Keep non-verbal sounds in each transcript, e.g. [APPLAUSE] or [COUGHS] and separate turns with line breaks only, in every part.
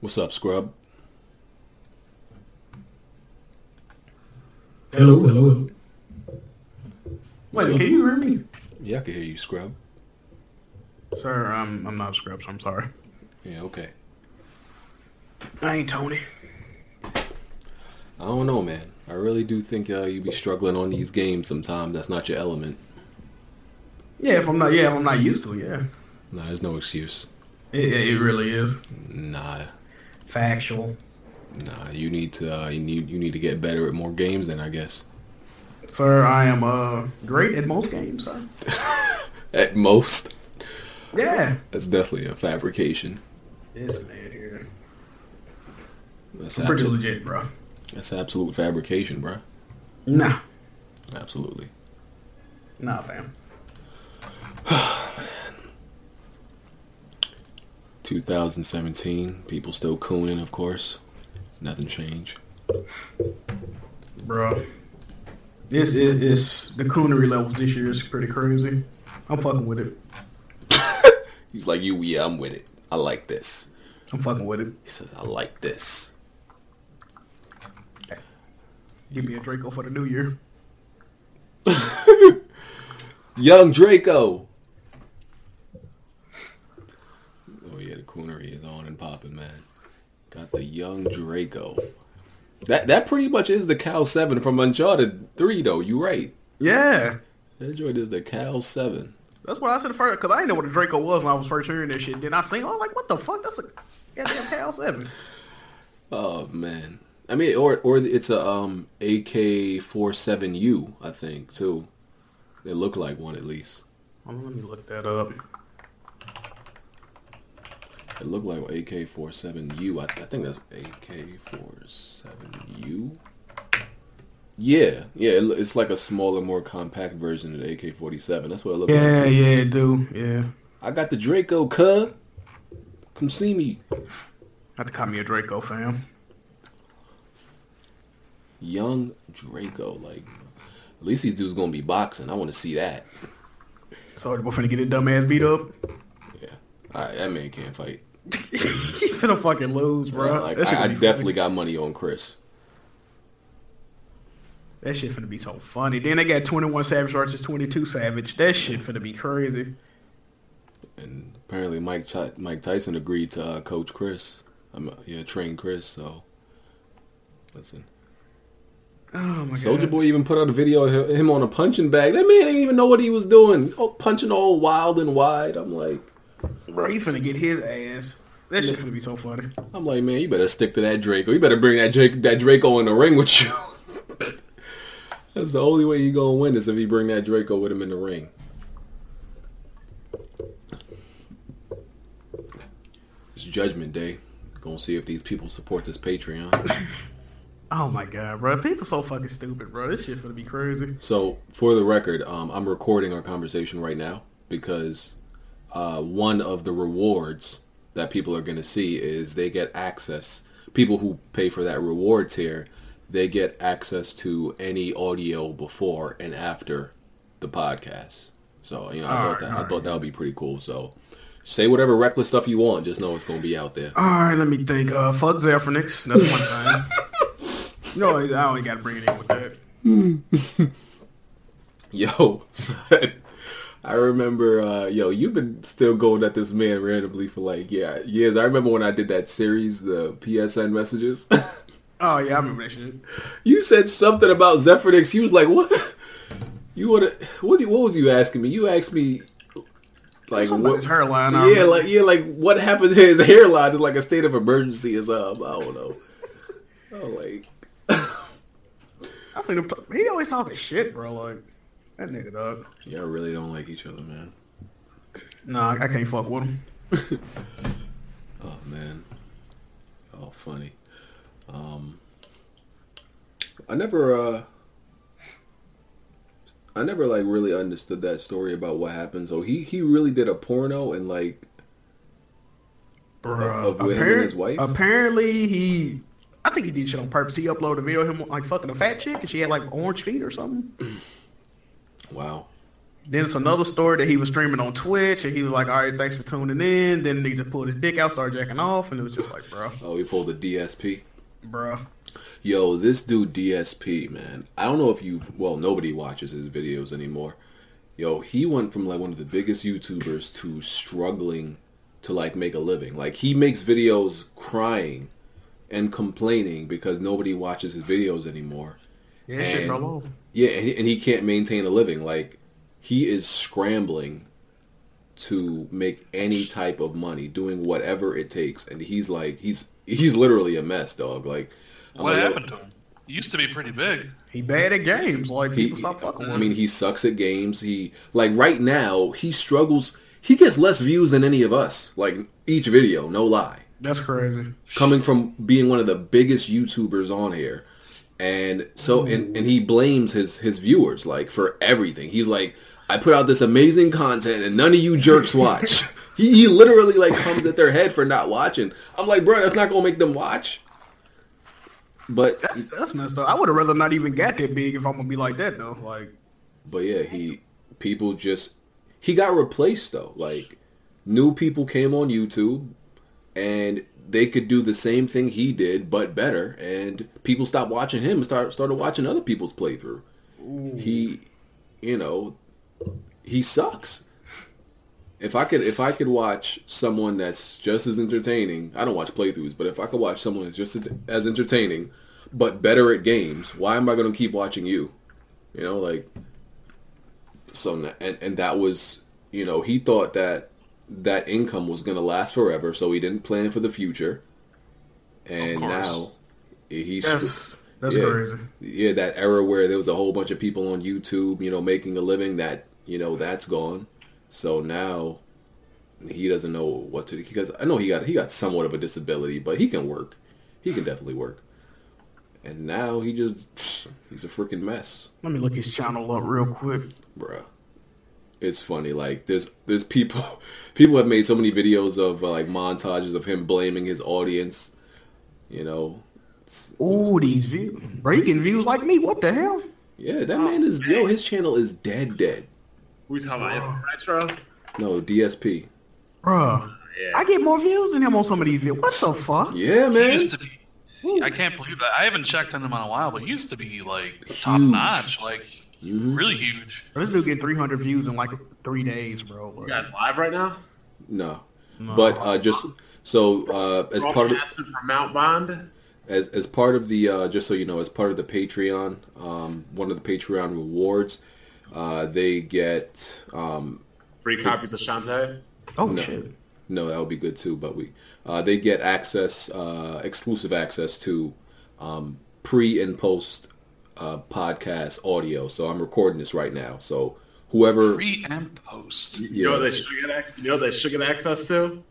What's up, Scrub?
Hello, hello, hello. Wait, can you hear me?
Yeah, I can hear you, Scrub.
Sir, I'm I'm not Scrubs, I'm sorry.
Yeah, okay.
I ain't Tony.
I don't know, man. I really do think uh, you be struggling on these games sometimes. That's not your element.
Yeah, if I'm not yeah, if I'm not used to it, yeah.
Nah, there's no excuse.
It, it it really is.
Nah,
Factual.
nah. You need to uh, you need you need to get better at more games. Then I guess
Sir, I am uh great at most games, sir.
at most
Yeah.
that's definitely a fabrication.
This man here.
That's
Pretty
absolute,
legit, bro.
that's absolute fabrication, bruh.
Nah.
Absolutely.
Nah, fam.
2017. People still cooning, of course. Nothing changed.
Bro. This is it's, the coonery levels this year is pretty crazy. I'm fucking with it.
He's like, you, yeah, I'm with it. I like this.
I'm fucking with it.
He says, I like this.
Give me a Draco for the new year.
Young Draco. Oh yeah, the coonery is on and popping, man. Got the young Draco. That that pretty much is the Cal Seven from Uncharted Three, though. You right.
Yeah.
That joint is the Cal Seven.
That's what I said first, because I didn't know what a Draco was when I was first hearing that shit. Then I seen, it, I was like, what the fuck? That's a goddamn Cal 7.
Oh man. I mean, or or it's a um AK 47U, I think too. It looked like one at least.
Hold on, let me look that up.
It looked like AK 47U. I, I think that's AK 47U. Yeah, yeah. It, lo- it's like a smaller, more compact version of the AK 47. That's what it looked
Yeah,
like.
yeah, dude. Yeah.
I got the Draco, cuz. Come see me.
Have to call me a Draco, fam.
Young Draco. Like, at least these dudes gonna be boxing. I wanna see that.
Sorry, we're finna get his dumb ass
[LAUGHS]
beat up.
Yeah. All right, that man can't fight.
he finna fucking lose, bro.
like,
that, shit
I, I
gonna be
definitely got money on Chris.
funny. that shit finna be so funny. Then they got 21 Savage versus 22 Savage. That shit finna be crazy.
And apparently Mike Ty- Mike Tyson agreed to uh, coach Chris. I'm yeah, train Chris. So listen,
Oh my
Soldier
god.
Boy even put out a video of him on a punching bag. That man didn't even know what he was doing. Oh, punching all wild and wide. I'm like,
Bro, he finna get his ass. That shit finna be so funny.
I'm like, man, you better stick to that Draco. You better bring that Drake that Draco in the ring with you. [LAUGHS] That's the only way you gonna win is if you bring that Draco with him in the ring. It's Judgment Day. Gonna see if these people support this Patreon.
Oh my god, bro. People so fucking stupid, bro. This shit finna be crazy.
So, for the record, um, I'm recording our conversation right now because uh, one of the rewards that people are going to see is they get access. People who pay for that reward tier, they get access to any audio before and after the podcast. So, you know, I thought
Alright,
that I
alright.
thought that would be pretty cool. So, say whatever reckless stuff you want. Just know it's going to be out there.
All right, let me think. Uh, fuck Zephyrnix.
[LAUGHS]
That's one thing. no, I always got to bring it in with that.
Yo, [LAUGHS] son, I remember, uh, yo, you've been still going at this man randomly for like, yeah, years. I remember when I did that series, the PSN messages. [LAUGHS]
Oh yeah, I remember that shit.
you said something about Zephyrnix. You was like, what? [LAUGHS] You wanna? What? do- What was you asking me? You asked me, like,
Something about
what?
his hairline. I
Yeah,
remember.
like, yeah, like, what happened to his [LAUGHS] hairline? It's like a state of emergency or something. I don't know. [LAUGHS] Oh, like,
I think him talk- he always talking shit, bro. Like that nigga dog.
y'all really don't like each other, man.
Nah, I I can't fuck with him.
Oh man, oh funny. Um, I never, uh, I never like really understood that story about what happened. So he he really did a porno and like
Bro,
Of- of Uh, with him and his wife?
apparently he. I think he did shit on purpose. He uploaded a video of him like fucking a fat chick, and she had like orange feet or something.
wow.
Then it's another story that he was streaming on Twitch, and he was like, "All right, thanks for tuning in." Then he just pulled his dick out, started jacking off, and it was just like, "Bro,
Oh, he pulled the DSP.
bro."
Yo, this dude DSP, man. I don't know if you well, nobody watches his videos anymore. Yo, he went from like one of the biggest YouTubers to struggling to like make a living. Like he makes videos crying and complaining because nobody watches his videos anymore.
Yeah, that shit
And-
fell off.
Yeah, and he, and he can't maintain a living. Like he is scrambling to make any type of money, doing whatever it takes. And he's like, he's he's literally a mess, dog. Like, I'm
What
like, yo-
happened to him? He used to be pretty big.
He bad at games. Like
He,
people stop fucking with
I
him.
mean, he sucks at games. He like right now he struggles. He gets less views than any of us. Like each video, no lie,
That's crazy.
coming from being one of the biggest YouTubers on here, and so and, and he blames his his viewers like for everything. He's like, I put out this amazing content and none of you jerks
[LAUGHS]
watch. he, he literally like comes at their head for not watching. I'm like, bro, that's not gonna make them watch. But
That's that's messed up. I would have rather not even got that big if I'm gonna be like that though. Like
But yeah, he people just he got replaced though. Like new people came on YouTube and they could do the same thing he did but better and people stopped watching him and start, started watching other people's playthrough. He you know he sucks. If I could if I could watch someone that's just as entertaining, I don't watch playthroughs, but if I could watch someone that's just as- as entertaining but better at games, why am I going to keep watching you? You know, like so n- and and that was you know he thought that that income was going to last forever so he didn't plan for the future and
Of course.
now he's [LAUGHS]
[LAUGHS]
that's that's
yeah,
crazy.
yeah that era where there was a whole bunch of people on youtube you know making a living that you know that's gone so now he doesn't know what to do because i know he got he got somewhat of a disability but he can work he can definitely work and now he just [SNIFFS] he's a freaking mess
Let me look his channel up real quick.
bruh it's funny like there's there's people [LAUGHS] people have made so many videos of uh, like montages of him blaming his audience you know
Ooh, these views. Bro, he getting views like me. What the hell?
yeah that man is yo his channel is dead dead
We talking about Nitro?
no dsp
Bro,
Yeah.
I get more views than him on some of these videos. What the fuck?
yeah
He
man
used to be. I can't believe that. I haven't checked on him in a while, but he used to be like top
Huge.
notch, like really huge.
Bro, This dude get 300 views in like three days, bro. Like,
You guys live right now?
no but uh just so uh as part of
Broadcasting from Mount Bond.
as as part of the uh, just so you know, as part of the Patreon, um, one of the Patreon rewards, uh, they get um,
Free copies of Shantae.
oh,
no.
shit.
No, that would be good too. But we uh, they get access, uh, exclusive access to um, pre and post uh, podcast audio. So I'm recording this right now. So whoever,
Pre and post.
yeah,
You know what they
it's-
should get? ac- You know what they should get access to?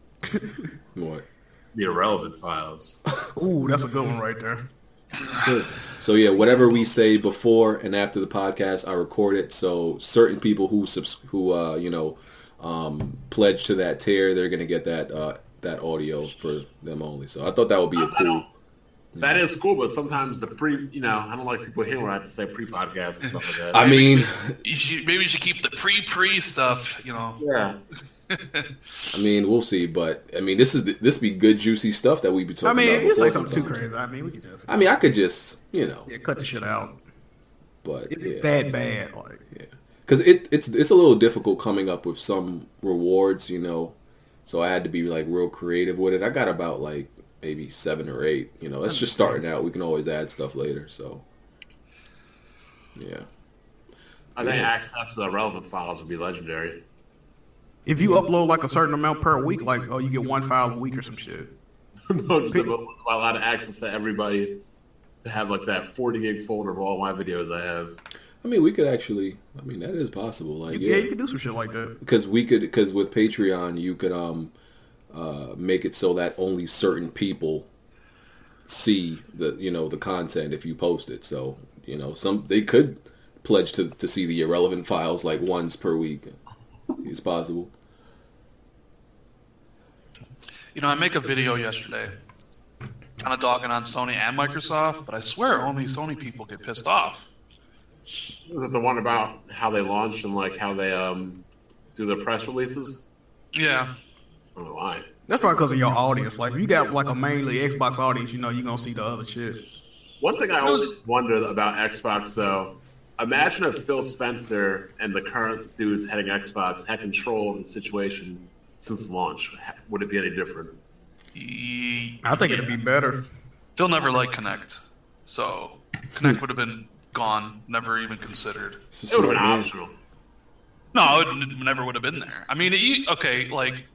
what-
The irrelevant files.
Ooh, that's a good one right there.
So yeah, whatever we say before and after the podcast, I record it. So certain people who subs- who uh, you know um, pledge to that tier, they're gonna get that uh, that audio for them only. So I thought that would be a cool.
That is cool, but sometimes the pre, you know, I don't like people hearing when I have to say pre-podcast and stuff like
[LAUGHS]
that.
I mean,
You should, maybe you should keep the pre pre stuff. You know,
yeah.
I mean, we'll see. But I mean, this is the, this be good juicy stuff that we be talking
I mean,
about.
if you say
before
something too
sometimes.
crazy, I mean, we could just
I mean, I could just you know,
yeah, cut the shit out.
but
If
yeah.
it's that bad, like,
because it, it's it's a little difficult coming up with some rewards, you know. So I had to be like real creative with it. I got about like maybe seven or eight. You know, it's just starting out. We can always add stuff later. So yeah,
I think
Yeah.
access to the relevant files would be legendary. [LAUGHS]
if you upload like a certain amount per week, like, oh, you get one file a week or some shit.
no, just about, allowed access to everybody to have like that 40 gig folder of all my videos I have.
I mean, we could actually. I mean, that is possible. Like
Yeah, you
yeah,
can do some shit like that.
because we could because with Patreon you could um uh make it so that only certain people see the you know the content if you post it. So you know some they could pledge to to see the irrelevant files like once per week. It's possible.
you know. I make a video yesterday, kind of dogging on Sony and Microsoft, but I swear only Sony people get pissed off.
Is it the one about how they launch and like how they um do their press releases?
Yeah.
I don't know why.
That's probably because of your audience. Like, if you got like a mainly Xbox audience, you know, you're gonna see the other shit.
One thing I always wondered about Xbox though, imagine if Phil Spencer and the current dudes heading Xbox had control of the situation since launch. Ha- Would it be any different?
Ye-
I think
yeah.
it'd be better.
Phil never liked Connect, so Connect would have been gone, never even considered.
It's a
It
smart
would have been
man.
optional.
No, it n- never would have been there. I mean, it, okay, like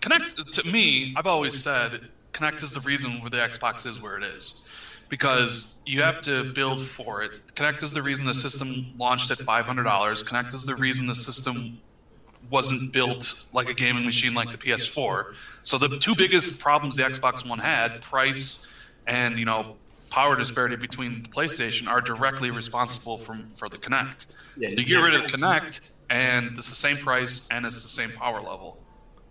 Connect to me, I've always said Connect is the reason where the Xbox is where it is because you have to build for it. Connect is the reason the system launched at five hundred dollars. Connect is the reason the system wasn't built like a gaming machine like the PS4. So the two biggest problems the Xbox One had, price and you know power disparity between the PlayStation, are directly responsible from for the Connect.
Yeah,
so you get rid of the Connect, and it's the same price and it's the same power level.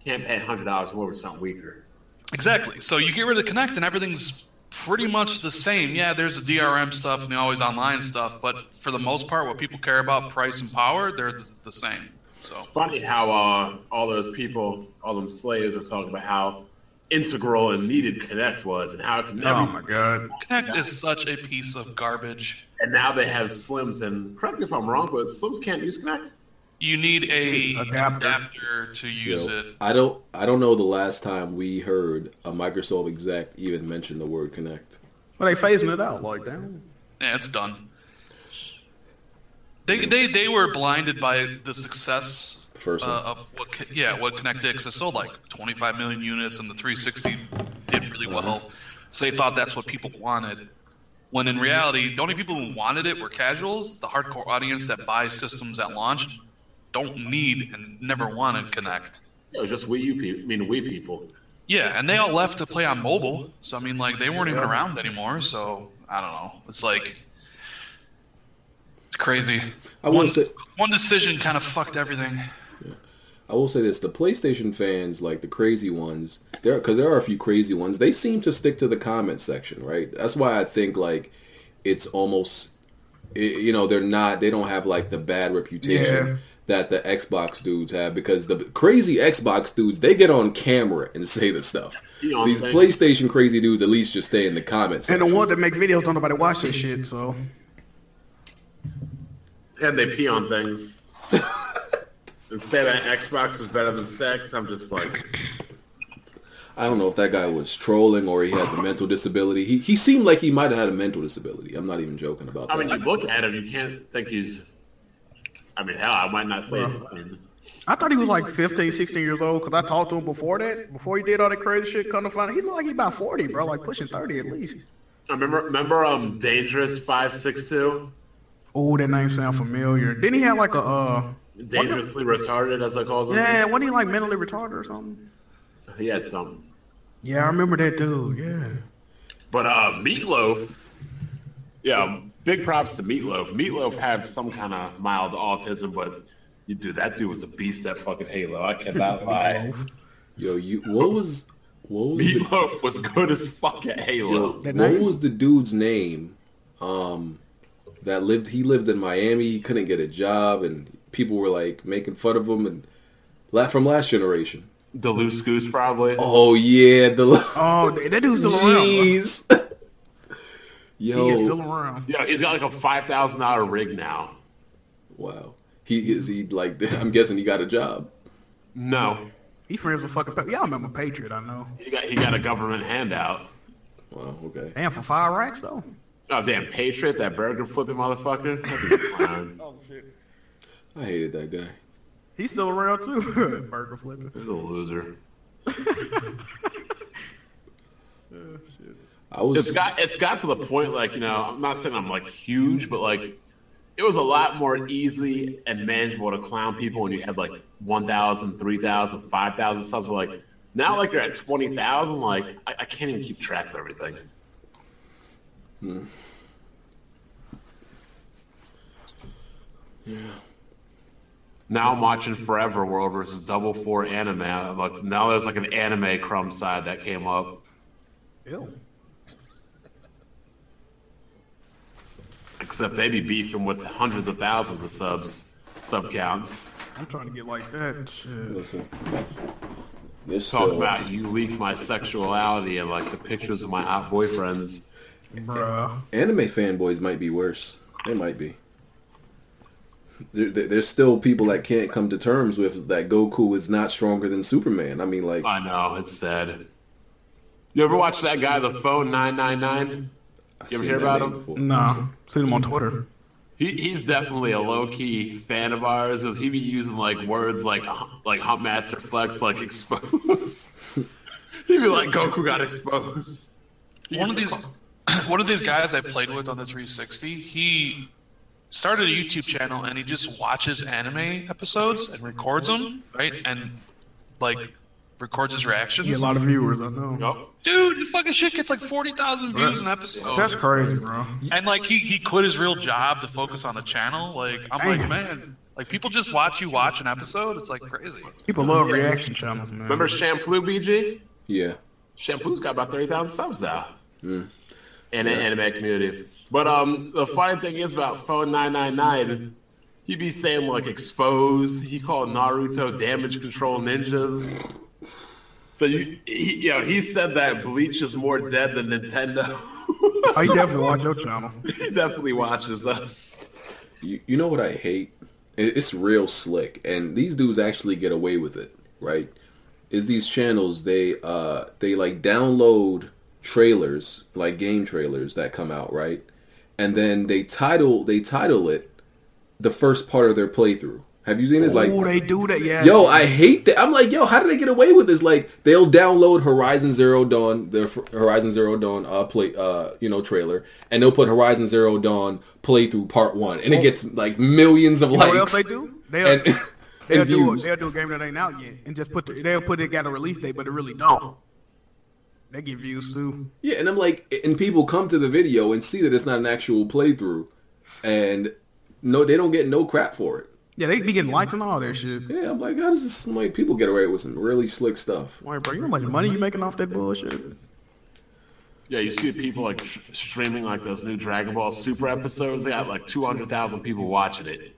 Can't pay hundred dollars more for something weaker.
Exactly. So you get rid of Connect, and everything's pretty much the same. Yeah, there's the DRM stuff and the always online stuff, but for the most part, what people care about price and power, they're th- the same. So
Funny how uh, all those people, all them slaves, were talking about how integral and needed Connect was, and how it can never
Oh my god.
Connect is such a piece of garbage.
And now they have Slims, and correct me if I'm wrong, but Slims can't use Connect.
You need a
Adapter.
adapter, to
You
use
know,
it.
I don't I don't know the last time we heard a Microsoft exec even mention the word connect.
But they phasing it out like damn.
Yeah, it's done. They, they, they were blinded by the success
The first
uh,
one.
of what co- yeah what ConnectX has sold like 25 million units and the 360 did really well. So they thought that's what people wanted. When in reality, the only people who wanted it were casuals. The hardcore audience that buys systems at launch don't need and never wanted Connect.
It was just Wii U people. I mean, Wii people.
Yeah, and they all left to play on mobile. So I mean, like they weren't even around anymore. So I don't know. It's like it's crazy.
I will
one,
say-
one decision kind of fucked everything.
I will say this: the PlayStation fans, like the crazy ones, there because there are a few crazy ones. They seem to stick to the comment section, right? That's why I think like it's almost, i you know, they're not. They don't have like the bad reputation
Yeah.
that the Xbox dudes have because the crazy Xbox dudes they get on camera and say the stuff.
You know
These
what I'm
PlayStation crazy dudes at least just stay in the comments.
And
section.
the ones that make videos don't nobody watch this shit, so
And they pee on things. and say that Xbox is better than sex. I'm just like,
I don't know if that guy was trolling or he has a mental disability. He he seemed like he might have had a mental disability. I'm not even joking about that.
I mean, you look at him, you can't think he's. I mean, hell, I might not say. he's funny.
I thought he was like 15, 16 years old because I talked to him before that, before he did all that crazy shit. Come to find out, he looked like he about 40, bro, like pushing 30 at least.
I remember, remember, um, Dangerous Five Six Two,
Oh, that name sound familiar. Didn't he have like a, uh,
dangerously retarded, as I call them.
yeah, wasn't he like mentally retarded or something?
he had something.
Yeah, I remember that dude, yeah.
But uh, Meatloaf, yeah, um, big props to Meatloaf. Meatloaf had some kind of mild autism, but you dude, that dude was a beast. That fucking Halo,
[LAUGHS]
I cannot lie.
Yo, you what was what was the,
Meatloaf was good as fuck at Halo.
what
name?
was the dude's name? Um, that lived he lived in Miami. He couldn't get a job, and people were like making fun of him. And la from last generation.
The loose goose, probably.
Oh yeah, the [LAUGHS]
Oh, that that dude's still around.
jeez. [LAUGHS]
Bro.
Yo,
He is still around.
Yeah, he's got like a five thousand dollar rig now.
wow. He is he like? [LAUGHS] I'm guessing he got a job.
No,
He friends with fucking, Pa- y'all remember Patriot, I know.
he got he got a government handout.
Wow. Okay.
Damn, for five racks though.
Oh damn, Patriot, that burger flipping motherfucker. That's a [LAUGHS] clown.
I hated that guy.
He's still around too. [LAUGHS] Burger flipping.
He's a loser.
I was.
it's got it's got to the point like you know i'm not saying i'm like huge but like it was a lot more easy and manageable to clown people when you had like 1000 3000 5000 subs but like now like you're at 20000 like I, I can't even keep track of everything Now I'm watching Forever World versus Double Four anime. I'm like now there's like an anime crumb side that came up.
Ew.
Like Except they be beefing with hundreds of thousands of subs, sub counts.
I'm trying to get like that. Shit.
Listen, there's
Talk
still-
about you leaked my sexuality and like the pictures of my hot boyfriends.
Bruh.
anime fanboys might be worse. They might be. There, there- there's still people that can't come to terms with that Goku is not stronger than Superman. I mean, like
I know it's sad. You ever watch that guy, the phone nine nine nine?
I've
you ever
seen
hear
that
about
name
him?
before.
Nah. Seen him on Twitter.
He, he's definitely a low key fan of ours because he be using like words like like Humpmaster Flex like [LAUGHS] exposed. He'd be like Goku got exposed.
one of these [COUGHS] one of these guys I played with on the 360, he started a YouTube channel and he just watches anime episodes and records them, right? And like records his reactions.
He a lot of viewers, I know.
Yup.
Dude, the fucking shit gets like 40,000 views an episode.
That's crazy, bro.
and like he, he quit his real job to focus on the channel. Like I'm like, man, like people just watch you watch an episode. It's like crazy.
People love reaction channels, man.
Remember Shampoo BG?
Yeah.
Shampoo's got about thirty thousand subs now in the anime community. But um, the funny thing is about Phone Nine Nine Nine, he be saying like exposed. He called Naruto damage control ninjas. So you, he, you know, he said that Bleach is more dead than Nintendo. [LAUGHS]
I Oh, definitely watch your channel.
he definitely watches us.
You, you know what I hate? It, it's real slick, and these dudes actually get away with it, right? Is these channels they uh they like download trailers, like game trailers that come out, right? And then they title they title it the first part of their playthrough. Have you seen this? Like
oh, they do that, yeah.
Yo, I hate that. I'm like, yo, how did they get away with this? Like, they'll download Horizon Zero Dawn, the f- Horizon Zero Dawn uh play, uh you know trailer, and they'll put Horizon Zero Dawn playthrough part one, and it gets like millions of
Oh. know
likes.
what else they do?
[LAUGHS]
They'll-
and,
They'll
and
do, a,
views.
they'll do a game that ain't out yet and just put the, they'll put it got a release date, but it really don't. They get views too.
Yeah, and I'm like, and people come to the video and see that it's not an actual playthrough, and no, they don't get no crap for it.
Yeah, they be getting likes and all that shit.
Yeah, I'm like, how does this? Like, people get away with some really slick stuff.
Wait, bro, you know how much money you making off that bullshit?
Yeah, you see people like sh- streaming like those new Dragon Ball Super episodes. They got like two hundred thousand people watching it.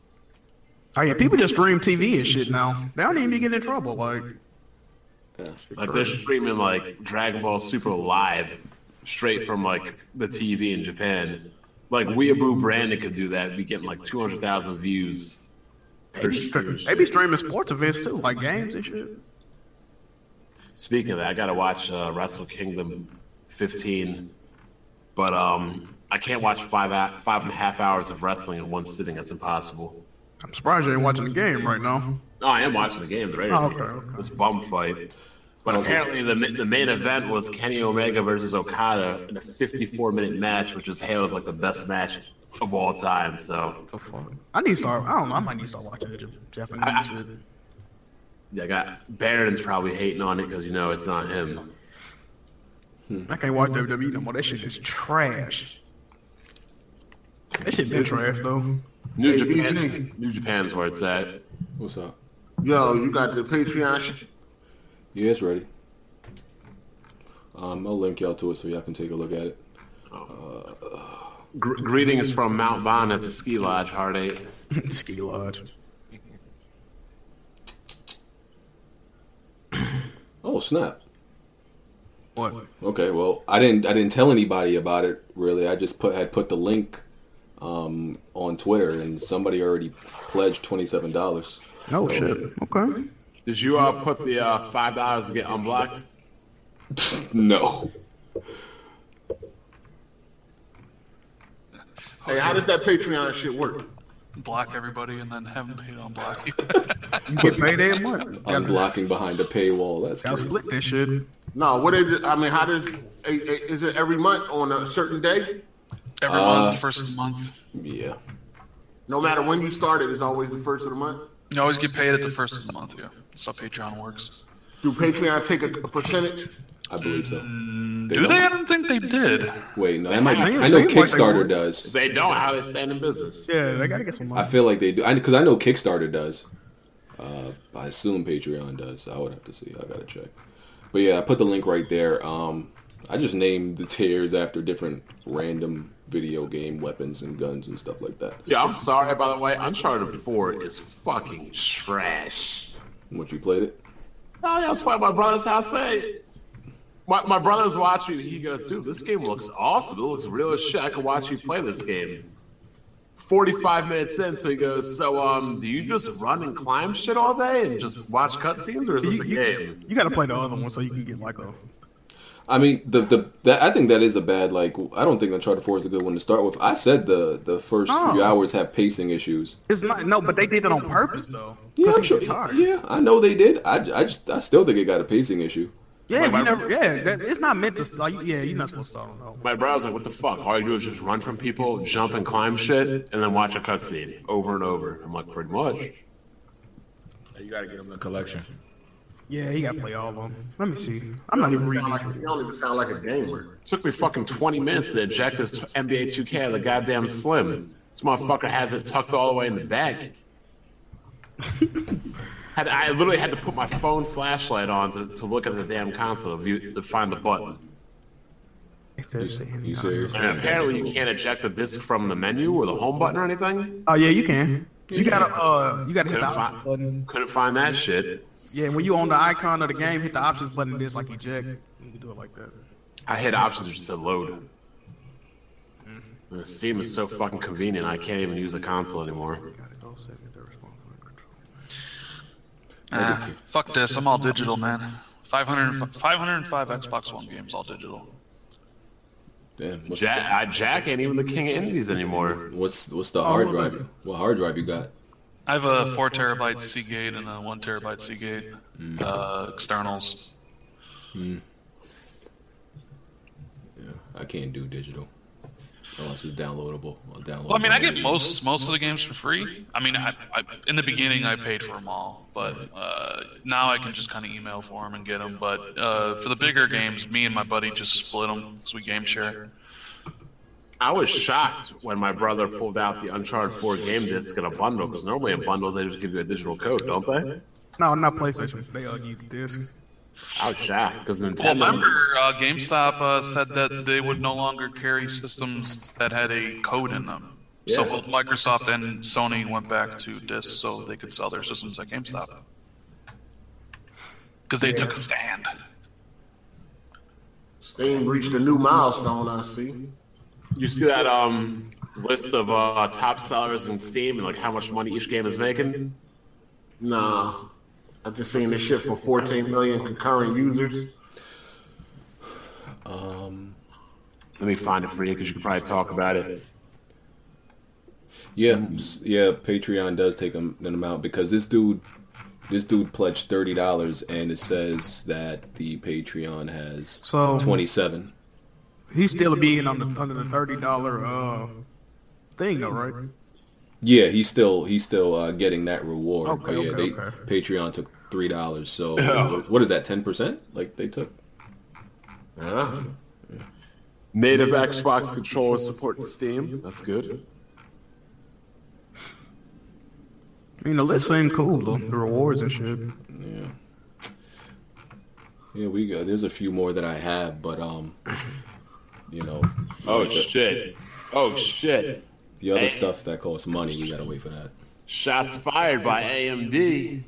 Oh yeah, people just stream TV and shit now. They don't even be getting in trouble. Like,
Like they're streaming like Dragon Ball Super live, straight from like the TV in Japan. Like Weeaboo Brandon could do that. Be getting like two hundred thousand views.
they be, stre- they be streaming sports events too, like games and shit.
Speaking of that, I gotta watch uh, Wrestle Kingdom 15, but um, I can't watch five hou- five and a half hours of wrestling in one sitting. That's impossible.
I'm surprised you ain't watching the game right now.
No, Oh, I am watching the game. The Raiders.
Oh, okay,
game.
okay.
This bum fight. But apparently, the ma- the main event was Kenny Omega versus Okada in a 54 minute match, which is hailed as like the best match of all time. So
I need to start. I don't know. I might need to start watching the J- Japanese shit.
yeah, I got Baron's probably hating on it because you know it's not him.
I can't watch WWE no more. That shit is trash. That shit been trash though. [LAUGHS]
New
Hey,
Japan,
BG.
New Japan's where it's at.
What's up?
Yo, you got the Patreon shit?
Yeah, it's ready. Um, I'll link y'all to it so y'all can take a look at it.
Gr- greetings from Mount Bond at the ski lodge, Heartache.
Ski lodge.
Oh snap!
What?
Okay, well, I didn't I didn't tell anybody about it really. I just put had put the link um, on Twitter, and somebody already pledged twenty seven dollars. [LAUGHS]
Oh shit. Okay.
Did you uh, put the uh, five dollars to get unblocked?
no,
Hey, how does that Patreon shit work?
Block everybody and then have them paid on block. [LAUGHS] you.
You get paid every month.
I'm blocking behind a paywall. That's
Gotta
crazy.
split that shit.
No, what is it? I mean, how does eh, eh, is it every month on a certain day?
Every month, the first of the month.
Yeah,
No matter when you start it, it's always the first of the month.
You always get paid at the first of the month, yeah. That's how Patreon works.
Do Patreon take a, a percentage?
I believe so. They
Do
don't-
they? I don't think they did.
Wait, no, that might, I
it
know
seems like they
Kickstarter
would.
If
does.
they don't, how they stand in business?
Yeah, they gotta get some money.
I feel like they do because I, know Kickstarter does. Uh, I assume Patreon does. I would have to see. I gotta check. But yeah, I put the link right there. Um, I just named the tiers after different random video game weapons and guns and stuff like that.
Yeah, I'm sorry. By the way, Uncharted 4 is fucking trash.
Once you played it,
Oh, yeah, that's why my brother's house say. My, my brother's watching me. He goes, dude, this game looks awesome. It looks real as shit. I can watch you play this game. 45 minutes in, so he goes, so um, do you just run and climb shit all day and just watch cutscenes, or is this a game?
You gotta play the other one so you can get like a.
I mean the the that, I think that is a bad like I don't think Uncharted Four is a good one to start with. I said the the first few
Oh.
hours have pacing issues.
It's not no, but they did it on purpose though.
Yeah,
'Cause
I'm
it's
sure.
hard.
Yeah, I know they did. I, I just I still think it got a pacing issue.
Yeah, if you never. Yeah, that, it's not meant to. Like, yeah, you're not supposed to. I don't know.
My brother's like, what the fuck? All you do is just run from people, jump and climb shit, and then watch a cutscene over and over. I'm like, pretty much.
You gotta get them the collection.
Yeah, he gotta play all of them. Let me see. I'm not even reading.
Sound
these.
like, you don't even sound like a gamer.
Took me fucking 20 minutes to eject this NBA 2K out of the goddamn slim. This motherfucker has it tucked all the way in the back. had, I literally had to put my phone flashlight on to, to look at the damn console to, view, to find the button.
It says-
You serious?
And apparently, you can't eject the disc from the menu or the home button or anything.
Oh yeah, you can. You gotta uh, you gotta hit the
Couldn't
options
find,
button.
couldn't find that shit.
Yeah, when you on the icon of the game, hit the options button. and It's like eject. You can do it like that.
I hit options, it just said load. And The Steam is so fucking convenient, I can't even use a console anymore.
Ah, fuck this. I'm all digital, man. 500, 505 Xbox One games, all digital.
Damn. What's,
Jack, I, Jack ain't even the king of indies anymore.
what's what's the hard
Oh,
drive? What hard drive you got?
I have a Uh, four terabyte Seagate and a one terabyte Seagate uh, externals.
Yeah, I can't do digital unless it's downloadable. I'll download.
Well, I mean, I get
it.
most most of the games for free. I mean, I, I in the beginning I paid for them all, but uh, now I can just kind of email for them and get them. But uh, for the bigger games, me and my buddy just split them because we game share.
I was shocked when my brother pulled out the Uncharted 4 game disc in a bundle because normally in bundles they just give you a digital code, don't they?
No, not PlayStation. They uh, give you disc.
I was shocked because
Well,
Nintendo.
remember, uh, GameStop uh, said that they would no longer carry systems that had a code in them. So
Yeah.
both Microsoft and Sony went back to discs so they could sell their systems at GameStop because they took a stand.
Steam reached a new milestone. I see.
you see that um list of uh, top sellers in Steam and like how much money each game is making?
Nah, I've just seen this shit for 14 million concurrent users.
Let me find it for you because you could probably talk about it.
Yeah, s- yeah. Patreon does take an an amount because this dude, this dude pledged thirty dollars, and it says that the Patreon has
So-
twenty-seven.
He's still being on the under the thirty dollar uh thing though, right?
Yeah, he's still he's still uh, getting that reward.
Okay,
but yeah,
okay,
they,
okay.
Patreon took three dollars.
[LAUGHS]
So what is that? Ten percent? Like they took?
Yeah.
Native Xbox controller support in Steam. That's good.
I mean, the list seemed cool though. The rewards and shit.
Yeah. Yeah, we got. There's a few more that I have, but um, you know,
Oh shit! Oh shit!
the other
Hey.
stuff that costs money, we gotta wait for that.
Shots fired by AMD.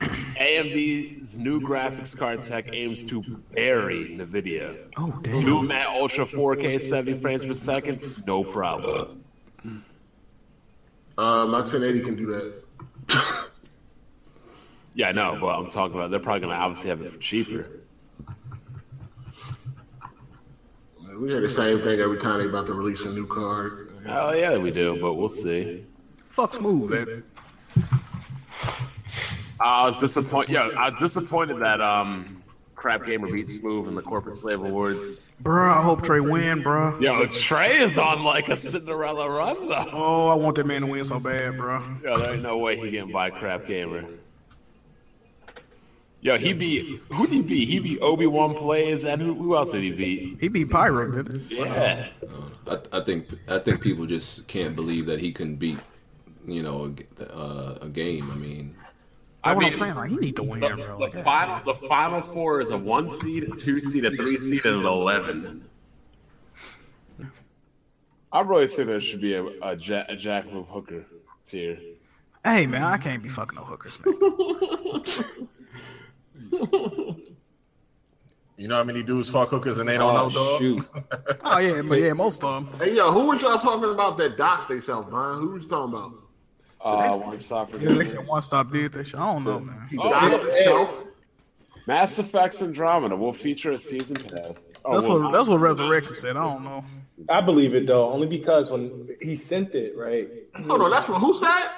AMD's new graphics card tech aims to bury NVIDIA.
Oh damn.
New Matte Ultra 4K 70 frames per second, no problem.
Uh, my 1080 can do that.
Yeah, I know, but I'm talking about they're probably going to obviously have it for cheaper.
We hear the same thing every time they about to release a new card.
Hell yeah, we do, but we'll see.
Fuck smooth. eh? That
I was disappointed. Yeah, I was disappointed that um, Crap Gamer beat Smooth in the Corporate Slave Awards.
bruh, I hope Trey win, bruh.
Yo, Trey is on like a Cinderella run though.
Oh, I want that man to win so bad, bruh.
Yo, there ain't no way he getting by crap gamer. Yo, he beat who did he beat? He beat Obi Wan plays and who, who else did he beat?
He beat Pyro, didn't he?
Yeah,
I, I think I think people just can't believe that he can beat, you know, a, g- uh, a game. I mean,
That's
I
what
mean,
I'm saying. Like he need to win, bro.
The
Like, yeah.
final, the final four is a one seed, a two seed, a three seed, and an eleven.
I really think there should be a, a, ja- a Jackalope hooker tier.
Hey man, I can't be fucking no hookers, man.
You know how many dudes fuck hookers and they don't know,
Oh
dog?
shoot!
[LAUGHS] [LAUGHS] Oh yeah, but yeah, most of them.
Hey, yo, who was y'all talking about that docs they sell, man? Who was you talking about?
Uh, one stop for
They said one stop did that shit. I don't know, man.
docs itself?
Mass Effects Andromeda will feature a season pass. Oh,
That's
well,
what that's what Resurrection said. I don't know.
I believe it though, only because when he sent it, right?
Hold on, that's what who said?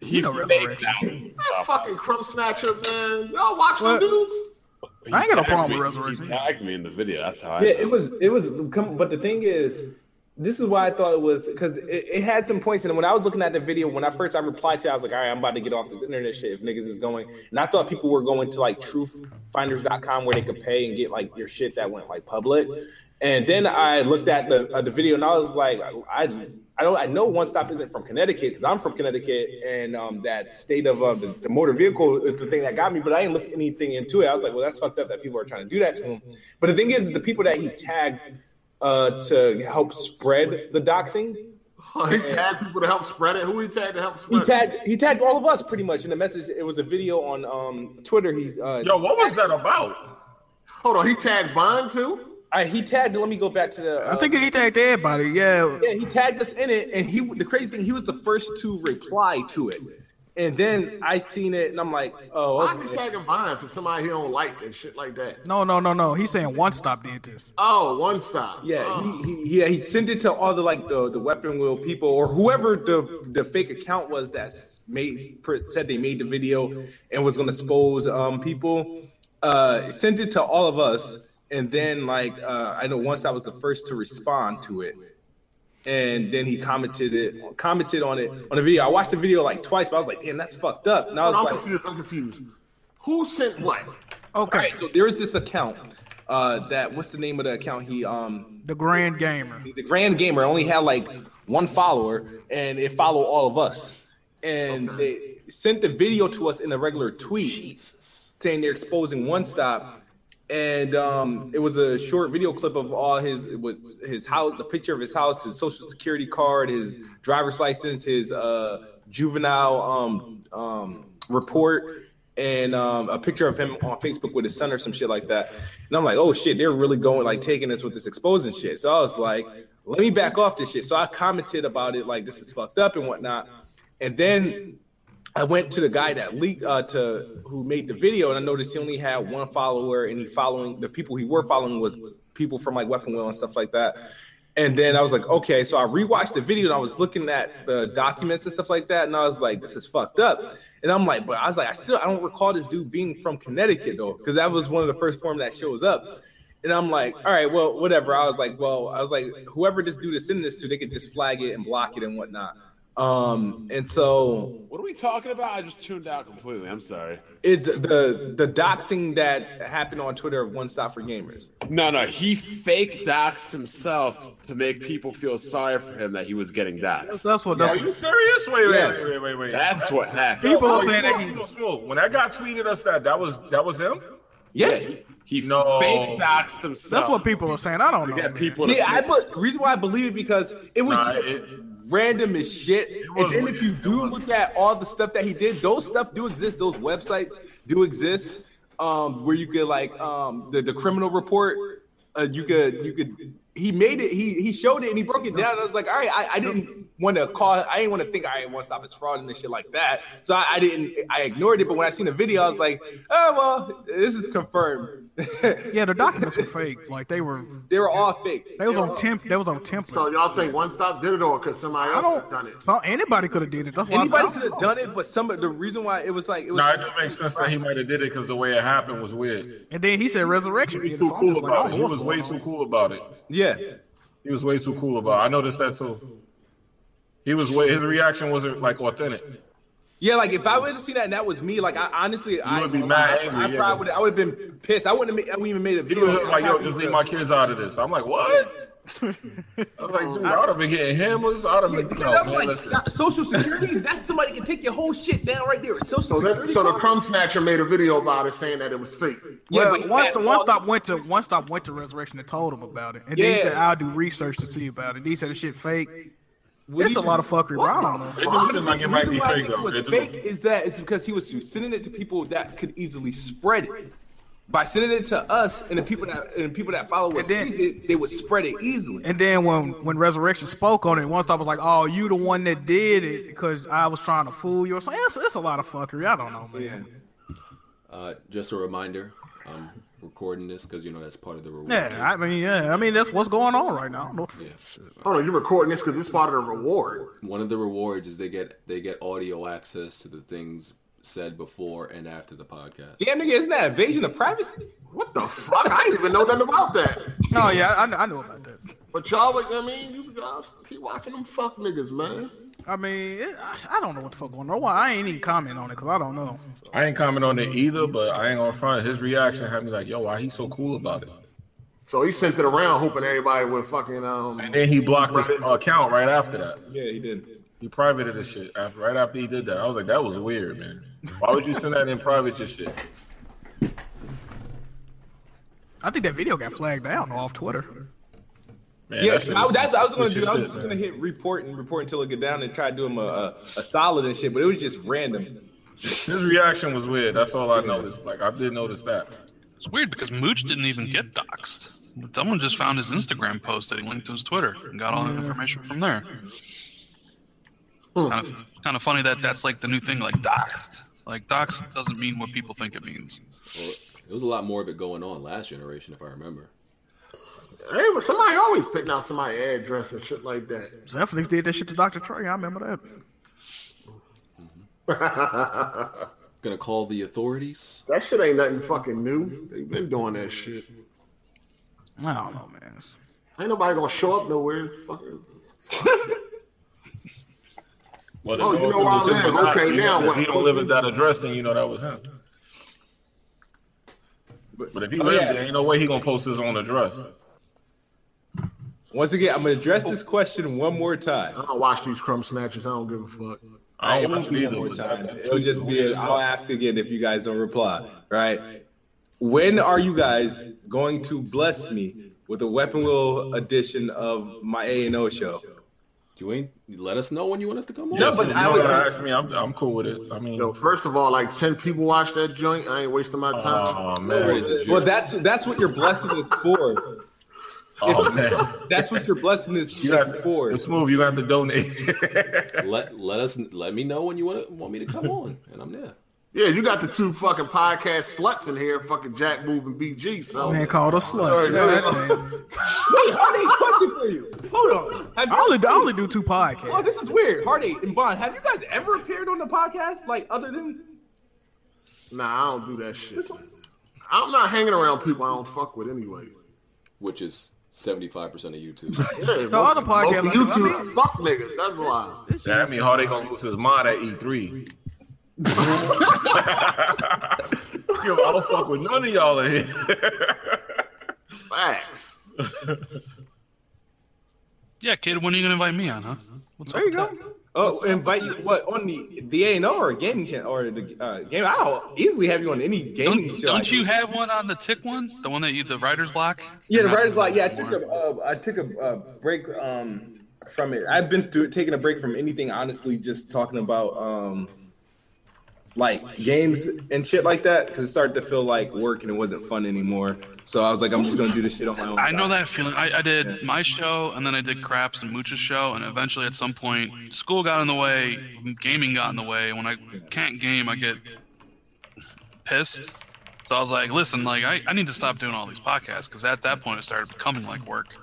He
know
faked out.
That fucking crumb snatcher, man. Y'all watch them
What?
dudes?
he
I ain't got no
tagged
problem
me-
with Resurrection.
He tagged me in the video. That's how I.
Yeah,
know.
it was. It was. Come, but the thing is, this is why I thought it was because it, it had some points. And when I was looking at the video, when I first I replied to, it, I was like, all right, I'm about to get off this internet shit if niggas is going. And I thought people were going to like truthfinders.com where they could pay and get like your shit that went like public. And then I looked at the uh, the video and I was like, I. I don't. I know One Stop isn't from Connecticut because I'm from Connecticut, and um, that state of uh, the, the motor vehicle is the thing that got me. But I didn't look anything into it. I was like, well, that's fucked up that people are trying to do that to him. But the thing is, the people that he tagged uh, to help spread the doxing,
Oh, he tagged people to help spread it. Who he tagged to help spread
he
it?
tagged he tagged all of us pretty much in the message. It was a video on um, Twitter. He's uh,
Yo, what was that about?
Hold on, he tagged Bond too?
I, he tagged. Let me go back to the. Uh,
I think he tagged everybody. Yeah,
yeah, he tagged us in it, and he the crazy thing he was the first to reply to it, and then I seen it, and I'm like,
Why
oh,
he
okay.
tagging Bond for somebody he don't like and shit like that?
no, no, no, no. He's saying one stop did this.
Oh, one stop.
Yeah,
Oh.
he, he, yeah, he sent it to all the like the, the weapon wheel people or whoever the the fake account was that s- made pr- said they made the video and was gonna expose um people. Uh, sent it to all of us, and then like uh, I know once I was the first to respond to it, and then he commented it commented on it on the video. I watched the video like twice, but I was like, damn, that's fucked up. And I was
I'm
like,
confused. I'm confused. Who sent what?
all
Okay,
right, so there is this account. Uh, that what's the name of the account he um
the Grand Gamer.
the Grand Gamer only had like one follower, and it followed all of us. And they sent the video to us in a regular tweet, saying they're exposing One Stop. And um, it was a short video clip of all his with his house, the picture of his house, his social security card, his driver's license, his uh, juvenile um, um, report, and um, a picture of him on Facebook with his son or some shit like that. And I'm like, oh shit, they're really going like taking this with this exposing shit. So I was like, let me back off this shit. So I commented about it like this is fucked up and whatnot. And then I went to the guy that leaked uh, to who made the video, and I noticed he only had one follower, and he following the people he were following was people from like Weapon Wheel and stuff like that. And then I was like, okay, so I rewatched the video and I was looking at the documents and stuff like that, and I was like, this is fucked up. And I'm like, but I was like, I still I don't recall this dude being from Connecticut though, because that was one of the first form that shows up. And I'm like, all right, well, whatever. I was like, well, I was like, whoever this dude is sending this to, they could just flag it and block it and whatnot. Um, and so
What are we talking about? I just tuned out completely. I'm sorry.
it's the the doxing that happened on Twitter of One Stop for Gamers.
No, no, he fake doxed himself to make people feel sorry for him that he was getting
That's,
doxed.
that's what.
Are
That's
you serious? Wait, wait,
Yeah.
wait, wait, wait, wait.
That's what happened.
people are
Yo,
saying that.
Smoke,
He,
Smoke, Smoke. when that guy tweeted us that, that was that was him.
Yeah.
He
No.
fake doxed himself.
that's what people are saying. I don't
to
know.
get
man.
people.
Yeah,
to
I but reason why I believe it because it was
Nah,
just
it-
random as shit. And
was
then
weird.
if you do look at all the stuff that he did, those stuff do exist. Those websites do exist. Um, where you could like um the, the criminal report, uh, you could you could he made it. He he showed it and he broke it down. I was like, all right, I, I didn't want to call. I didn't want to think I didn't want to stop his fraud and this shit like that. So I, I didn't. I ignored it. But when I seen the video, I was like, oh well, this is confirmed.
Yeah, the documents were fake. Like they were.
[LAUGHS] they were all fake.
They was
They were
on temp. They was on
So
templates.
y'all think one stop did it or because somebody
I
else
don't.
done it?
No, anybody could have did it. That's why. I said, I
Anybody
don't
could have
know.
done it, but some the reason why it was like it was
Nah, it do make sense that he might have did it because the way it happened was weird.
And then he said resurrection.
He
did
was
it. So
too
I'm
cool
just like, I
about
don't
it.
know
He
what's
was
going
way
on.
too cool about it.
yeah.
He was way too cool about. it. I noticed that too. He was way. His reaction wasn't like authentic.
Yeah, like if I would have seen that and that was me, like I honestly I
would be mad
I,
angry,
I
yeah.
probably would I would have been pissed. I wouldn't have made, I wouldn't even made a
He
video.
was just like, "Yo, just leave my kids out of this." I'm like, "What?" I was like, dude, I'd have been getting hammers. I'd have been.
Because
No,
I'm
man,
like,
listen.
so- Social Security, that's somebody can take your whole shit down right there. Social
So, that,
Security.
so the crumb snatcher made a video about it saying that it was fake.
Yeah,
well,
but
once
that-
the one stop went to one stop went to Resurrection and told him about it, and then he
Yeah.
said, "I'll do research to see about it." And he said, "The shit fake."
What
It's
do
a
you-
lot of fuckery, bro. I don't know.
It do seem like it might be
reason why I
fake
think it
though.
was
It do.
fake is that it's because he was sending it to people that could easily spread it. By sending it to us and the people that and the people that follow us,
And then-
sees it, they would spread it easily.
And then when when Resurrection spoke on it, one stop was like, "Oh, you the one that did it because I was trying to fool you." or something. It's, it's a lot of fuckery. I don't know, man.
Yeah.
Uh, just a reminder, I'm recording this because you know that's part of the reward.
Yeah, I mean, yeah, I mean that's what's going on right now. I don't know.
Yeah.
Hold on, you're recording this because it's part of the reward.
One of the rewards is they get they get audio access to the things said before and after the podcast.
Damn nigga, isn't that invasion of privacy? What the
The fuck? I didn't even know nothing about that.
Oh yeah, I, I kn- I knew about that.
But y'all, like, I mean, you guys keep watching them fuck niggas, man.
I mean, it, I, I don't know what the fuck going on. Why I ain't even comment on it because I don't know.
I ain't comment on it either, but I ain't gonna front. His reaction had me like, yo, why he so cool about it?
So he sent it around hoping everybody would fucking um.
And then he blocked his account right after that.
Yeah, he did.
He privated his shit after, right after he did that. I was like, that was weird, man. Why would you send that and private your shit?
I think that video got flagged down off Twitter.
Man,
Yeah,
that shit
I,
was-
that's what I was gonna
was
do.
your
I was
shit,
just
man.
gonna hit report and report until it get down and try to do him a, a, a solid and shit, but it was just random.
His reaction was weird. That's all I noticed. Like I did notice that.
It's weird because Mooch didn't even get doxxed. Someone just found his Instagram post that he linked to his Twitter and got all the information from there. Kind of, kind of funny that that's like the new thing, like doxxed. Like doxxed doesn't mean what people think it means.
Well, there was a lot more of it going on last generation, if I remember.
Hey, but somebody always picking out somebody's address and shit like that.
Zephyrix did that shit to Dr. Trey. I remember that.
Gonna call the authorities.
That shit ain't nothing fucking new. They've been doing that shit.
I don't know, man. It's-
Ain't nobody gonna show up nowhere. It's fucking.
Well,
Oh,
if
you know
it
where I
was him
live.
or not,
Okay,
you
now
know,
what?
If he don't live at that address, then you know that was him. But if he lived
Oh, yeah.
there, ain't no way he gonna post his own address.
Once again, I'm gonna address this question one more time.
I don't watch these crumb snatchers. I don't give a fuck.
I
it
don't
won't
want
be
either.
one more
but that-
time.
that-
It'll just be. A, I'll ask again if you guys don't reply. Right? When are you guys going to bless me with a Weapon Wheel edition of my A and O show?
You ain't let us know when you want us to come on.
Yeah, but
but
you
I
know
would-
what? Ask me. I'm I'm cool with it. I mean,
Yo, first of all, like ten people watch that joint. I ain't wasting my time.
oh man,
Praise the
Well,
Jew.
that's that's what your blessing is for.
oh man.
That's what your blessing is
You got
for.
It's smooth. You got to donate. [LAUGHS]
let let us let me know when you want want me to come on, and I'm there.
yeah, you got the two fucking podcast sluts in here, fucking Jack Move and BG. So
Man called us sluts.
Sorry,
You
no,
know that
no.
thing.
Wait, Heartache, question for you. Hold on. Have you-
I only, I only do two
oh,
podcasts.
this is weird. Heartache and Bond, have you guys ever appeared on the podcast like other than?
nah, I don't do that shit. man. I'm not hanging around people I don't fuck with anyway.
Which is seventy five percent of YouTube.
Yeah,
No other
most
podcast.
of
like,
YouTube
I mean,
fuck niggas. That's why.
Yeah, I mean, how they gonna lose his mind at E [LAUGHS] E3? Yo, I don't fuck with none of y'all in here.
Facts.
Yeah, kid, when are you gonna invite me on, huh? What's
There
up
you
with
go.
that?
Oh, invite you what on the the A and O or gaming channel or the uh, game? I'll easily have you on any gaming
Don't,
show. I
don't
do.
you have one on the tick one? The one that you, the writer's block?
Yeah, the
Not
writer's block. Yeah, I took
anymore.
a uh, I took a uh, break um from it. I've been through taking a break from anything. Honestly, just talking about um like games and shit like that because it started to feel like work and it wasn't fun anymore. So I was like, I'm just gonna do this shit on my own.
I know that feeling. I, I did my show, and then I did Craps and Mooch's show, and eventually at some point, school got in the way, gaming got in the way. and When I can't game, I get pissed. So I was like, listen, like I, I need to stop doing all these podcasts because at that point it started becoming like work.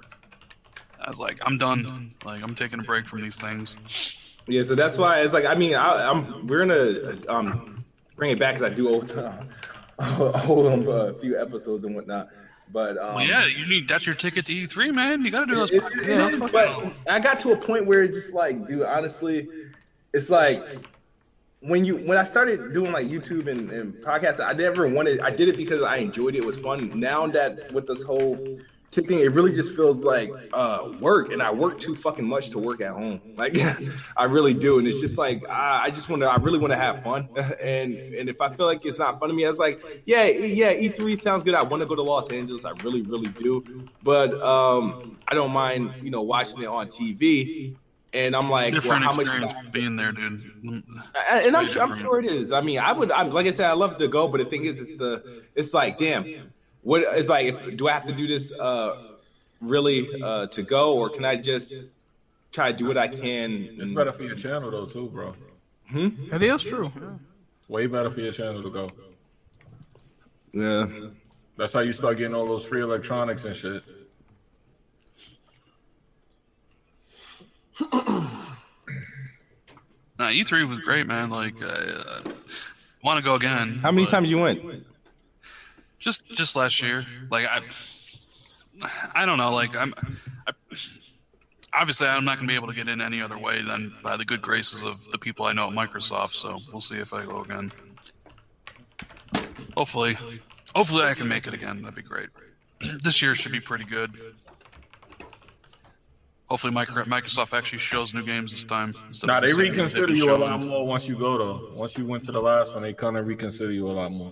I was like, I'm done. Like I'm taking a break from these things.
Yeah, so that's why it's like I mean I, I'm we're gonna um bring it back because I do owe [LAUGHS] owe them a few episodes and whatnot. But um,
Well, yeah, you need that's your ticket to E3, man. You got to do those.
It-
podcasts.
it is, but I got to a point where it's just like, dude, honestly, it's like when you when I started doing like YouTube and, and podcasts, I never wanted. I did it because I enjoyed it. It was fun. Now that with this whole ticking, it really just feels like uh, work, and I work too fucking much to work at home. [LAUGHS] Like I really do, and it's just like I, I just want to. I really want to have fun, [LAUGHS] and and if I feel like it's not fun to me, I was like, yeah, yeah, E three sounds good. I want to go to Los Angeles. I really, really do, but um, I don't mind you know watching it on TV. And I'm like, well,
different
how much
experience being there, dude.
and and I'm,
way
sure, I'm
different.
sure it is. I mean, I would. I'm like I said, I love to go, but the thing is, it's the. It's like, damn, what? It's like, if, do I have to do this uh, really uh, to go, or can I just try to do what I can?
It's better for your channel though too, bro.
That is true.
Way better for your channel to go.
Yeah.
That's how you start getting all those free electronics and shit.
Nah, E3 was great, man. Like, I uh, want to go again.
How many
but-
times you went?
Just, just last year. Like, I, I don't know. Like, I'm, I, obviously, I'm not gonna be able to get in any other way than by the good graces of the people I know at Microsoft. So we'll see if I go again. Hopefully, hopefully I can make it again. That'd be great. [CLEARS THROAT] this year should be pretty good. Hopefully, micro Microsoft actually shows new games this time. instead of
Nah, they
just saying they've
reconsider
been
you a
showing
lot
them.
more once you go though. Once you went to the last one, they kind of reconsider you a lot more.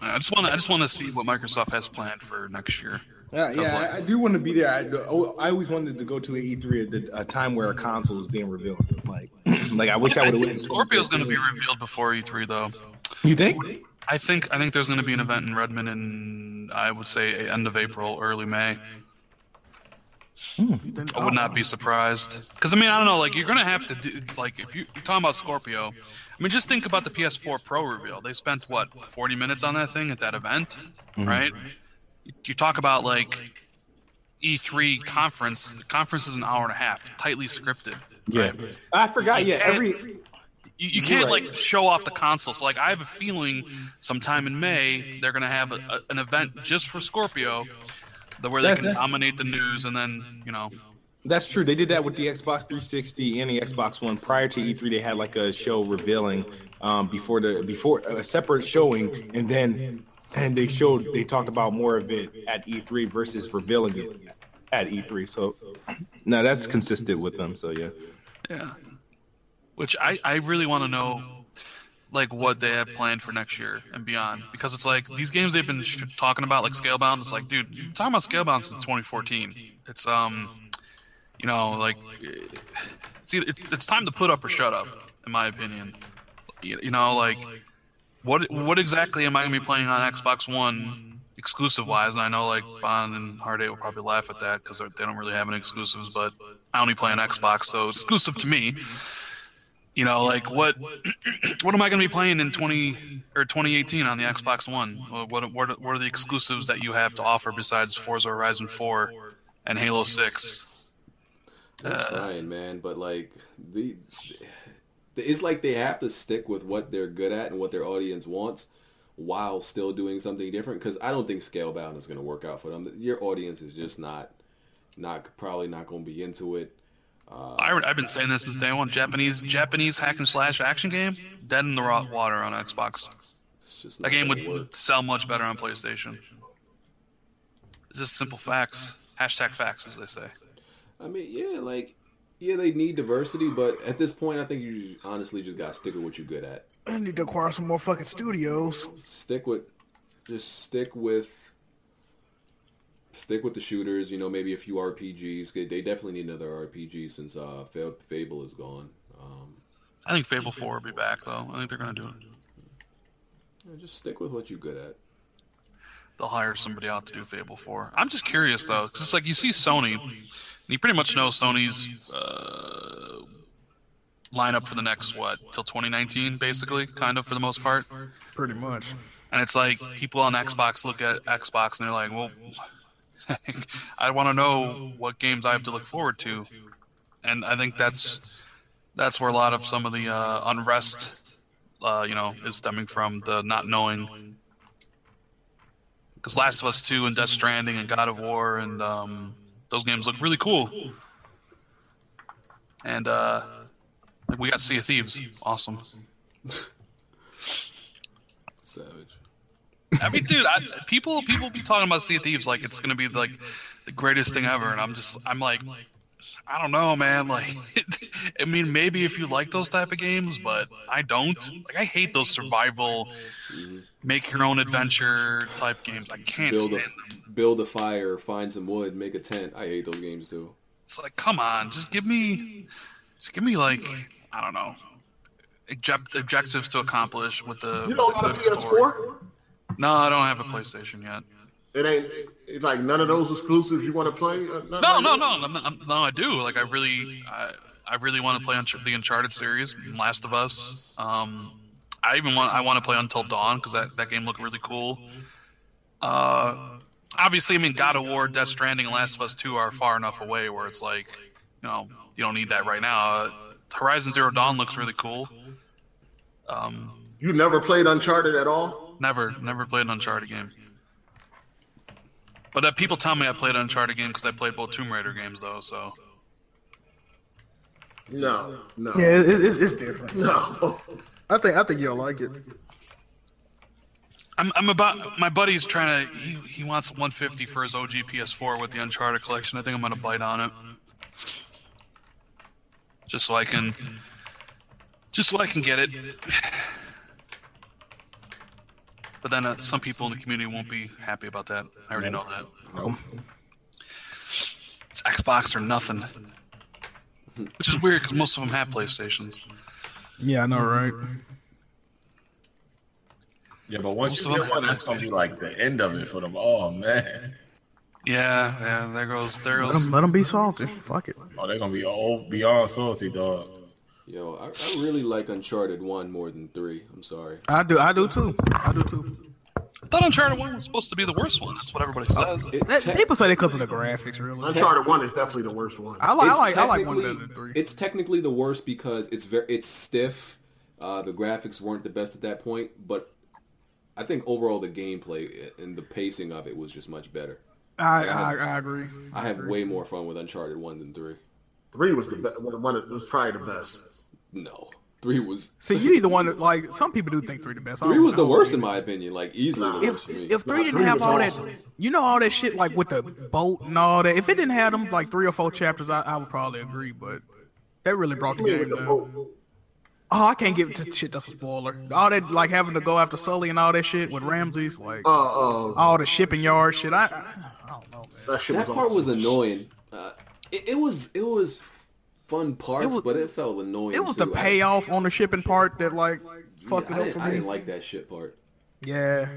I just want to. I just want to see what Microsoft has planned for next year.
Yeah,
Sounds
yeah,
like-
I, I do want to be there. I, I always wanted to go to an E3 at the, a time where a console was being revealed. Like, [CLEARS THROAT] like I wish I
I
would have [LAUGHS]
think
waited.
Scorpio's going to be revealed before E3, though.
You think?
I think. I think there's going to be an event in Redmond in I would say end of April, early May. I
um,
would not be surprised because I mean I don't know. Like you're going to have to do like if you, you're talking about Scorpio. I mean just think about the PS4 Pro reveal. They spent what 40 minutes on that thing at that event,
Mm-hmm.
right? You talk about like E3 conference. The conference is an hour and a half, tightly scripted.
Yeah.
right?
I forgot. Yeah,
can't-
every
You, you can't
right.
like show off the console. So like, I have a feeling sometime in May they're gonna have a, a- an event just for Scorpio, the where they
That's-
can
that's-
dominate the news and then you know.
That's true. They did that with the Xbox 360 and the Xbox One. Prior to E3, they had like a show revealing um, before the before a separate showing, and then and they showed they talked about more of it at E3 versus revealing it at E3. So no, that's consistent with them. So yeah,
Yeah. Which I, I really want to know, like, what they have planned for next year and beyond. Because it's like, these games they've been sh- talking about, like Scalebound, it's like, dude, you're talking about Scalebound since 2014. It's, um, you know, like, see, it's, it's time to put up or shut up, in my opinion. You, you know, like, what what exactly am I going to be playing on Xbox One exclusive wise? And I know, like, Bond and Hard will probably laugh at that because they don't really have any exclusives, but I only play on Xbox, so it's exclusive to me. You know, like what [CLEARS THROAT] what am I going to be playing in 20 or 2018 on the Xbox One? What what what are- what are the exclusives that you have to offer besides Forza Horizon 4 and Halo Uh, 6?
I'm
[LAUGHS]
trying, man, but like the it's like they have to stick with what they're good at and what their audience wants while still doing something different because I don't think Scalebound is going to work out for them. Your audience is just not not probably not going to be into it.
I, have been saying this since day one. Japanese Japanese hack and slash action game, dead in the raw water on Xbox.
It's just
That
not
game
gonna
would sell much better on PlayStation. It's just simple facts. Hashtag facts, as they say.
I mean, yeah, like yeah, they need diversity, but at this point, I think you honestly just got to stick with what you're good at.
I need to acquire some more fucking studios.
stick with just stick with stick with the shooters you know maybe a few rpgs they they definitely need another rpg since uh Fa- fable is gone um
I think Fable 4 will be back, though. I think they're going to do it.
yeah, just stick with what you're good at
they'll hire somebody out to do Fable 4. I'm just curious though, 'cause it's like you see Sony, and you pretty much know Sony's uh, lineup for the next what till 2019, basically, kind of for the most part.
Pretty much.
And it's like people on Xbox look at Xbox and they're like, well, [LAUGHS] I want to know what games I have to look forward to, and I think that's that's where a lot of some of the uh, unrest, uh, you know, is stemming from the not knowing. Because Last of Us Two and Death Stranding and God of War and um, those games look really cool, and uh, like, we got Sea of Thieves, awesome.
savage
I mean, dude, I, people people be talking about Sea of Thieves like it's gonna be like the greatest thing ever, and I'm just I'm like, I don't know, man. Like, [LAUGHS] I mean, maybe if you like those type of games, but I don't. Like, I hate those survival, make your own adventure type games. I can't
Build a
stand them.
build a fire, find some wood, make a tent. I hate those games too.
It's like, come on, just give me, just give me like I don't know, object, objectives to accomplish with the.
You don't
with the
got a
good story.
PS4?
No, I don't have a PlayStation yet.
It ain't it's like none of those exclusives you want to play. Uh, none-
No,
none
no,
of
no, I'm, I'm, no. I do. Like, I really, I, I really want to play Unch- the Uncharted series, Last of Us. Um, I even want, I want to play Until Dawn because that, that game looked really cool. Uh, obviously, I mean, God of War, Death Stranding, and Last of Us Two are far enough away where it's like, you know, you don't need that right now. Uh, Horizon Zero Dawn looks really cool. Um,
those? You never played Uncharted at all?
Never, never played an Uncharted game. But uh, people tell me I played an Uncharted game because I played both Tomb Raider games, though. So
No, no,
Yeah, it, it, it's, it's different. [LAUGHS]
no.
I think I think you'll like it.
I'm, I'm about my buddy's trying to. He, he wants 150 for his OG PS4 with the Uncharted collection. I think I'm gonna bite on it, just so I can, just so I can get it. But then uh, some people in the community won't be happy about that. I already know that. It's Xbox or nothing. Which is weird because most of them have PlayStations.
Yeah, I know, right?
Yeah, but once you
Also,
get one, that's gonna be like the end of it for them all, man.
Yeah, yeah. There goes, there
Let
goes.
them, let them be salty. Fuck it.
Oh, they're gonna be all beyond salty, dog.
Yo, I, I really like Uncharted one more than three. I'm sorry.
I do. I do too. I do too.
I thought Uncharted One was supposed to be the worst one. That's what everybody says.
It
That,
te-
people say that because of the graphics, really.
Uncharted One is definitely the worst one.
I like. I
it's
like. I like one
technically-
better than three.
It's technically the worst because it's very it's stiff. Uh, the graphics weren't the best at that point, but I think overall the gameplay and the pacing of it was just much better.
I, I I agree.
I had way more fun with Uncharted one than three.
Three was the best. One of, was probably the best.
No, three was
See, you either one that, like some people do think three the best. I
three
don't
was the
know.
worst in my opinion. Like easily the worst
If
for me.
if three didn't
three
have
was
all
awesome.
that, you know, all that shit like with the boat and all that. If it didn't have them like three or four chapters, I, I would probably agree. But that really brought the game down. Oh, I can't give it shit. That's a spoiler. All that like having to go after Sully and all that shit with Ramses, like
Uh, uh,
all the shipping yard shit. I, I don't know, man.
that shit
that
was
part
awesome.
was annoying. Uh, it, it was it was fun parts,
It was-
but it felt annoying.
It was
too.
the payoff on the shipping part that like
I,
fucked
I
it up
didn't-
for
I didn't
me.
like that shit part.
Yeah,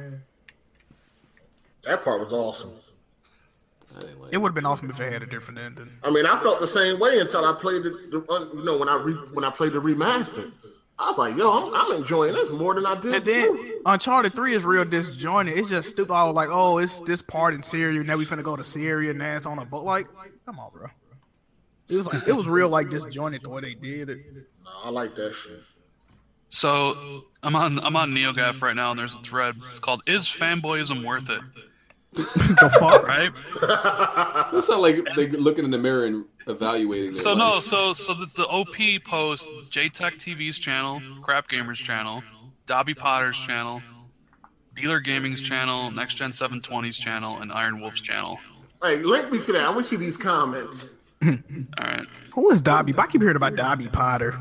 that part was awesome.
I didn't like
it would have been awesome if it had a different ending.
I mean, I felt the same way until I played the, the un- you know when I re, when I played the remaster. I was like, yo, I'm, I'm enjoying this more than I did.
And then
too.
Uncharted Three is real disjointed. It's just stupid. I was like, oh, it's this part in Syria. Now we finna go to Syria. Now it's on a boat. Like, come on, bro. It was like it was real like disjointed the way they did it.
Nah, I like that shit.
So I'm on I'm on NeoGAF right now, and there's a thread. It's called "Is fanboyism worth it?"
[LAUGHS] the fuck?
Right?
It's not like they looking in the mirror and evaluating. their
So no,
life.
so so the, the OP post JTech TV's channel, Crap Gamers channel, Dobby Potter's channel, Dealer Gaming's channel, Next Gen 720's channel, and Iron Wolf's channel.
Hey, link me to that. I want you these comments.
All right.
[LAUGHS] Who is Dobby? I keep hearing about Dobby Potter.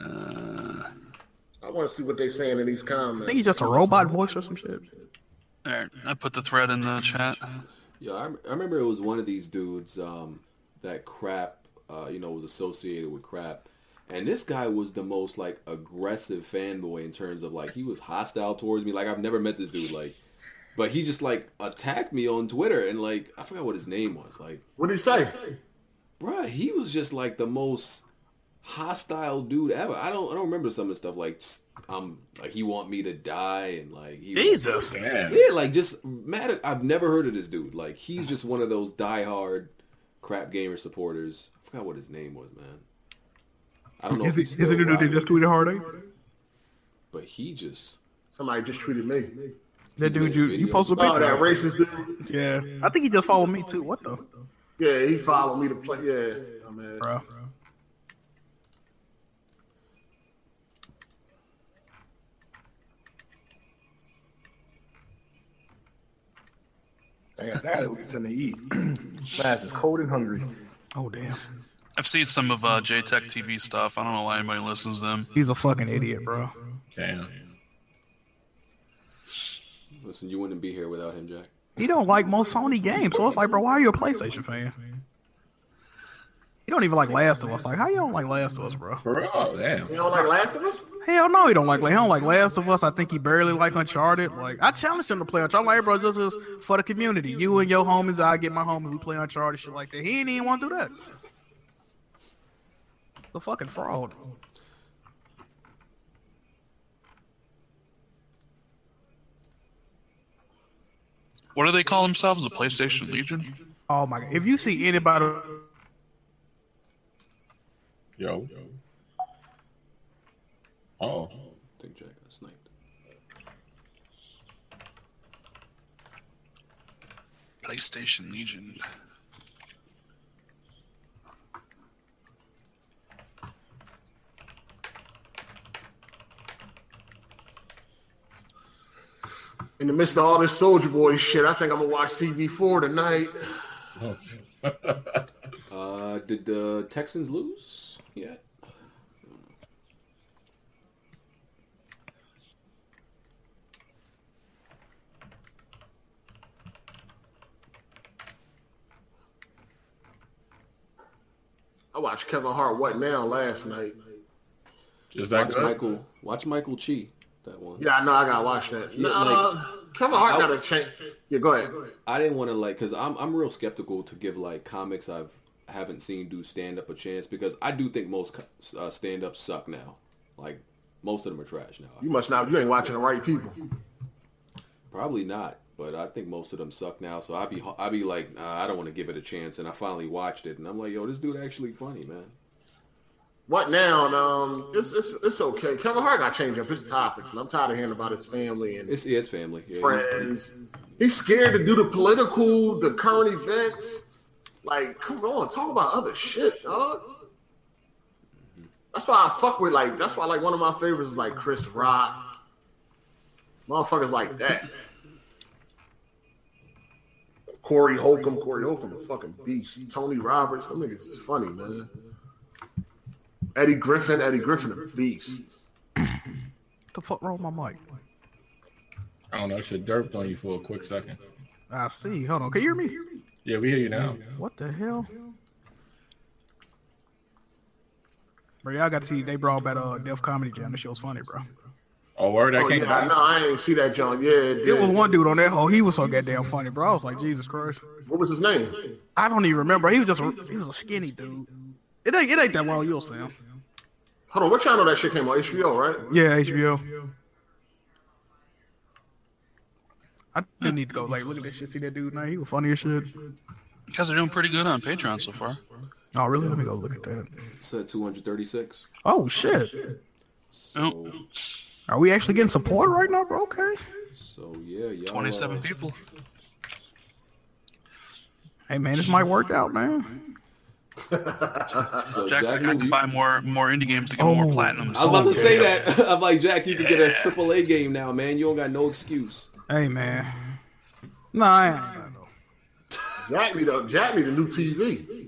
I
I want to see what they're saying in these comments.
think he's just a robot voice or some shit.
All right. I put the thread in the chat.
yeah, I, rem- I remember it was one of these dudes um, that crap, uh, you know, was associated with crap, and this guy was the most like aggressive fanboy in terms of like he was hostile towards me. Like I've never met this dude, like, but he just like attacked me on Twitter and like I forgot what his name was, like.
What do you say?
Bruh, he was just like the most hostile dude ever. I don't I don't remember some of the stuff like um like he want me to die and like he
Jesus.
Damn.
yeah like just mad. I've never heard of this dude. Like he's just one of those diehard crap gamer supporters. I forgot what his name was, man. I don't know.
Is
if
it
he's
is
still
it
alive,
they just tweeted hard? eh?
But he just
Somebody just tweeted me.
That dude you you posted a
Oh, that
picture.
racist dude.
Yeah, I think he just followed me too. What the?
Yeah, he followed me to play. Yeah, man.
Bro.
I got, I got to get something to eat. My ass is cold and hungry.
Oh damn,
I've seen some of uh, JTech TV stuff. I don't know why anybody listens to them.
he's a fucking idiot, bro.
Damn.
Listen, you wouldn't be here without him, Jack.
He don't like most Sony games, so it's like, bro, why are you a PlayStation fan? He don't even like Last of Us. Like, how you don't like Last of Us, bro?
Bro, damn.
You don't like Last of Us?
Hell no, he don't like. He don't like Last of Us. I think he barely like Uncharted. Like I challenged him to play Uncharted. I'm like, hey, bro, this is for the community. You and your homies, I get my homies. We play Uncharted, shit like that. He didn't even want to do that. The fucking fraud.
What do they call themselves? The PlayStation Legion?
Oh my god! If you see anybody,
Yo. Oh.
I think Jack got sniped.
PlayStation Legion.
In the midst of all this Soldier Boy shit, I think I'm gonna watch TV4 tonight.
Uh, did the Texans lose? Yeah.
I watched Kevin Hart What Now last night.
Is that
Watch
good?
Michael. Watch Michael Chi. That one.
Yeah, I know I gotta watch that.
Yeah,
Nah, Kevin Hart
I-
gotta change. Yeah, go ahead.
I didn't want to like because I'm I'm real skeptical to give like comics I've haven't seen do stand up a chance because I do think most co- uh, stand ups suck now. Like most of them are trash now.
You must not. You ain't watching the right people.
Probably not, but I think most of them suck now. So I'd be ho- I'd be like nah, I don't want to give it a chance, and I finally watched it, and I'm like, yo, this dude actually funny, man.
What now? And, um, it's it's it's okay. Kevin Hart gotta change up his topics, and I'm tired of hearing about his family and
It's it's family. Yeah,
friends. He's scared to do the political, the current events. Like, come on, talk about other shit, dog. That's why I fuck with like. That's why like one of my favorites is like Chris Rock. Motherfuckers like that. Corey Holcomb, Corey Holcomb, a fucking beast. Tony Roberts, them niggas is funny, man. Eddie Griffin, Eddie Griffin, a beast.
what the fuck wrong with my mic?
I don't know. Shit derped on you for a quick second.
I see. Hold on, can you hear me?
Yeah, we hear you now.
What the hell? Bro, y'all got to see they brought back uh Def Comedy Jam. That shit was funny, bro.
Oh, word, that
Oh,
came
yeah, I know.
back.
I ain't see that, John. Yeah, it
It was
did.
one dude on that hole. He was so goddamn funny, bro. I was like, Jesus Christ.
What was his name?
I don't even remember. He was just a, he was a skinny dude. It ain't it ain't that long. You'll see him.
Hold on, what channel that shit came on? HBO, right?
Yeah, HBO. I didn't need to go. Like, look at this shit. See that dude now? He was funny as shit.
You guys are doing pretty good on Patreon so far.
Oh, really? Let me go look at that.
said 236.
Oh shit.
So,
Are we actually getting support right now, bro? Okay.
so yeah, y'all. uh,
27 people.
Hey man, this might work out, man.
So
Jack's
Jack,
like, I
uh, you-
can buy more more indie games to get more
Oh.
platinums.
I was about to say that. [LAUGHS] I'm like, Jack, you can get a AAA game now, man. You don't got no excuse.
Hey man. Nah, I, ain't-
Jack need a Jack need a new TV.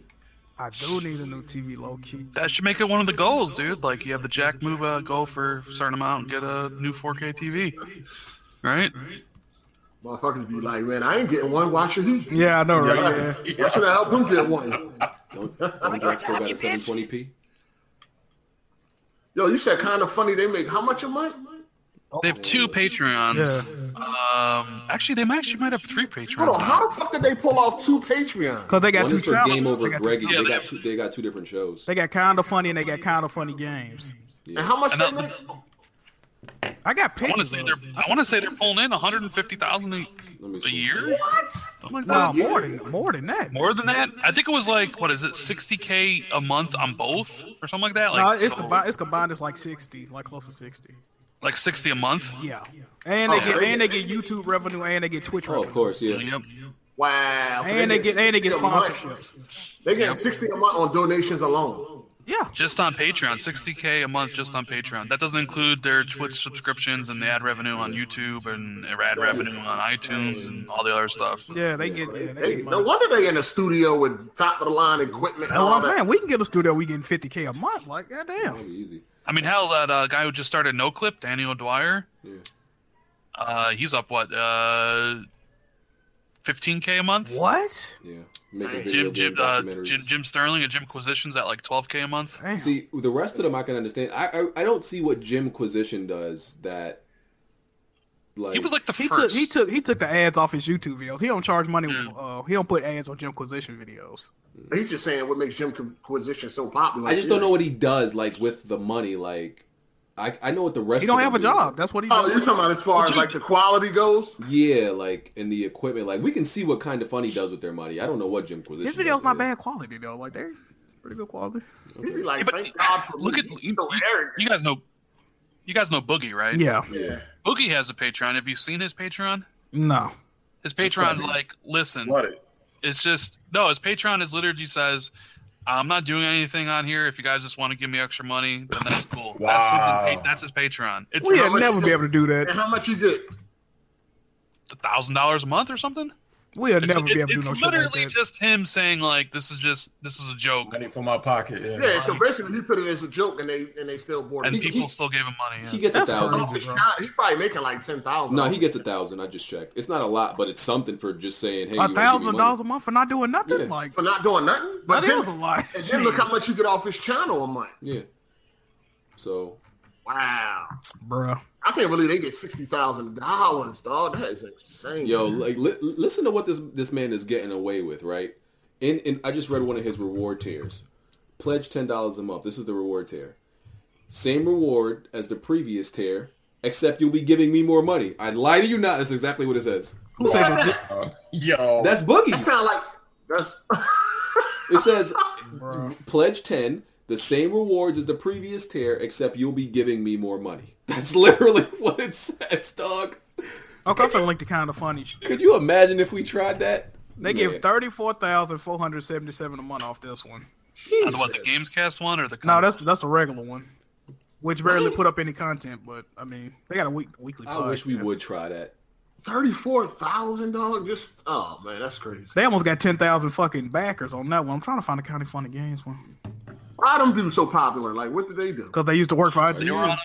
I do need a new TV, low key.
That should make it one of the goals, dude. Like you have the Jack move a goal for a certain amount and get a new 4K TV, right?
Motherfuckers be like, man, I ain't getting one. Why should he?
Yeah, I know, right?
Why,
Yeah.
why should [LAUGHS] I help him get one?
Don't, don't Jack still got a 720p?
Yo, you said kind of funny. They make how much a month?
Oh.
They have two Patreons. Um, actually, they might actually might have three
Hold
Patreons.
on,
now.
how the fuck did they pull off two Patreons?
Cause they got
One
two
is for
channels.
Game
They
Over
got,
Greggy.
Yeah,
They
they-
got two. They got two different shows.
kind of funny and they got kind of funny games.
And how much they make?
I got
I want to
pictures.
say
of
they're
it.
I want to say they're pulling in 150,000 a,
Let me
a
see.
year. What? Something like
Nah,
that.
more than more than that.
More than that, I think it was like what is it, 60k a month on both or something like that. Like
Nah, it's
so-
combined. It's combined. It's like sixty, like close to sixty.
like 60 a month.
Yeah, and they
Oh,
get
yeah.
and they get YouTube revenue and they get Twitch
Oh,
revenue
of course, yeah.
Yep.
Wow. so
and they get and they get
60 a month.
sponsorships.
They get sixty a month on donations alone.
Yeah.
Just on Patreon, 60k a month just on Patreon. That doesn't include their Twitch subscriptions and the ad revenue on YouTube and their ad revenue on iTunes and all the other stuff.
Yeah, they get. Yeah, they
They,
get
no
money.
wonder they in the studio with top of the line
That's
equipment. and
what
all
I'm
that.
saying. We can get a studio. We getting 50k a month. Like, goddamn.
That'd be easy.
I mean, hell, that uh, guy who just started No Clip, Daniel Dwyer,
Yeah.
uh, he's up what, uh, 15k a month?
What?
Yeah. Make a video
Jim,
game
Jim, uh,
documentaries.
Jim, Jim Sterling at Jimquisition's at like 12k a month.
Damn.
See, the rest of them I can understand. I I, I don't see what Jimquisition does that. Like
He was like the
He
first.
took he took he took the ads off his YouTube videos. He don't charge money.
Yeah.
Uh, he don't put ads on Jimquisition videos.
He's just saying what makes Jim Quisition so popular.
I just don't know what he does like with the money. Like I I know what the rest.
He don't
of
have a
them do.
job. That's what he.
Oh,
does.
you're talking about as far as like the quality goes?
Yeah, like in the equipment, like we can see what kind of fun he does with their money. I don't know what Jim Quisition.
His video's
does,
not
man.
bad quality though. Like they're pretty good quality.
He'd be like,
Yeah, but
thank God for
look
me.
at
He's
you,
so
you-
arrogant.
you guys know you guys know Boogie, right?
Yeah.
Yeah,
Boogie has a Patreon. Have you seen his Patreon?
No.
His Patreon's like, listen,
What it?
it's just no, his Patreon is liturgy says, I'm not doing anything on here. If you guys just want to give me extra money, then that's cool. That's his
Wow.
that's his Patreon. It's
We'd
how much-
never be able to do
And
that.
how much you get?
a thousand dollars a month or something.
We'll
It's,
never be able to do
it's
no shit like
literally
that.
just him saying like this is just this is a joke.
Money from my pocket. Yeah.
Yeah, so basically he put it as a joke and they and they still bored.
And
him.
he-
people
he-
still gave him money. yeah.
he gets
That's
a thousand.
Off his shot, He's probably making like ten thousand.
No, he gets a thousand. I just checked. It's not a lot, but it's something for just saying, "Hey, you wanna
A
give me
thousand
money?
dollars a month for not doing nothing.
Yeah.
Like
for not doing nothing. But
that
then,
is a lot.
and then look how much you get off his channel a month.
Yeah. So
Wow.
[LAUGHS] Bruh.
I can't believe they get sixty thousand dollars, dog. That is insane.
Yo, like li- listen to what this this man is getting away with, right? In, in I just read one of his reward tiers. Pledge ten dollars a month. This is the reward tier. Same reward as the previous tier, except you'll be giving me more money. I lie to you not. That's exactly what it says.
Who said that?
Uh, yo.
That's
that
boogies.
sound like that's
It says pledge ten. The same rewards as the previous tier, except you'll be giving me more money. [LAUGHS] That's literally what it says, dog.
Okay, I'm finna link the kind of funny shit.
Could you imagine if we tried that?
They give thirty four thousand four hundred seventy seven a month off this one.
Uh, the- what the Gamescast one or the
No, that's that's a regular one, which rarely put up any content. But I mean, they got a week weekly.
I wish we
podcast.
would try that.
thirty four thousand dog. Just oh man, that's crazy.
They almost got ten thousand fucking backers on that one. I'm trying to find the County Funny Games one
Why them dudes so popular? Like what do they do?
because they used to work for
they
ID.
were on yeah.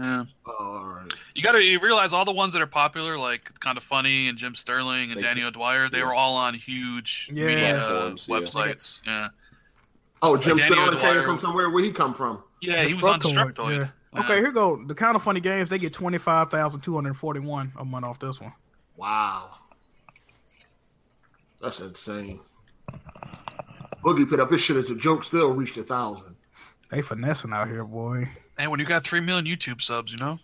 Yeah.
Oh, all right.
You gotta you realize all the ones that are popular, like kind of funny and Jim Sterling and
They-
Daniel Dwyer, they
yeah.
were all on huge
Yeah.
media
Platforms, yeah.
websites. Yeah,
Oh, Jim
Like Danny
Sterling came
O'Dwyer.
from somewhere. Where he come from?
yeah, he was on
Destructoid,
Destructoid.
yeah. Okay, here go the County Funny Games. They get twenty five thousand two hundred forty one a month off this one.
Wow, that's insane. Boogie put up his shit as a joke. Still reached a thousand.
They finessing out here, boy.
And when you got three million YouTube subs, you know,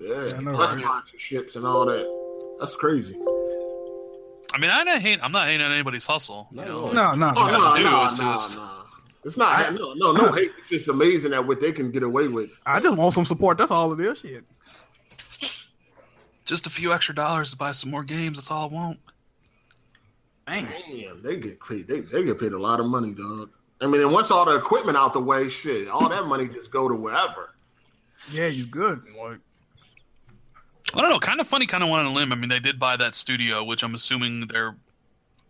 Yeah,
I know,
plus
right?
sponsorships and all that. That's crazy.
I mean, I don't hate. I'm not hating on anybody's hustle. You
Not at
know?
all.
No, no,
Oh
no.
no,
do
no,
is
no,
just-
no. It's not no, no, no hate. It's just amazing at what they can get away with.
I just want some support. That's all it is. Shit.
Just a few extra dollars to buy some more games. That's all I want.
Dang.
Damn, they get paid. They, they get paid a lot of money, dog. I mean, and once all the equipment out the way, shit, all that money just go to wherever.
Yeah, you good. Like,
I don't know. Kind of funny. Kind of went on a limb. I mean, they did buy that studio, which I'm assuming they're,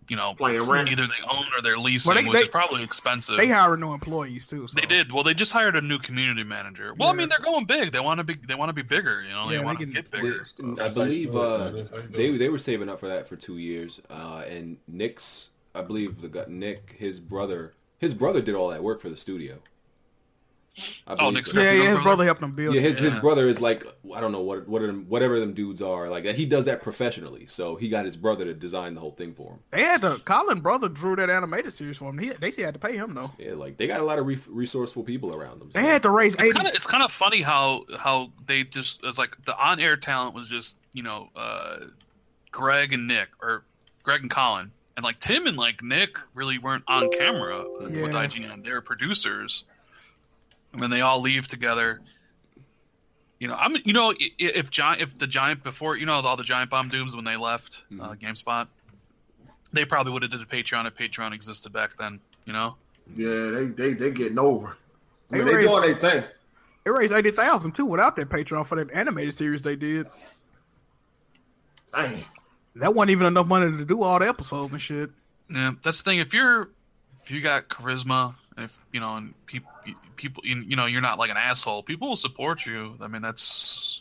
you know,
Playing rent.
either they own or they're leasing,
Well, they-
which
they-
is probably expensive.
they hiring new employees too. So.
They did. Well, they just hired a new community manager. Well, I mean, they're going big. They want to be. They want to be bigger. You know,
Yeah,
they
they
want to
can-
get
They-
bigger.
I
That's how you
believe
do it.
uh,
oh, That's how you do
they
it.
they were saving up for that for two years, uh, and Nick's I believe the guy, Nick his brother his brother did all that work for the studio. I believe
Oh, Nick's
so.
Yeah, yeah. His
Brother.
brother helped them build.
yeah,
it.
his his
Yeah.
brother is like I don't know what what are them, whatever them dudes are like he does that professionally, so he got his brother to design the whole thing for him.
They had to. Colin brother drew that animated series for him. He, they still had to pay him though.
Yeah, like they got a lot of re- resourceful people around them. so-
They had to raise eighty.
It's kind of it's kind of funny how how they just it's like the on air talent was just you know uh, Greg and Nick or Greg and Colin and like Tim and like Nick really weren't on camera with
Yeah.
IGN. They were producers, and then they all leave together. You know, I'm you know i- i- if giant if the giant before you know all the giant bomb dooms when they left uh, GameSpot, they probably would have did a Patreon if Patreon existed back then. You know.
Yeah, they they they getting over. I mean,
They
they
raised-
doing their thing.
It raised eighty thousand too without that Patreon for that animated series they did.
Dang.
That wasn't even enough money to do all the episodes and shit.
Yeah, that's the thing. If you're if you got charisma, and if you know, and people people you you know, you're not like an asshole. People will support you. I mean, that's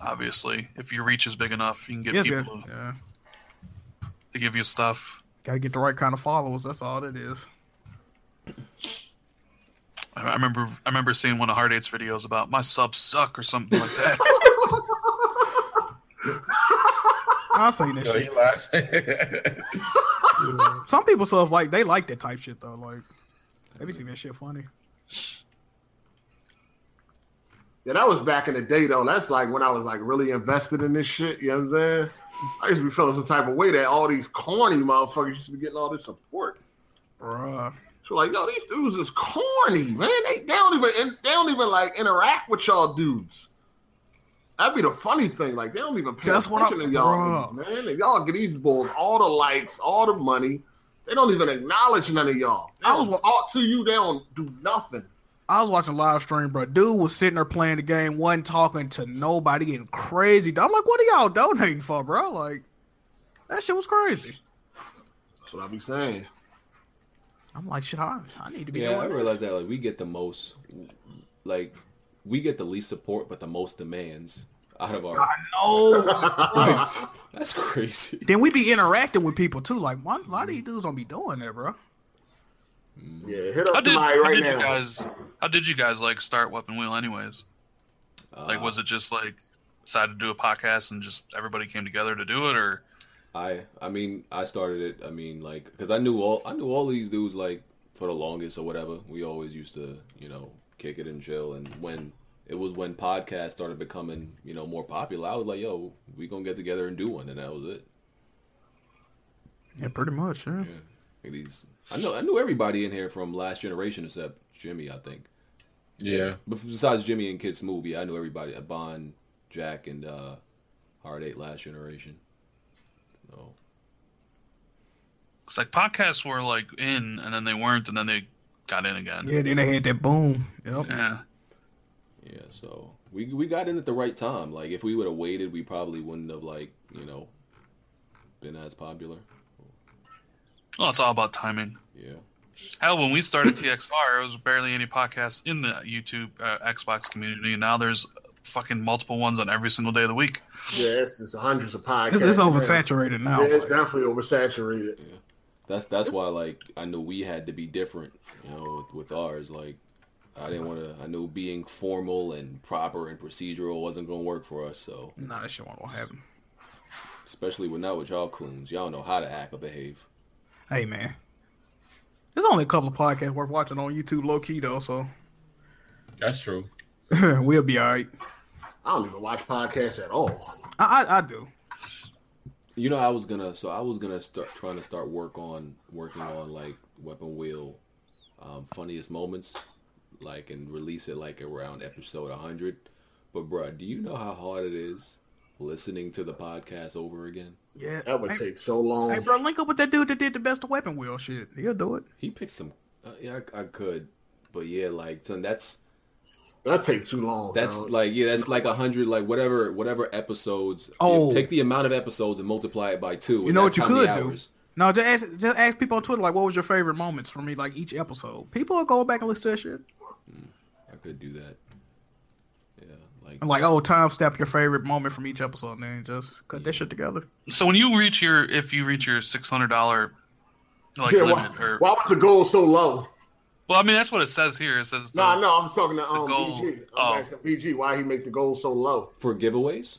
obviously if your reach is big enough, you can get
Yes, yeah,
people
yeah.
to give you stuff.
Gotta get the right kind of followers. That's all it is.
I I remember I remember seeing one of Hard Eight's videos about my subs suck or something like that.
[LAUGHS]
I've seen that
Yo,
shit.
he [LAUGHS] laughs.
Some people stuff like they like that type shit though. Like they be think that shit funny.
Yeah, that was back in the day though. That's like when I was like really invested in this shit. You know what I'm saying? I used to be feeling some type of way that all these corny motherfuckers used to be getting all this support.
Bruh.
So like, yo, these dudes is corny, man. They, they don't even they don't even like interact with y'all dudes. That'd be the funny thing. Like they don't even pay
That's what
attention
I-
to y'all,
Bruh.
dudes, man. And y'all get these bulls all the likes, all the money. They don't even acknowledge none of y'all. They
I
don't
was-
talk to you. They don't do nothing.
I was watching live stream, bro. Dude was sitting there playing the game, wasn't talking to nobody, getting crazy. I'm like, what are y'all donating for, bro? Like, that shit was crazy.
That's what I be saying.
I'm like, shit, I, I need to be
Yeah, I
doing
realize that. Like, we get the most, like, we get the least support, but the most demands out of our.
Oh,
[LAUGHS]
That's crazy.
then we be interacting with people too. Like, why, why do these dudes don't be doing that, bro?
Yeah, hit
How
up
did,
somebody
how
right
did you
now.
guys how did you guys like start Weapon Wheel anyways? Like
Uh,
was it just like decided to do a podcast and just everybody came together to do it or
I I mean I started it. I mean like because I knew all I knew all these dudes like for the longest or whatever. We always used to you know kick it and chill. And when it was when podcasts started becoming you know more popular, I was like, yo, we gonna get together and do one, and that was it.
Yeah, pretty much. Yeah.
Yeah. Like, these I know I knew everybody in here from Last Generation except Jimmy, I think.
yeah.
But besides Jimmy and Kid Smooth, yeah, I knew everybody. Bond, Jack, and uh, Hard Eight Last Generation. So
it's like podcasts were like in and then they weren't and then they got in again.
Yeah. Then they had that boom. Yep.
Yeah.
Yeah, so we we got in at the right time. Like if we would have waited, we probably wouldn't have like you know been as popular.
Well, it's all about timing.
Yeah,
Hell, when we started TXR, it was barely any podcasts in the YouTube uh, Xbox community. And now there's fucking multiple ones on every single day of the week.
Yeah, it's, it's hundreds of podcasts.
It's, it's
now.
oversaturated now.
Yeah, it's definitely oversaturated.
that's that's why like I knew we had to be different. You know, with, with ours, like I didn't want to. I knew being formal and proper and procedural wasn't gonna work for us. So
Nah, that shit won't won't happen.
especially when not with y'all coons, y'all know how to act or behave.
Hey, man. There's only a couple of podcasts worth watching on YouTube, low key though. So [LAUGHS]
That's true.
we'll be all right.
I don't even watch podcasts at all.
I I, I do.
You know, I was gonna. So I was gonna start trying to start work on working on like Weapon Wheel, um, funniest moments, like and release it like around episode 100. But bruh, do you know how hard it is listening to the podcast over again?
Yeah.
That would
hey,
take so long.
Hey, bro, link up with that dude that did the best of weapon wheel shit. He'll do it.
He picked some. Uh, yeah, I, I could, but yeah, like son, that's
That take too long.
that's
dog.
like yeah, that's like 100, like whatever whatever episodes.
Oh.
take the amount of episodes and multiply it by two.
You
and
know what
that's
you
how many
could do?
hours.
No, just ask just ask people on Twitter like, what was your favorite moments from me? Like each episode, people will go back and listen to that shit.
I could do that. Yeah, like
And like, oh, timestamp your favorite moment from each episode, and then just cut that shit together.
So when you reach your, if you reach your $600 like
yeah, why,
limit or
why was the goal so low?
Well, I mean, that's what it says here. It says uh, the-
No, nah, no, I'm talking to um,
goal.
BG. I'm
Oh.
asking BG why he make the goal so low.
for giveaways.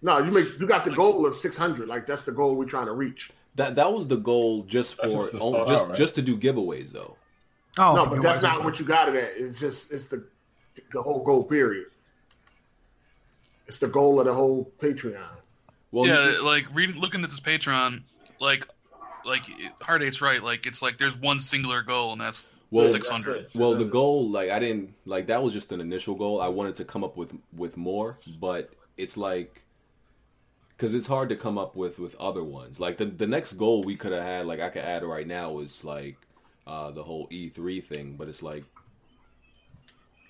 No, you make you got the goal of 600. Like that's the goal we're trying to reach.
That that was the goal just
That's
for
just to
on-
start
just
out, right?
just to do giveaways though.
Oh,
No,
for
but
good
that's
white
not
people.
what you got it at. It's just it's the the whole goal period. It's the goal of the whole Patreon.
Well,
yeah,
you-
like reading, looking at this Patreon, like, like Heart Eight's right. Like it's like there's one singular goal, and that's
Well,
six hundred.
That's it.
well, the goal like I didn't like that was just an initial goal. I wanted to come up with with more, but it's like because it's hard to come up with with other ones. Like the the next goal we could have had, like I could add right now, is like uh, the whole E three thing. But it's like, [LAUGHS]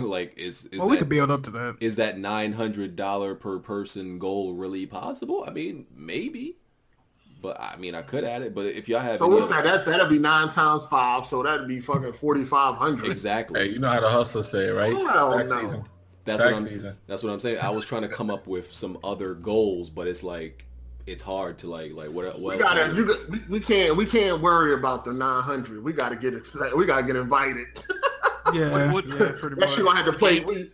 like is is
Well,
that,
we could build up to that.
is that nine hundred dollar per person goal really possible? I mean, maybe. But I mean, I could add it. But if y'all have
So
any
what's
other-
that? That that'd be nine times five, so that'd be fucking forty five hundred.
exactly,
Hey, you know how the hustler say it, right?
Oh, Hell
Tax
no.
season.
that's
tax
what I'm.
season.
That's what I'm saying. I was trying to come up with some other goals, but it's like it's hard to like like what. what
We
else can
gotta,
I do?
you, got- we, we can't, we can't worry about the nine hundred. We gotta get excited. We gotta get invited.
Yeah,
what-
yeah, pretty
[LAUGHS] That
much.
shit gonna have to play. We,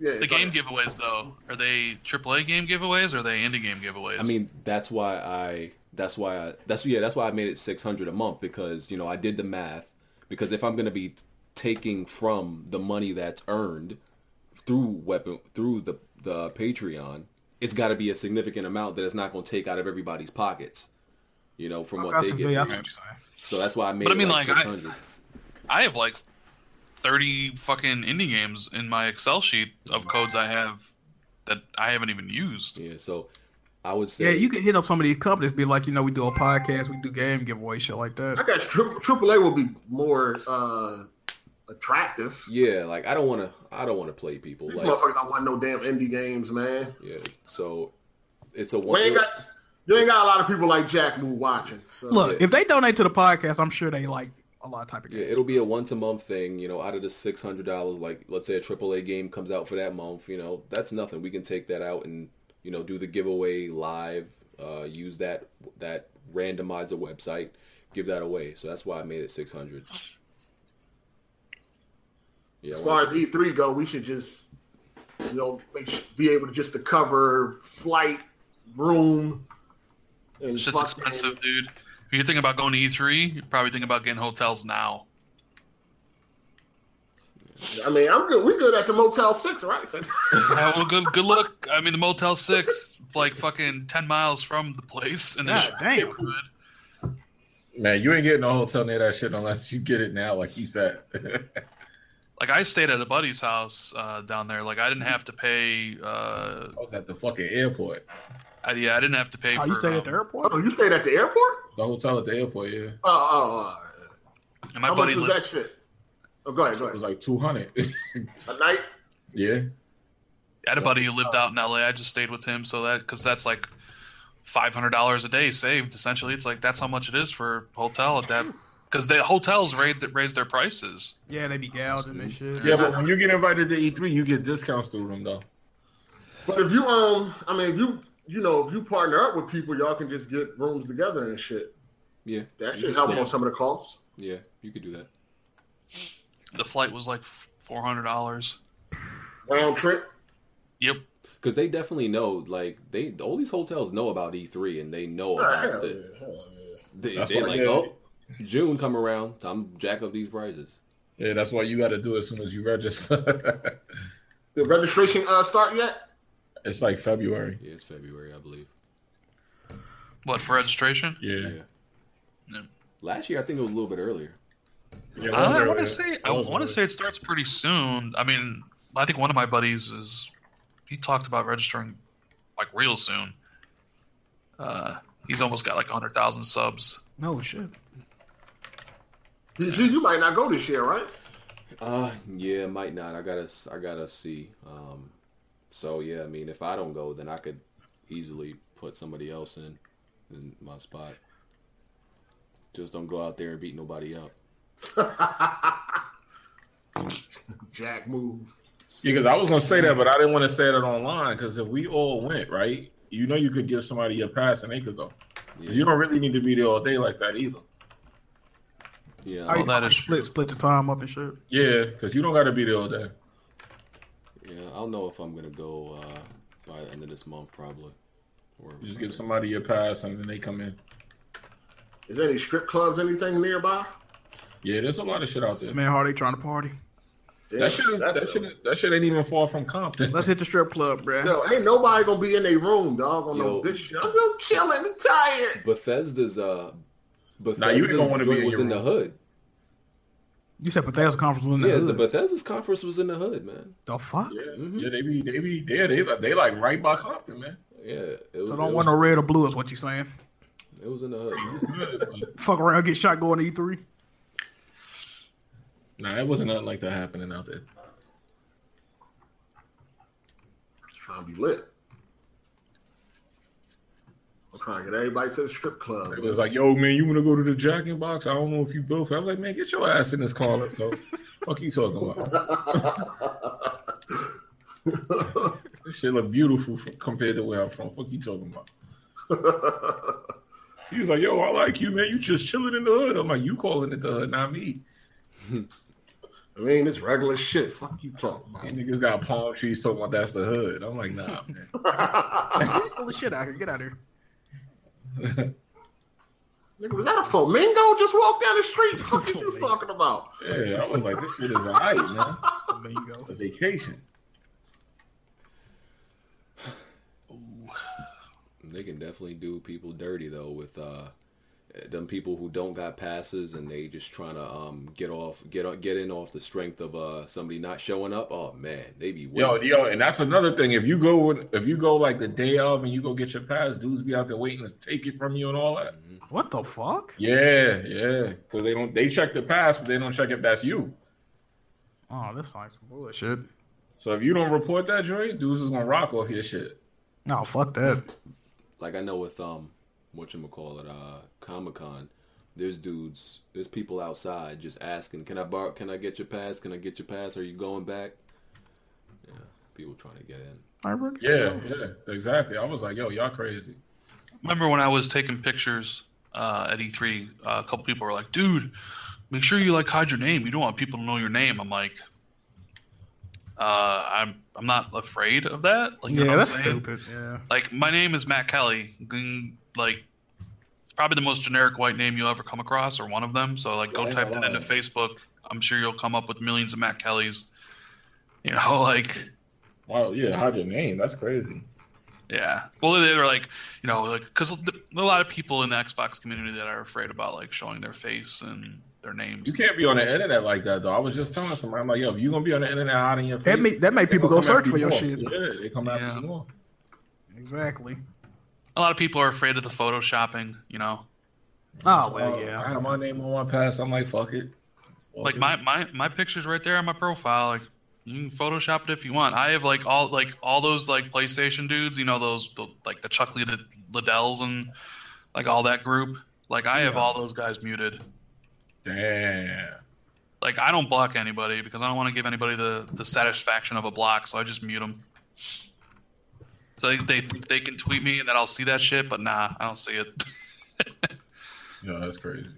yeah,
The game giveaways, though, are they AAA game giveaways or are they indie game giveaways?
I mean, that's why I. That's why I. That's yeah. That's why I made it six hundred a month because you know I did the math because if I'm gonna be t- taking from the money that's earned through weapon through the the Patreon, it's got to be a significant amount that it's not gonna take out of everybody's pockets. You know, from what
That's
they
what
get.
yeah, I see what you're saying.
So that's why I made.
But I
it
mean,
like,
like, I-
600.
I have like 30 fucking indie games in my Excel sheet of codes I have that I haven't even used.
Yeah. So I would say.
Yeah, you can hit up some of these companies, be like, you know, we do a podcast, we do game giveaway, shit like
I
that.
guess tri- AAA will be more uh, attractive.
Yeah, like I don't want to. I don't want to play people.
These
Like,
motherfuckers don't want no damn indie games, man.
yeah. So it's a
We
one.
ain't got, you ain't got a lot of people like Jack Moo watching. So.
Look, if they donate to the podcast, I'm sure they like a lot of type of
Yeah,
games.
it'll be a once a month thing. You know, out of the six hundred dollars, like let's say a AAA game comes out for that month, you know, that's nothing. We can take that out and you know do the giveaway live. Uh, use that that randomizer website, give that away. So that's why I made it six hundred. Yeah, I
as far
wanted
as E3 go, we should just, you know, make, sh- be able to just to cover flight, room, and
Shit's
fucking-
expensive, dude. If you're thinking about going to E3, you're probably thinking about getting hotels now.
I mean, I'm good. We good at the Motel Six, right? So- [LAUGHS]
Yeah, well, good good luck. I mean, the Motel Six, like fucking ten miles from the place, and
God damn.
Man, you ain't getting a hotel near that shit unless you get it now, like he said. [LAUGHS]
Like I stayed at a buddy's house uh, down there. Like I didn't have to pay. Uh,
I was at the fucking airport.
I, yeah, I didn't have to pay
Oh,
for.
you stayed at the
um,
airport?
oh, you stayed at the airport?
The hotel at the airport, yeah.
Oh, oh, oh. all right.
and my
how
buddy
much was
lived-
that shit? Oh, go ahead, go
It was
ahead.
like 200.
A night.
[LAUGHS] yeah.
I had a buddy who lived out in LA. I just stayed with him, so that because that's like five hundred dollars a day saved. Essentially, it's like that's how much it is for a hotel at that because the hotels raised raised their prices.
Yeah, they be gouging and shit.
Yeah, but when you get invited to E3, you get discounts through them, though.
But if you um, I mean, if you you know, if you partner up with people, y'all can just get rooms together and shit.
yeah,
That
you
should
could
help
do-
on some of the costs.
Yeah, you could do that.
The flight was like four hundred dollars.
Round trip.
Yep.
Because they definitely know, like they all these hotels know about E3 and they know
Oh,
about
hell
the,
yeah, hell yeah.
They,
That's
they
why
like,
they-
oh, June come around, time to jack up these prices.
Yeah, that's why you got to do it as soon as you register. [LAUGHS]
Did registration uh, start yet?
it's like February.
Yeah, it's February, I believe.
What for registration?
Yeah.
Yeah.
Yeah.
Last year, I think it was a little bit earlier.
Yeah, it was
I,
earlier.
want to say I
It
want
was
to
earlier.
say it starts pretty soon. I mean, I think one of my buddies is he talked about registering like real soon. Uh, he's almost got like hundred thousand subs.
No shit.
DG, you might not go this year, right? [LAUGHS]
Uh, yeah, might not. I gotta, I gotta see. Um, so yeah, I mean, if I don't go, then I could easily put somebody else in in my spot. Just don't go out there and beat nobody up.
Jack move.
Yeah, because I was gonna say that, but I didn't want to say that online. Because if we all went, right, you know, you could give somebody a pass and they could go. 'Cause You
Yeah,
don't really need to be there all day like that either.
yeah,
Oh,
I'm-
that
that is
is
split
true.
split the time up and shit.
Yeah, because you don't got to be there all day.
yeah. I'll know if I'm gonna go uh, by the end of this month, probably. Or
You just give somebody a pass and then they come in.
Is there any strip clubs, anything nearby?
Yeah, there's a lot of shit out
This
there.
man Hardy trying to party.
Yeah,
That shit, that
that's-
shit, that shit ain't even far from Compton. [LAUGHS]
Let's hit the strip club, bruh.
Yo, ain't nobody gonna be in their room, dog. On
Yo.
no this shit. I'm just chilling, I'm tired.
Bethesda's uh, Bethesda's
Nah, you ain't gonna wanna be
joint
in
was
your
in the
room.
hood.
You said Bethesda conference was in the
yeah,
hood.
the Bethesda's conference was in the hood, man.
the fuck?
Yeah, yeah, they be, they be, yeah, they, like- they like right by Compton, man.
Yeah, it was.
So
it
don't want no
was-
red or blue is what you saying.
It was in the hood.
[LAUGHS]
Fuck around, get shot E going to E3.
Nah, it wasn't nothing like that happening out there.
trying to be lit. I'm trying to get everybody to the strip club.
It was like, yo, man, you want to go to the Jack in Box? I don't know if you built. I was like, man, get your ass in this car. Let's go. Fuck you talking about? This shit look beautiful f- compared to where I'm from. Fuck you talking about? He was like, yo, I like you, man. You just chilling in the hood. I'm like, you calling it the hood, not me.
I mean, it's regular shit. Fuck you talking
You niggas got palm trees talking about that's the hood. I'm like, nah, man.
about. [LAUGHS]
Pull the shit out here. Get out here.
Nigga, was that a flamingo just walked down the street? Fuck
[LAUGHS]
is you talking about?
Yeah, I was like, this shit is alright, man.
There you go.
It's a vacation.
They can definitely do people dirty though with uh, them people who don't got passes and they just trying to um get off get on, get in off the strength of uh somebody not showing up. Oh man, they be
Yo,
waiting.
yo, and that's another thing. If you go, with- if you go like the day of, and you go get your pass, dudes be out there waiting to take it from you and all
Mm-hmm.
that.
What the fuck?
Yeah, yeah, because they don't. They check the pass, but they don't check if that's you.
Oh, this like some bullshit.
So if you don't report that joint, dudes is gonna rock off your shit.
No, fuck that.
like I know with um whatchamacallit, uh Comic Con, there's dudes there's people outside just asking, Can I borrow can I get your pass? Can I get your pass? Are you going back? Yeah. People trying to get in.
All right, bro, get
Yeah,
your-
yeah, exactly. I was like, yo, y'all crazy.
Remember when I was taking pictures uh, at E3? Uh, a couple people were like, "Dude, make sure you like hide your name. You don't want people to know your name." I'm like, uh, "I'm I'm not afraid of that." Like, you know
Yeah,
what I'm
that's
saying?
stupid. Yeah.
Like, my name is Matt Kelly. Mm, Like, it's probably the most generic white name you'll ever come across, or one of them. So, like, go
Yeah,
type
I
that
know.
into Facebook. I'm sure you'll come up with millions of Matt Kellys. You know, [LAUGHS] like.
Wow, yeah, hide your name. That's crazy.
Yeah. Well, they were like, you know, like because a lot of people in the Xbox community that are afraid about like showing their face and their names.
You can't be on the internet like that, though. I was just telling somebody, I'm like, yo, if you gonna be on the internet hiding your face,
That make that make people
they
go
gonna come
search
after
for
you
your
more.
shit.
Yeah, they come after
Yeah.
you more.
Exactly.
A lot of people are afraid of the photoshopping. You know,
Oh
So,
well,
I
yeah.
had my name on my pass. I'm like, fuck it.
like my my my pictures right there on my profile. Like you can Photoshop it if you want. I have like all like all those like PlayStation dudes. You know those the, like the Chuck Lid- Liddells and like all that group. Like I have all those guys muted.
Damn.
Like I don't block anybody because I don't want to give anybody the, the satisfaction of a block, so I just mute them. So they, they they can tweet me and then I'll see that shit, but nah, I don't see it. [LAUGHS]
Yo, that's crazy.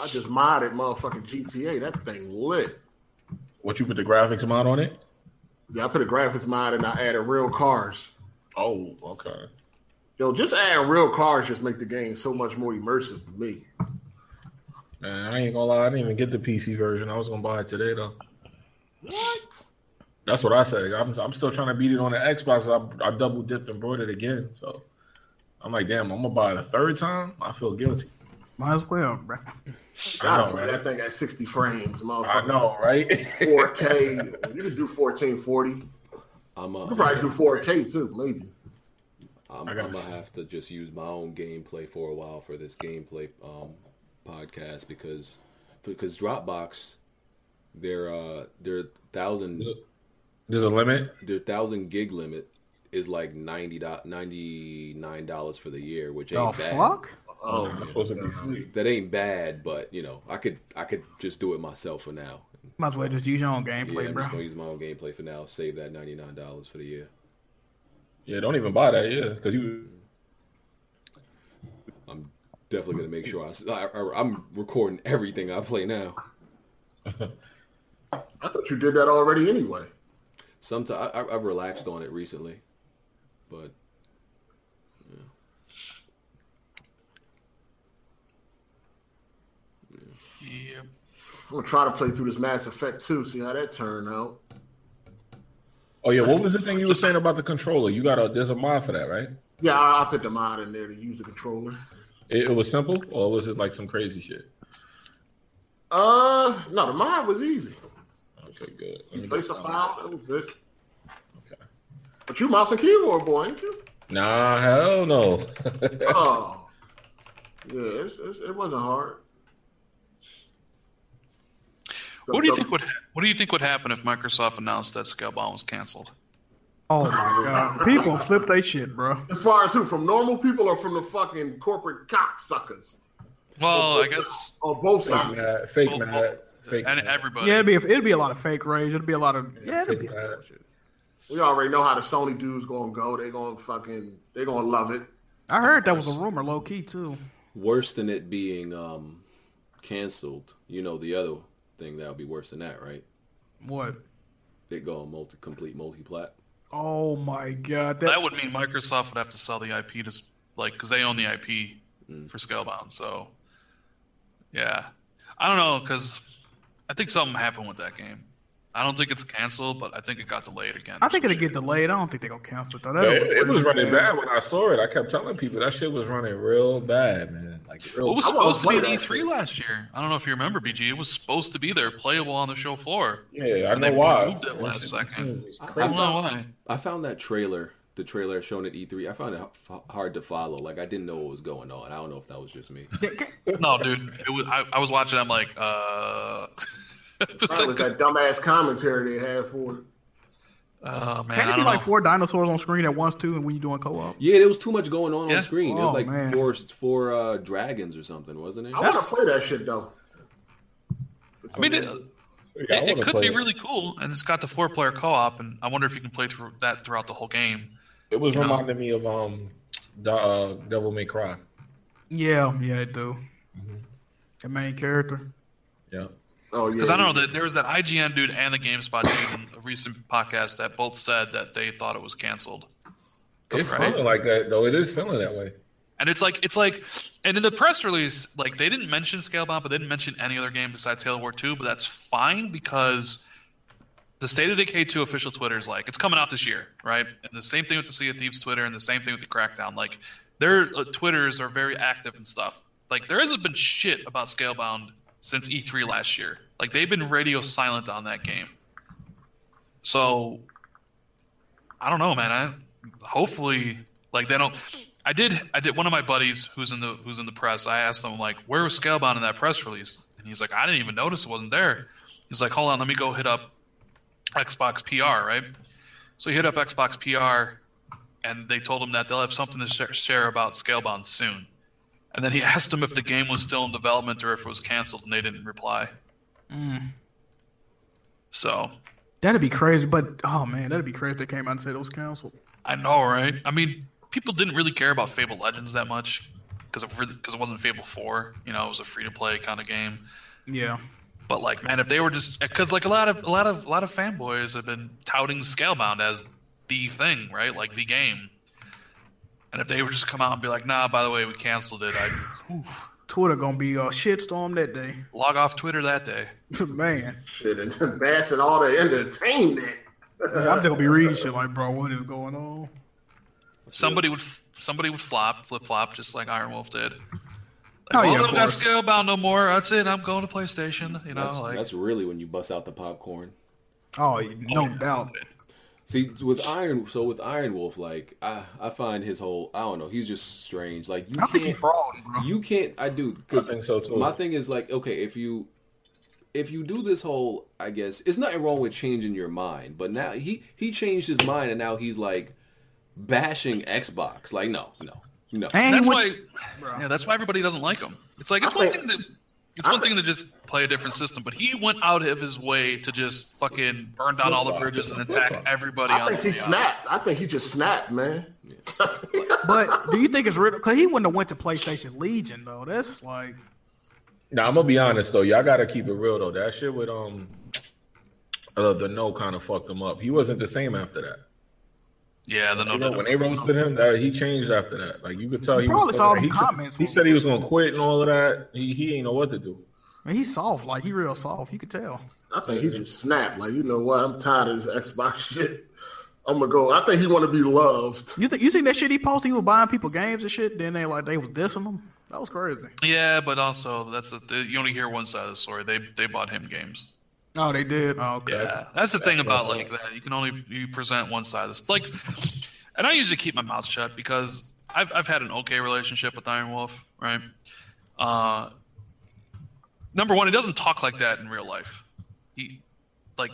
I just modded motherfucking GTA. That thing lit.
What you put the graphics mod on it?
Yeah, I put a graphics mod and I added real cars.
Oh, okay.
Yo, just adding real cars just make the game so much more immersive to me.
Man, I ain't gonna lie, I didn't even get the PC version. I was gonna buy it today though.
What?
That's what I said. I'm, I'm still trying to beat it on the Xbox. I, I double dipped and bought it again. So I'm like, damn, I'm gonna buy it a third time. I feel guilty.
Might as well, bro.
Gotta
know,
play
right?
that thing at 60 frames,
I
motherfucker.
know, right?
4K. you can do 1440. You
I'm
can
uh,
probably do 4K too, maybe.
I'm,
I
I'm
gotta-
gonna have to just use my own gameplay for a while for this gameplay um, podcast because because Dropbox, their uh their thousand
[LAUGHS] There's a limit.
their thousand gig limit is like ninety ninety nine dollars for the year, which
The
ain't bad.
fuck?
Oh,
I'm supposed to be free.
That ain't bad, but you know I could I could just do it myself for now.
Might as well just use your own gameplay,
Yeah, I'm
bro.
just gonna use my own gameplay for now. Save that ninety nine dollars for the year.
Yeah, don't even buy that. Yeah, because you.
I'm definitely gonna make sure I, s- I- I- I'm recording everything I play now.
I thought you did that already anyway.
Sometimes I, I- I've relaxed on it recently, but
yeah.
I'm gonna try to play through this Mass Effect too, see how that turned out.
Oh yeah, what was the thing you were saying about the controller? You got a there's a mod for that, right?
Yeah, I, I put the mod in there to use the controller.
It, it was simple, or was it like some crazy shit?
Uh, no, the mod was easy.
Okay, good. Let me
Place a
just-
file, that was it. But you mouse and keyboard boy, ain't you?
Nah, hell no. [LAUGHS]
Oh. Yeah, it's, it's, it wasn't hard.
What do you think would What do you think would happen if Microsoft announced that Scalebound was canceled?
Oh my god, people flip their shit, bro.
As far as who, from normal people or from the fucking corporate cocksuckers?
Well, I guess
On both
fake
sides.
mad, fake
Well, well,
mad, fake
and
mad.
everybody.
Yeah, it'd be it'd be a lot of fake rage. It'd be a lot of yeah. It'd be
fake mad.
We already know how the Sony dudes gonna go. They gonna fucking they gonna love it.
I heard that was a rumor, low key too.
Worse than it being um, canceled, you know the other thing that would be worse than that, right?
What?
They go on multi complete multi plat.
Oh my god,
that would mean Microsoft would have to sell the IP to like because they own the IP for Scalebound. So, yeah, I don't know because I think something happened with that game. I don't think it's canceled, but I think it got delayed again.
I think it'll get delayed. I don't think they're gonna cancel it though. That
Yo, it, it was running bad when I saw it. I kept telling people that shit was running real bad, man. Like real.
It was
I wanna
supposed to be at
play that
E3 last year. I don't know if you remember, BG. It was supposed to be there, playable on the show floor.
yeah, I
and they
know why.
moved it last second.
It's
I
crazy.
don't know why.
I found that trailer, the trailer shown at E3. I found it h- hard to follow. Like I didn't know what was going on. I don't know if that was just
[LAUGHS]
me.
No, dude. It was. I, I was watching. I'm like, uh, [LAUGHS] it's
Probably
like,
that dumbass commentary they had for it.
oh man,
Can
I
it
don't
be
know.
like four dinosaurs on screen at once too, and when you're doing co-op?
Yeah, there was too much going on
Yeah.
on screen. It
Oh,
was like
man.
four four uh, dragons or something, wasn't it?
I wanna play that shit though.
I mean, it, it-
Yeah, I
it
wanna
could
play
be
it.
really cool, and it's got the four-player co-op, and I wonder if you can play through that throughout the whole game.
It was
you know.
reminding me of um, the, uh, Devil May Cry.
Yeah, yeah, it do. The main character.
Yeah.
Oh yeah.
Because I don't know that there was that IGN dude and the GameSpot dude in a recent podcast that both said that they thought it was canceled.
It's
Right.
feeling like that though. It is feeling that way.
And it's like it's like, and in the press release, like they didn't mention Scalebound, but they didn't mention any other game besides Halo War Two. But that's fine because the State of Decay Two official Twitter is like it's coming out this year, right? And the same thing with the Sea of Thieves Twitter, and the same thing with the Crackdown. Like their uh, Twitters are very active and stuff. Like there hasn't been shit about Scalebound since E3 last year. Like they've been radio silent on that game. So I don't know, man. I hopefully like they don't. I did. I did. One of my buddies who's in the who's in the press. I asked him like, where was Scalebound in that press release? And he's like, I didn't even notice it wasn't there. He's like, hold on, let me go hit up Xbox PR, right? So he hit up Xbox PR, and they told him that they'll have something to share, share about Scalebound soon. And then he [LAUGHS] asked them if the game was still in development or if it was canceled, and they didn't reply. So
That'd be crazy, but oh man, that'd be crazy. if They came out and said it was canceled.
I know, right? I mean, people didn't really care about Fable Legends that much because it really, cause it wasn't Fable Four. You know, it was a free to play kind of game.
Yeah,
But like, man, if they were just because like a lot of a lot of a lot of fanboys have been touting Scalebound as the thing, right? Like the game. And if they would just come out and be like, "Nah, by the way, we canceled it," I'd
Twitter gonna be a shitstorm that day. [LAUGHS]
log off Twitter that day.
man,
shit [LAUGHS] and bashing all the entertainment.
I'm just gonna be reading shit like, bro, what is going on?
Somebody would f- somebody would flop, flip flop, just like Iron Wolf did. Like,
Oh,
oh
yeah,
yeah,
of
I don't got
course.
Scalebound no more. That's it. I'm going to PlayStation. You know,
That's,
like
that's really when you bust out the popcorn.
Oh, no doubt.
See, with Iron, so with Iron Wolf, like I, I find his whole, I don't know, he's just strange. Like you
I
can't,
think he fraud, bro.
you can't. I do because
I think so, too.
my thing is like, okay, if you, if you do this whole, I guess it's nothing wrong with changing your mind, but now he he changed his mind and now he's like bashing Xbox. Like no, no, no.
And
that's
he
why,
went
yeah, that's why everybody doesn't like him. It's like it's
I
one
think-
thing to, it's one thing to just play a different system, but he went out of his way to just fucking burn down all the bridges and attack everybody
I
on
think
the
he
way out.
snapped. I think he just snapped, man.
to- but do you think it's real? Because he wouldn't have went to PlayStation Legion though. That's like,
Now I'm gonna be honest though, y'all gotta keep it real though. That shit with um, uh, the no kind of fucked him up. He wasn't the same after that.
Yeah, the no,
You
no,
know,
no.
when they roasted him, that he changed after that. Like you could tell he
Probably
was
saw
he,
them
said-
comments.
he said he was gonna quit and all of that. He he ain't know what to do.
man, he's soft. Like he real soft. You could tell.
I think he just snapped. Like, you know what? I'm tired of this Xbox [LAUGHS] shit. I'm gonna go. I think he want to be loved.
You think you seen that shit he posted? He was buying people games and shit. Then they like they was dissing him. That was crazy.
yeah, but also that's a, you only hear one side of the story. They they bought him games.
Oh, they did. Oh, okay.
Yeah, that's the thing about like that. You can only you present one side. It's like, and I usually keep my mouth shut because I've I've had an okay relationship with Iron Wolf, right? Uh, number one, he doesn't talk like that in real life. He like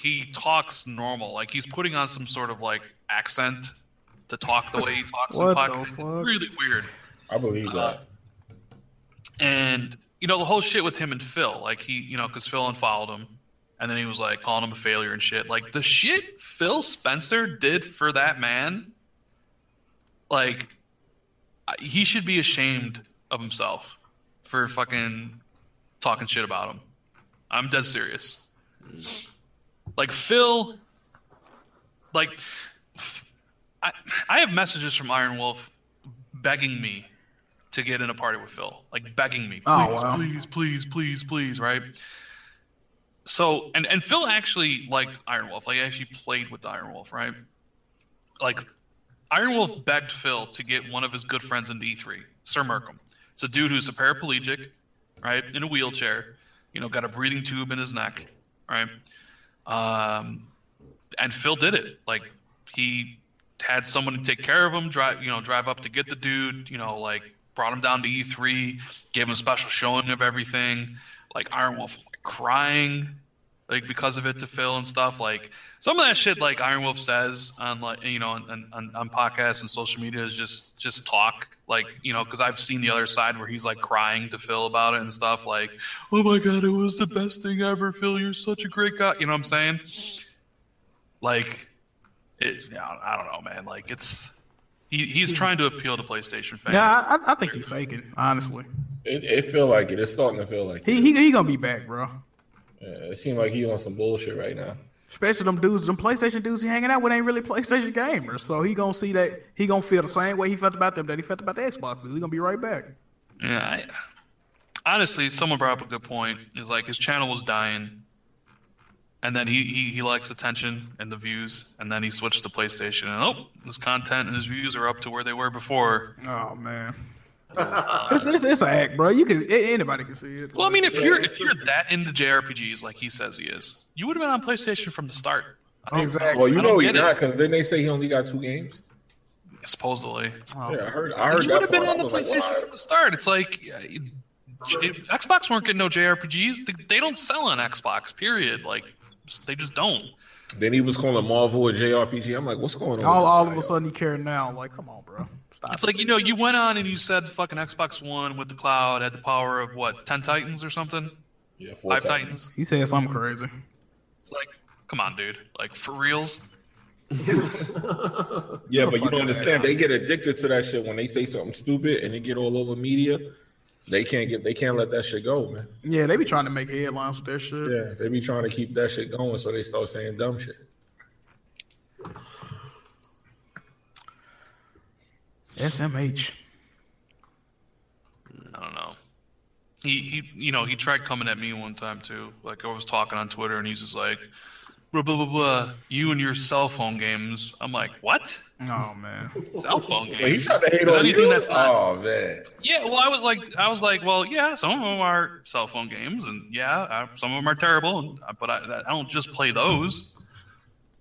he talks normal, like he's putting on some sort of like accent to talk the way he talks in
What the
podcast. It's
fuck?
really weird.
I
Uh,
believe that.
And you know the whole shit with him and Phil, like he, you know, because Phil unfollowed him, and then he was like calling him a failure and shit. Like the shit Phil Spencer did for that man, like I- he should be ashamed of himself for fucking talking shit about him. I'm dead serious. Like Phil, like f- I, I have messages from Iron Wolf begging me to get in a party with Phil, like begging me, please,
Oh, wow.
please, please, please, please, right? So, and and Phil actually liked Iron Wolf. Like, he actually played with Iron Wolf, right? Like, Iron Wolf begged Phil to get one of his good friends into E3, Sir Merkham. It's a dude who's a paraplegic, right, in a wheelchair. You know, got a breathing tube in his neck, right? Um, and Phil did it. Like he had someone take care of him, drive you know, drive up to get the dude, you know, like brought him down to E3, gave him a special showing of everything. Like Iron Wolf was, like, crying, like because of it to Phil and stuff. Like some of that shit, like Iron Wolf says on like you know on, on, on podcasts and social media is just just talk. Like you know, because I've seen the other side where he's like crying to Phil about it and stuff. Like, oh my god, it was the best thing ever, Phil. You're such a great guy. You know what I'm saying? Like, it, yeah, I don't know, man. Like it's he, he's trying to appeal to PlayStation fans.
Yeah, I, I- I think he's faking. Honestly,
It, it feel like it. It's starting to feel like
he
it.
he he gonna be back, bro.
Yeah, it seems like he on some bullshit right now.
Especially them dudes, them PlayStation dudes he hanging out with ain't really PlayStation gamers. So he gonna see that he gonna feel the same way he felt about them that he felt about the Xbox dudes. He gonna be right back.
Yeah. I, honestly, someone brought up a good point. Is like his channel was dying, and then he, he he likes attention and the views, and then he switched to PlayStation, and oh, his content and his views are up to where they were before.
Oh
[LAUGHS]
man, it's, it's it's an act, bro. You can a- anybody can see it.
Well, I mean, if you're if you're that into JRPGs like he says he is, you would have been on PlayStation from the start,
exactly.
Well, you
I don't
know he's
get it.
not because then they say he only got two games.
supposedly.
Oh.
Yeah, I heard. I heard
You
that
would have been
part.
on
I
the
was
PlayStation
like, wow.
from the start. It's like uh, it- J- Xbox weren't getting no JRPGs. They, they don't sell on Xbox. Period. Like they just don't.
Then he was calling Marvel a JRPG. I'm like, what's going on?
all
with
all
this
of a
guy?
sudden he care now. Like, come on, bro. Stop.
It's like you know, you went on and you said the fucking Xbox One with the cloud had the power of what ten Titans or something,
yeah, four
five
times.
Titans.
he said something crazy.
It's like, come on, dude. Like for reals.
Yeah, but you don't understand. They get addicted to that shit when they say something stupid and they get all over media. They can't get. They can't let that shit go, man.
Yeah, they be trying to make headlines with that shit.
Yeah, they be trying to keep that shit going, so they start saying dumb shit.
SMH.
I don't know. He, he, you know, he tried coming at me one time too. Like I was talking on Twitter, and he's just like, blah blah blah blah. You and your cell phone games. I'm like, what?
Oh man.
Cell phone games?
He tried to hate
Is
on
anything
you.
that's not?
oh man,
Yeah. Well, I was like, I was like, well, yeah. Some of them are cell phone games, and yeah, I, some of them are terrible. And, uh, but I, I don't just play those.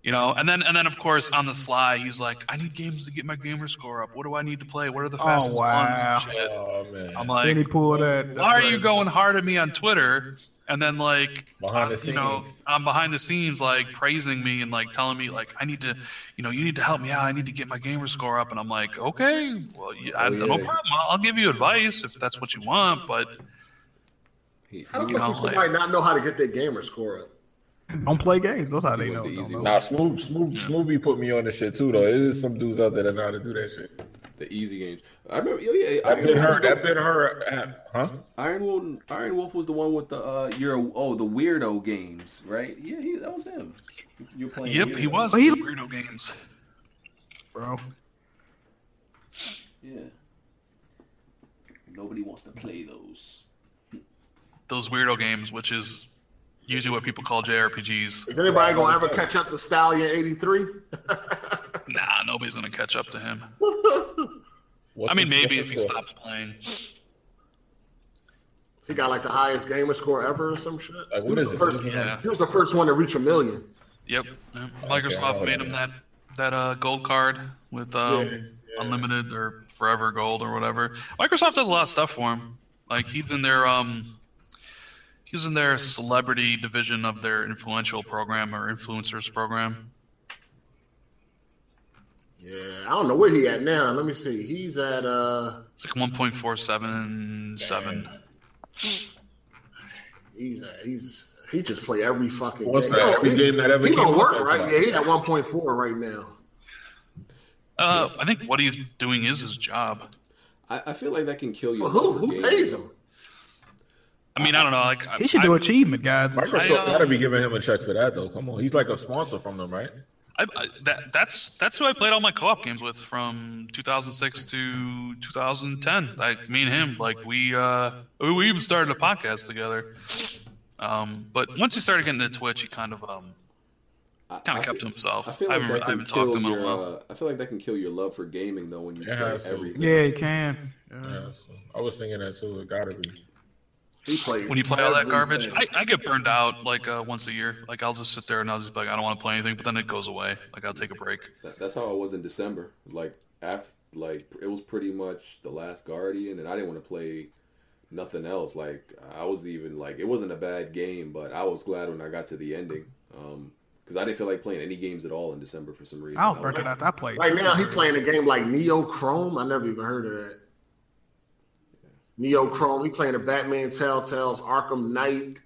You know, and then and then of course on the sly he's like, I need games to get my gamer score up. What do I need to play? What are the fastest
wow.
ones? And shit.
oh man.
I'm
Then he
like,
pulled that.
why are you going hard at me on Twitter and then like
Behind the
uh, you know
scenes.
I'm behind the scenes like praising me and like telling me like I need to you know you need to help me out I need to get my gamer score up and I'm like okay well you, I,
Oh, yeah.
no problem I'll, I'll give you advice if that's what you want but
He,
How the
You
fuck
know,
does somebody
like-
not know how to get their gamer score up?
Don't play games. That's how they
It
know.
was the
don't
easy
know.
one.
Nah, Smooth, Smooth, Smoothie put me on this shit too, though. It is some dudes out there that know how to do that shit.
the easy games. I remember. Yo, yeah,
That
Iron
been
Wolf
her.
was the-
That been her. uh, app, Huh?
Iron Wolf. Iron Wolf was the one with the uh, your oh the weirdo games, right? Yeah, he, that was him. You're playing.
yep
weirdo.
he was
But he-
the weirdo games
bro.
Yeah. Nobody wants to play those.
those weirdo games which is usually what people call JRPGs
Is anybody gonna ever catch up to Stallion '83?
nah nobody's gonna catch up to him
What's
I mean
his-
maybe
what's
if he
his-
stops playing
He got like the highest gamer score ever or some shit.
Like, what is it?
First-
Yeah.
He was the first one to reach a million.
Yep. Yeah. Microsoft
Okay.
made him that that uh, gold card with um, unlimited or forever gold or whatever. Microsoft does a lot of stuff for him. Like he's in their um, he's in their celebrity division of their influential program or influencers program.
Yeah, I don't know where he at now. Let me see. He's at uh,
It's like one point four seven seven.
he's at he's he just play every fucking
What's
game.
that?
No,
Every
he,
game that ever
he
came
don't
out,
work
that's
right.
right.
Yeah, he at one point four right now.
Uh, I think what he's doing is his job.
I, I feel like that can kill you.
Well, who
for
who
games.
pays him?
I mean, I don't know. Like I-
He should do achievement guides.
Microsoft
I, uh,
gotta be giving him a check for that though. Come on, he's like a sponsor from them, right?
I, I, that that's that's who I played all my co-op games with from 2006 to 2010. Like me and him, like we uh, we we even started a podcast together. Um, but once he started getting into Twitch, he kind of um,
I-
kind
I
of kept to
feel-
himself.
I
I,
feel like
haven't,
that
I
can
haven't talked
kill
to him in a
your.
while.
Uh, I feel like that can kill your love for gaming though when you
Yeah,
play
so-
everything.
Yeah, he can. Yeah.
Yeah, so I was thinking that too. It gotta be.
He plays
When you play all that garbage,
everything.
I, I get burned out like uh, once a year. Like I'll just sit there and I'll just be like, I don't want to play anything. But then it goes away. Like I'll take a break.
That, that's how I was in December. Like after, like it was pretty much the last Guardian, and I didn't want to play nothing else. Like I was even like it wasn't a bad game, but I was glad when I got to the ending because I didn't feel like playing any games at all in December for some reason.
I
I
was burnt
was-
it out. I played.
Right now, he playing a game like Neo Chrome. I never even heard of that. Neo Chrome. He playing a Batman Telltale's Arkham Knight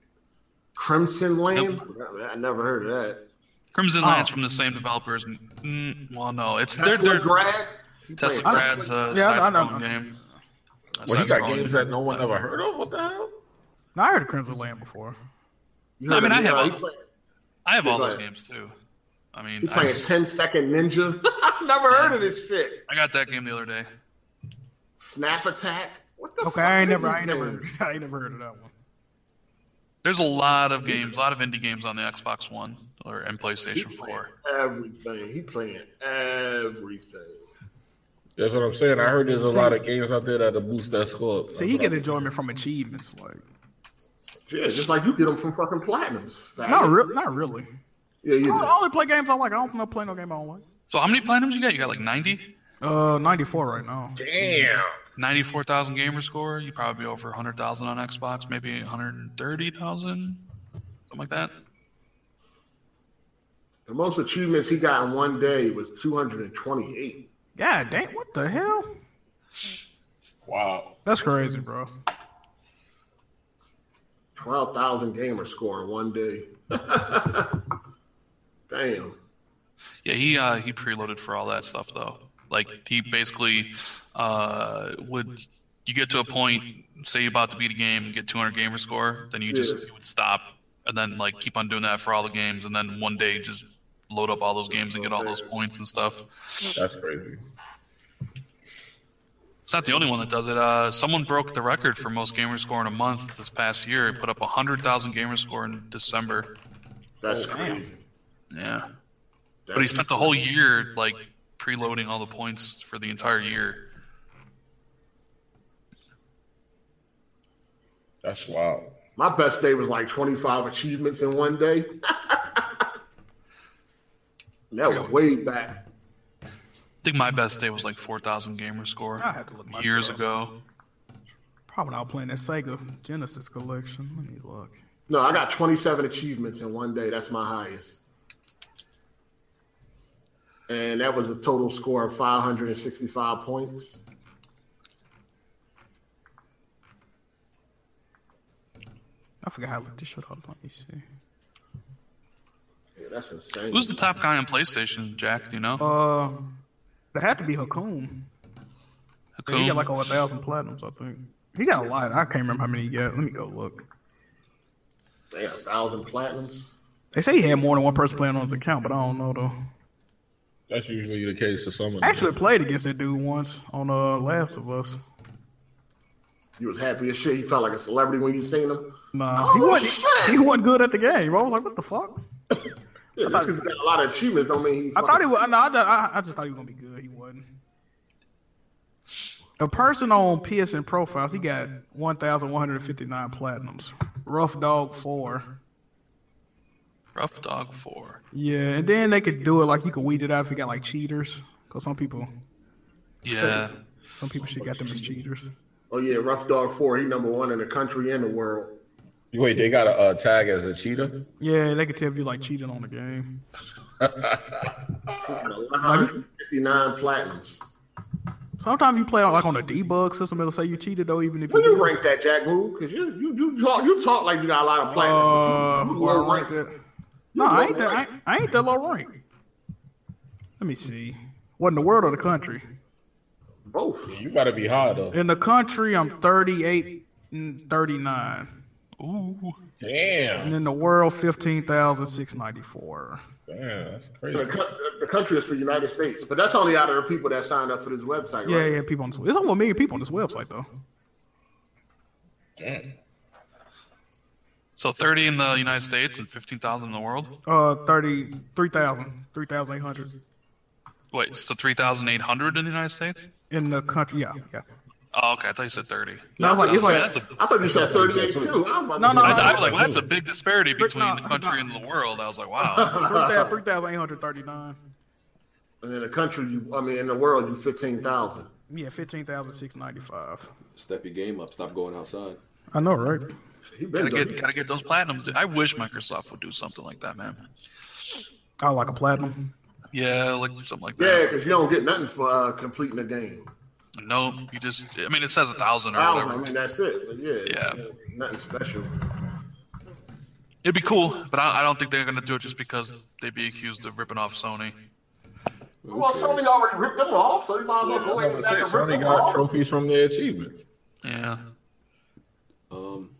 Crimson Land. I never heard of that.
Crimson
Oh.
Lands from the same developers. Mm, well, no, it's they're,
Tesla
they're
Grad. He
Tessa
playing-
Grad's uh,
Yeah, I- I
side-scrolling
know.
game. Uh,
Well, he got
side-scrolling.
games that no one ever heard of. What the hell?
No, I heard of Crimson Land before.
You heard
I mean,
of
I
Neo?
have
He
all-
play-
I have all those
Right.
games too. I mean,
He
I,
playing
just-
10 Second Ninja. [LAUGHS] I've never heard of this shit.
I got that game the other day.
Snap Attack. What the
Okay,
fuck
I ain't
is
never,
this
I ain't never, [LAUGHS]
thing?
heard, I ain't never heard of that one.
There's a lot of games, a lot of indie games on the Xbox One or and
He
PlayStation
playing
Four.
everything. He playing everything.
That's what I'm saying. I heard there's a lot of games out there that'll boost that score. up.
See, he get enjoyment from achievements. Like,
Yeah, just like you get them from fucking platinums. faggot.
not real, not really.
Yeah, you
I
do.
I only play games I like. I don't know- play no game I don't like.
So how many platinums you got? You got like 90,
Uh, 94 right now.
Damn.
94,000 gamer score. You probably be over 100,000 on Xbox, maybe 130,000, something like that.
The most achievements he got in one day was 228.
God damn, what the hell?
Wow.
That's crazy, bro.
12,000 gamer score in one day. [LAUGHS] Damn.
Yeah, he uh, he preloaded for all that stuff though. Like he basically uh, would you get to a point, say you're about to beat a game and get 200 gamer score, then you just
Yeah.
you would stop and then like keep on doing that for all the games, and then one day just load up all those games and get all those points and stuff.
That's crazy.
It's not the only one that does it. Uh, someone broke the record for most gamer score in a month this past year. He put up 100,000 gamer score in December.
That's
Oh,
crazy.
Yeah,
That's
but he spent the whole year like preloading all the points for the entire year.
That's wild.
My best day was like 25 achievements in one day. [LAUGHS] that was way back.
I think my best day was like 4,000 gamer score
I had to look my
years
score up.
ago.
Probably not playing that Sega Genesis collection. Let me look.
No, I got 27 achievements in one day. That's my highest. And that was a total score of 565 points.
I forgot how to look this shit up. Let me see.
Yeah, that's insane.
Who's the top guy on PlayStation, Jack? Do you know?
Uh, there had to be Hakum. Yeah, He
Hakum?
got like over a thousand platinums, I think. He got a lot. I can't remember how many he got. Let me go look.
They got a thousand platinums.
They say he had more than one person playing on his account, but I don't know though.
That's usually the case for someone.
I actually played against that dude once on uh Last of Us.
You was happy as shit. You felt like a celebrity when you seen him.
Nah, he
Oh,
wasn't.
shit!
He wasn't good at the game. Bro. I was like, what the fuck?
Yeah, just 'cause he got a lot of achievements don't mean he.
I thought he
fucking-
was. No, I, I, I just thought he was gonna be good. He wasn't. A person on PSN profiles, he got 1,159 platinums. Rough Dog 4.
Rough Dog 4.
Yeah, and then they could do it like you could weed it out if you got like cheaters. Because some people,
Yeah.
some people should got them as cheaters.
Oh yeah, Rough Dog Four. He number one in the country and the world.
Wait, they got a uh, tag as a cheetah?
Yeah, they could tell if you like cheating on the game.
Fifty nine platinums.
Sometimes you play on like on a debug system, it'll say you cheated though, even if
When
you
you rank that, Jack Move, because you, you you talk you talk like you got a lot of
Uh,
platinums. You
well,
low
rank
rank.
that. No, I ain't that. I, ain't- I ain't that low rank. Let me see. What in the world or the country?
both.
You gotta be high though.
In the country, I'm 38 and 39.
Ooh.
And
Damn,
in the world, 15,694.
damn, that's
The,
crazy.
co- the country is for United States, but that's only out of the people that signed up for this website.
Yeah,
right?
yeah, people on this. It's over a million people on this website, though.
So 30 in the United States and 15,000 in the world?
Uh, 30, 3,000, 3,800
Wait, so 3,800 in the United States?
in the country. Yeah, yeah.
Oh, okay. I thought you said 30.
No, it's like, it's
Okay,
like,
that's a,
I thought you said thirty eight too. I was about to
No,
say-
no,
I,
no.
I was like, well, that's a big disparity between
no,
the country and the world. I was
[LAUGHS]
like, wow.
3,000 3,839.
And in the country, you I mean, in the world, you fifteen thousand.
Yeah, 15,695.
Step your game up. Stop going outside.
I know, right?
He been
Gotta get,
doing
gotta get those platinums. dude. I wish Microsoft would do something like that, man.
I like a platinum.
Yeah, like something like
it. Yeah,
that.
because you don't get nothing for uh, completing the game.
No, you just, I mean, it says a thousand or
Thousand, I
whatever.
mean, that's it. But yeah,
Yeah.
nothing special.
It'd be cool, but I, I don't think they're gonna do it just because they'd be accused of ripping off Sony.
Well, Sony already ripped them off, so you might as well go ahead and back and rip
Sony
them
got
off.
trophies from their achievements.
Yeah.
Um,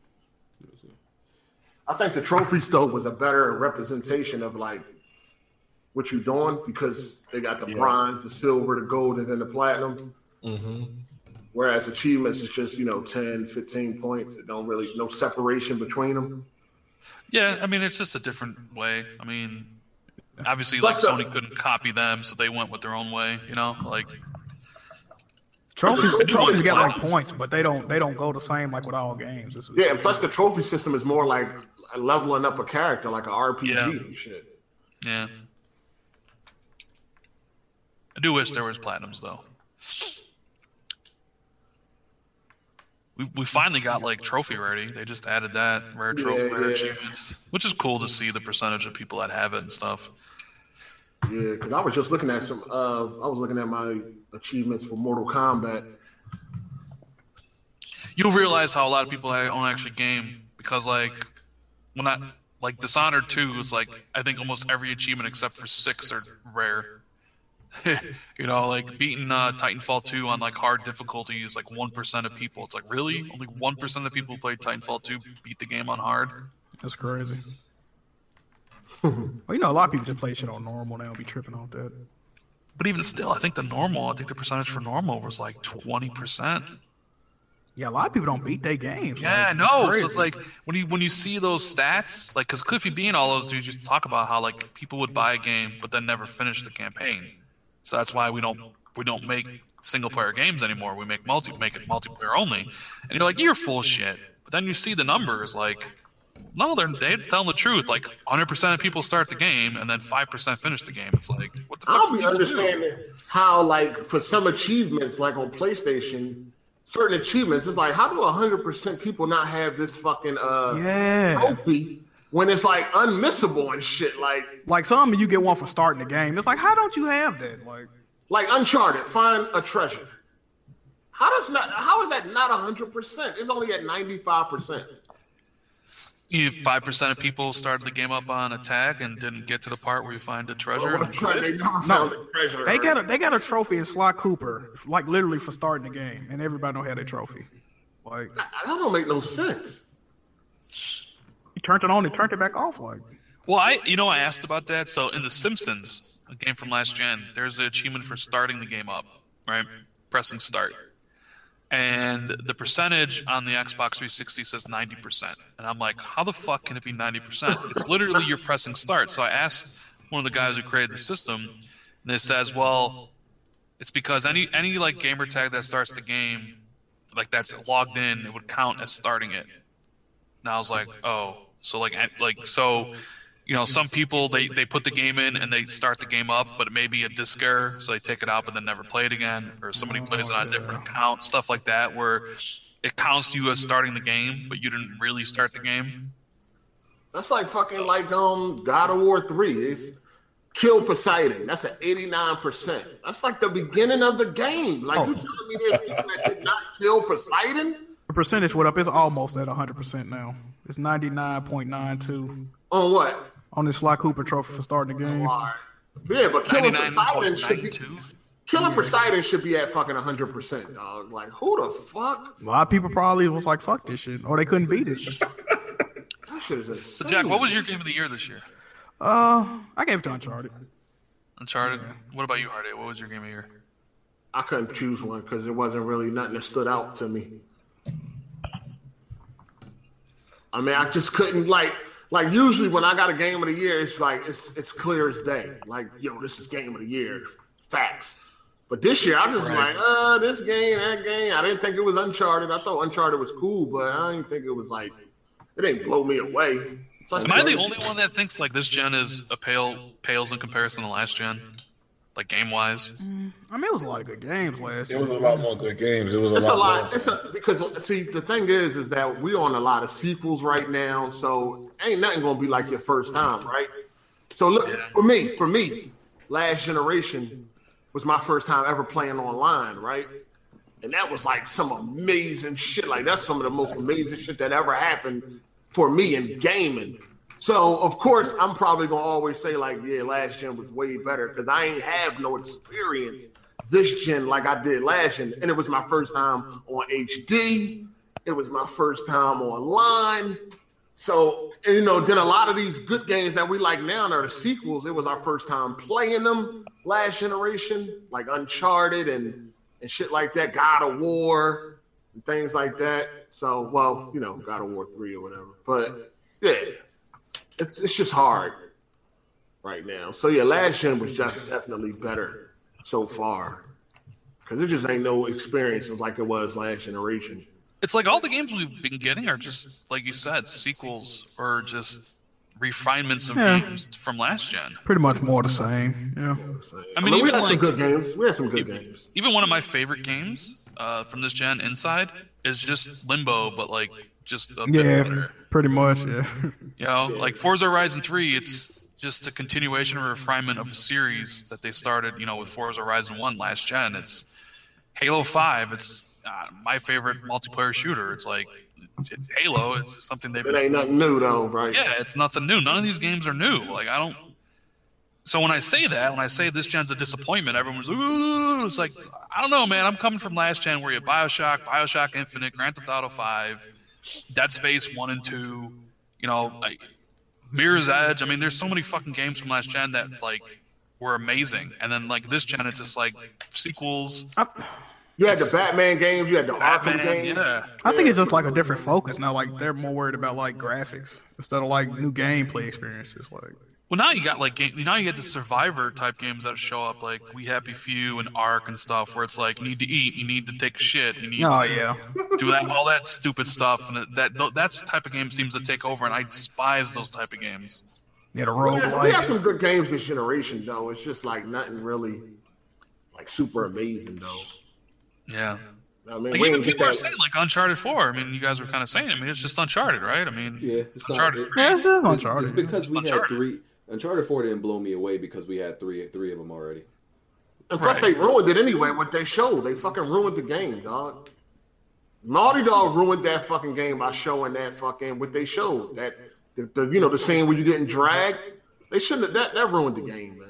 I think the trophy stove was a better representation of like what you're doing because they got the bronze, the silver, the gold, and then the platinum.
Mm-hmm.
Whereas achievements is just, you know, 10, 15 points. It don't really, no separation between them.
Yeah, I mean, it's just a different way. I mean, obviously, like
Plus, uh,
Sony couldn't copy them, so they went with their own way. You know, like
Trophies, [LAUGHS]
Which
trophies
one's
get like
platinum?
points, but they don't they don't go the same like with all games. This is,
Yeah, and plus the trophy system is more like leveling up a character, like an RPG
Yeah.
and shit.
yeah. I do wish there was platinums though. We we finally got like trophy rarity. They just added that rare trophy
Yeah,
rare
yeah.
achievements, which is cool to see the percentage of people that have it and stuff.
Yeah, because I was just looking at some. Uh, I was looking at my achievements for Mortal Kombat.
You'll realize how a lot of people don't actually game because like when I like Dishonored two is like I think almost every achievement except for six are rare. [LAUGHS] you know, like beating uh, Titanfall two on like hard difficulty is like one percent of people. It's like really only one percent of the people who played Titanfall two beat the game on hard.
that's crazy. [LAUGHS] well, you know, a lot of people just play shit on normal. They don't be tripping off that.
But even still, I think the normal, I think the percentage for normal was like twenty percent.
Yeah, a lot of people don't beat their games.
Yeah,
like,
no.
crazy.
So it's like when you when you see those stats, like because Cliffy B and all those dudes just talk about how like people would buy a game but then never finish the campaign. So that's why we don't we don't make single player games anymore. We make multi make it multiplayer only. And you're like you're full of shit. But then you see the numbers like. No, they're they telling the truth. Like 100% of people start the game and then 5% finish the game. It's like what the
I
fuck?
don't be understanding how, like, for some achievements, like on PlayStation, certain achievements, it's like, how do hundred percent people not have this fucking uh
yeah,
trophy when it's like unmissable and shit, like
like some you get one for starting the game. It's like, how don't you have that? Like,
like Uncharted, find a treasure. How does not? How is that not hundred percent? It's only at ninety five percent.
You five percent of people started the game up on a tag and didn't get to the part where you find the treasure.
[LAUGHS] What I'm trying, they never found the treasure.
they got a they got a trophy in Sly Cooper, like literally for starting the game, and everybody don't have their trophy. Like,
that don't make no sense.
you turned it on and turned it back off. Like,
Well, I you know I asked about that. So in The Simpsons, a game from last gen, there's an achievement for starting the game up, right? Pressing start, and the percentage on the Xbox 360 says 90 percent, and I'm like, how the fuck can it be 90 percent? It's literally you're pressing start. So I asked one of the guys who created the system, and it says, well, It's because any any like gamer tag that starts the game, like that's logged in, it would count as starting it. And I was like, oh, so like and- like so, you know, some people they they put the game in and they start the game up, but it may be a disc error, so they take it out but then never play it again, or somebody plays it on a different account, stuff like that, where it counts you as starting the game, but you didn't really start the game.
That's like fucking like um God of War three. It's kill Poseidon. That's an eighty nine percent. That's like the beginning of the game. Like you telling me there's people that did not kill Poseidon?
The percentage went up. It's almost at 100% now. It's 99.92
On what?
on this Sly Cooper trophy for starting the game.
All right. Yeah, but killing Poseidon should be
99.92.
killing Poseidon should be at fucking hundred percent, dog. Like who the fuck?
A lot of people probably was like, fuck this shit. Or they couldn't beat it.
That shit is insane.
So Jack, what was your game of the year this year?
Uh, I gave it to Uncharted.
Uncharted. What about you, Hardy? What was your game of the year?
I couldn't choose one because there wasn't really nothing that stood out to me. I mean, I just couldn't like like usually when I got a game of the year, it's like it's it's clear as day. Like yo, this is game of the year, facts. But this year, I just was like, uh, this game, that game. I didn't think it was Uncharted. I thought Uncharted was cool, but I didn't think it was like it didn't blow me away. It's like-
Am I the only one that thinks like this gen is a pale pales in comparison to last gen, like game wise?
I mean, it was a lot of good games last
It was a
year.
lot more good games. It was a
It's a
lot.
lot.
More.
It's a, because see, the thing is, is that we on a lot of sequels right now, so ain't nothing gonna be like your first time, right? So look
Yeah.
for me. For me, Last Generation was my first time ever playing online, right? And that was like some amazing shit. Like that's some of the most amazing shit that ever happened for me in gaming. So of course I'm probably gonna always say like, yeah, last gen was way better because I ain't have no experience this gen like I did last gen, and it was my first time on HD. It was my first time online. So and, you know, then a lot of these good games that we like now are the sequels. It was our first time playing them last generation, like Uncharted and and shit like that, God of War and things like that. So, well, you know, God of War three or whatever. But yeah, it's it's just hard right now. So yeah, last gen was just definitely better so far because it just ain't no experiences like it was last generation.
It's like all the games we've been getting are just like you said, sequels or just refinements of
Yeah.
games from last gen.
Pretty much more the same. Yeah.
I
I
mean,
mean, we
even
had some
like-
good games. We had some good games.
Even one of my favorite games uh, from this gen, Inside, is just Limbo, but like just a bit
Yeah,
better.
pretty much. Yeah.
You know, like Forza Horizon 3, it's just a continuation or refinement of a series that they started, you know, with Forza Horizon 1 last gen. It's Halo 5, it's uh, my favorite multiplayer shooter. It's like it's Halo, it's something they've
It
been.
ain't nothing new though, right?
Yeah, it's nothing new. None of these games are new. Like, I don't. So when I say that, when I say this gen's a disappointment, everyone's like, ooh, it's like, I don't know, man. I'm coming from last gen where you had Bioshock, Bioshock Infinite, Grand Theft Auto 5, Dead Space 1 and 2, you know, like Mirror's Edge. I mean, there's so many fucking games from last gen that, like, were amazing. And then, like, this gen, it's just like sequels.
You had the Batman games. You had the Arkham
Batman,
games.
yeah.
I think it's just like a different focus now. Like they're more worried about like graphics instead of like new gameplay experiences. Like
Well, now you got like game, now you get the Survivor type games that show up like We Happy Few and Ark and stuff, where it's like you need to eat, you need to take a shit, you need
oh
to
yeah,
do that, all that stupid stuff, and that that that's the type of game seems to take over, and I despise those type of games.
yeah the
We had- we have
roguelike.
some good games this generation though. It's just like nothing really like super amazing though.
Yeah,
I
like,
mean,
even
we didn't get
people are
that.
saying like Uncharted Four. I mean, you guys were kind of saying. I mean, it's just Uncharted, right? I mean,
Yeah, it's not-
Uncharted.
it-
three.
Yeah, it's
It's-
just Uncharted.
It's because we had
Uncharted.
three. Uncharted Four didn't blow me away because we had three three of them already.
and plus, they ruined it anyway. What they showed, they fucking ruined the game, dog. Naughty Dog ruined that fucking game by showing that fucking what they showed that the, the you know the scene where you getting dragged. They shouldn't have that. That ruined the game, man.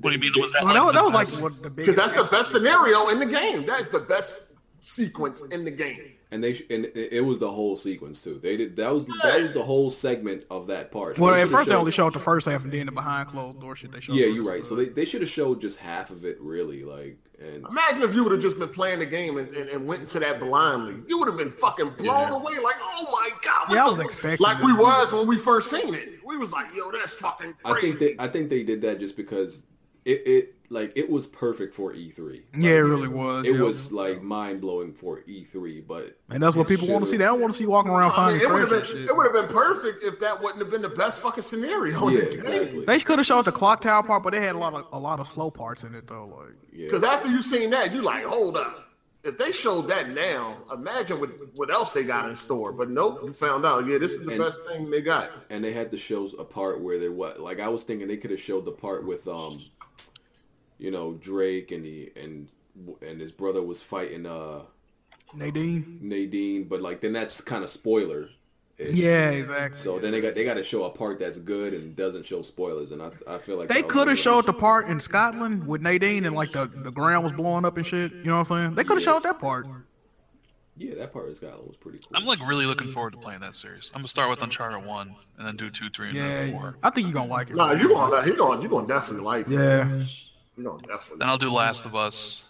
What do you mean? Was that
Well, that, was-
like,
that was like
the best-
what the
Because
biggest.
that's the best scenario in the game. That's the best sequence in the game.
And they sh- and it it was the whole sequence too. They did that was that was the whole segment of that part. So
Well,
they
at
should've
first they
showed-
only showed the first half, and then the behind closed door shit they showed.
Yeah,
us.
you're right. So they, they should have showed just half of it really, like and
Imagine if you would have just been playing the game and, and, and went into that blindly. You would have been fucking blown away, like, oh my god! what
Yeah, I
the
was
fuck?"
expecting
like we
that.
was when we first seen it. We was like, yo, that's fucking
I
crazy.
think they I think they did that just because it, it like it was perfect for E3.
Yeah, it really was.
It
yeah.
was like mind blowing for E3, but
and that's what people want to see. They don't want to see you walking around
I
finding
mean, it would have
treasure and
been
shit.
it would have been perfect if that wouldn't have been the best fucking scenario. in
yeah,
the game.
exactly.
They could have showed the clock tower part, but they had a lot of a lot of slow parts in it though. Like
Because
Yeah,
after you seen that, you like, hold up. If they showed that now, imagine what, what else they got in store. But nope, you found out. Yeah, this is the
And-
best thing they got.
and they had to show a part where they what? Like I was thinking they could have showed the part with um, you know Drake and he and and his brother was fighting uh
Nadine.
Nadine, but like then that's kind of spoiler.
Yeah, exactly.
So then they got they got to show a part that's good and doesn't show spoilers, and I I feel like
They
that was
could
one
have
of
showed the
those-
part in Scotland with Nadine and like the, the ground was blowing up and shit. You know what I'm saying? They could have
Yeah.
showed that part.
Yeah, that part of Scotland was pretty cool.
I'm like really looking forward to playing that series. I'm gonna start with Uncharted one, and then do two, three, and then
Yeah,
four.
I think you're gonna like it.
No, you gonna like- you gonna you gonna definitely like it.
Yeah,
You gonna definitely.
Then I'll do Last of Us.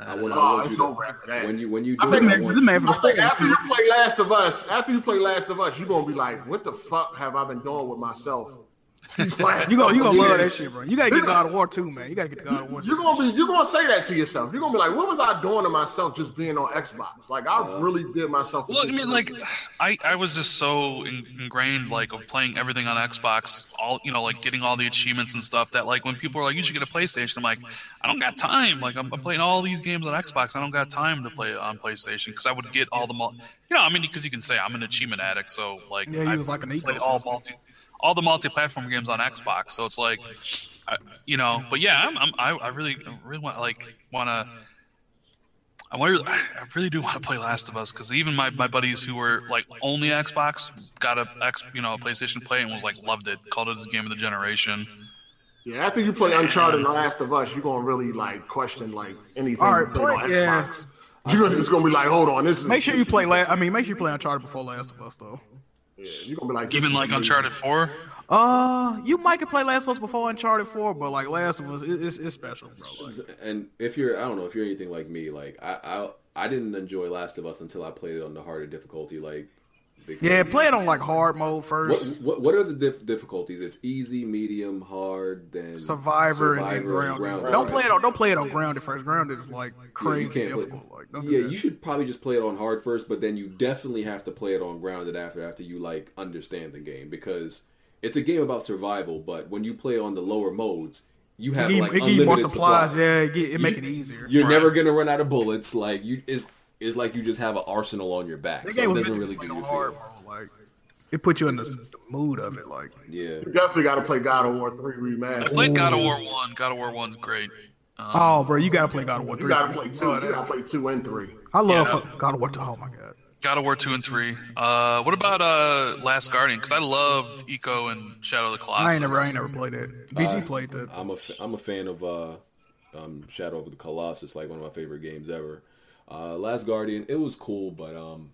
I want, I
Oh,
want
it's
you
over after
to,
that.
when you when you
I
do
think
it, I
that-
want
this
you-
man for the
I think
second.
after you play Last of Us, after you play Last of Us, you gonna be like, what the fuck have I been doing with myself? These
[LAUGHS]
last
You gonna you
couple
gonna love that
years?
shit, bro. You gotta get God of War too, man. You gotta get the God of War.
You're
too.
gonna be you're gonna say that to yourself. You're gonna be like, what was I doing to myself just being on Xbox? Like I
Uh,
really did myself. a
Well, I mean, like,
disservice.
I, I was just so in- ingrained, like, of playing everything on Xbox, all, you know, like, getting all the achievements and stuff that, like, when people are like, you should get a PlayStation, I'm like, I don't got time. Like, I'm, I'm playing all these games on Xbox. I don't got time to play on PlayStation because I would get all the, mul- you know, I mean, because you can say I'm an achievement addict, so, like,
Yeah,
I
you was like an
play all
ecosystem.
multi, all the multi-platform games on Xbox. So it's like, I, you know, but yeah, I'm, I'm, I, I really, really want, like, want to, I want to, I really do want to play Last of Us because even my, my buddies who were like only Xbox got a X, you know, a PlayStation Play and was like loved it, called it the game of the generation.
Yeah, after you play Uncharted and The Last of Us, you're gonna really like question like anything
All right,
you play on
play- yeah.
Xbox. You're gonna, it's gonna be like, hold on, this is.
Make sure you play. La- I mean, make sure you play Uncharted before Last of Us, though.
Yeah, you're gonna be like, this
Even
is
like
amazing.
Uncharted Four.
Uh, you might could play Last of Us before Uncharted Four, but like Last of Us, it, it's it's special, bro. Like,
and if you're I don't know if you're anything like me, like I I, I didn't enjoy Last of Us until I played it on the harder difficulty, like because-
yeah, play it on like hard mode
What,
first.
what what are the diff- difficulties? It's easy, medium, hard, then
Survivor, and then
Survivor and
grounded. Don't
right?
play it on. Don't play it on grounded first. Grounded is like
Yeah, you
crazy
can't play-
difficult. Like, don't do
yeah,
that.
you should probably just play it on hard first, but then you definitely have to play it on grounded after after you like understand the game because it's a game about survival. But when you play on the lower modes, you
It
have
give,
like
it give you more
unlimited
supplies.
supplies.
Yeah, it, get, it make
should-
it easier.
You're never gonna run out of bullets. Like you is is like you just have an arsenal on your back.
That
So
game
it
was
doesn't
meant to
really
be
give
played
you a
on hard
feel.
mode. Like, it put you in the, the mood of it. Like,
Yeah.
You definitely gotta play God of War three
I
remastered.
played God of War One. God of War One's great. Um,
oh, bro, you gotta play God of War
You
three.
gotta play two.
Oh,
You
that-
gotta play two and three.
I love
Yeah.
fuck- God of War two. Oh my god.
God of War Two and Three. Uh, what about uh Last Guardian? Because I loved Eco and Shadow of the Colossus.
I ain't never, I ain't never played that.
Uh,
BG played that.
I'm a f- I'm a fan of uh, um, Shadow of the Colossus, like one of my favorite games ever. Uh, Last Guardian, it was cool, but um,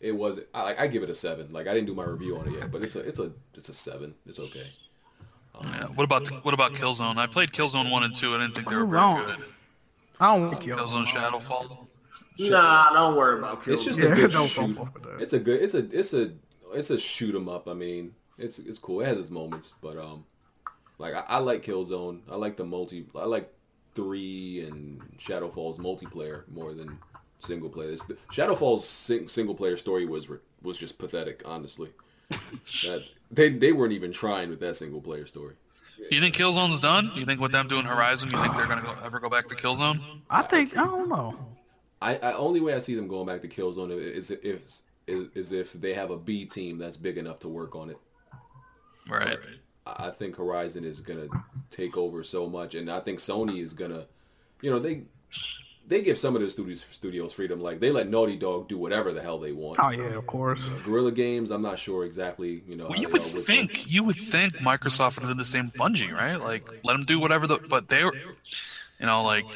it was I like I give it a seven. Like I didn't do my review on it yet, but it's a it's a it's a seven. It's okay.
Yeah, What about what about Killzone? I played Killzone One and Two. I didn't think they were
Who
very
won't?
good.
I don't want to kill.
Killzone Shadowfall.
Nah, don't worry about killing.
It's just
Yeah,
a good
don't
shoot.
fuck with that.
It's a good. It's a it's a it's a shoot 'em up. I mean, it's it's cool. It has its moments, but um, like I, I like Killzone. I like the multi. I like three and Shadow Falls multiplayer more than single player. It's, Shadow Falls sing, single player story was re- was just pathetic. Honestly, that, they they weren't even trying with that single player story.
You think Killzone's done? You think with them doing Horizon, you think they're gonna go, ever go back to Killzone?
I think I don't know.
I, I only way I see them going back to Killzone is if is, is if they have a B team that's big enough to work on it.
Right.
I I think Horizon is gonna take over so much, and I think Sony is gonna, you know, they they give some of their studios studios freedom. Like they let Naughty Dog do whatever the hell they want.
Oh yeah, of course.
Guerrilla Games, I'm not sure exactly. You know,
Well,
I
you
don't
would
know which one-
think you would think Microsoft would do the same Bungie, right? Like let them do whatever the but they were, you know, like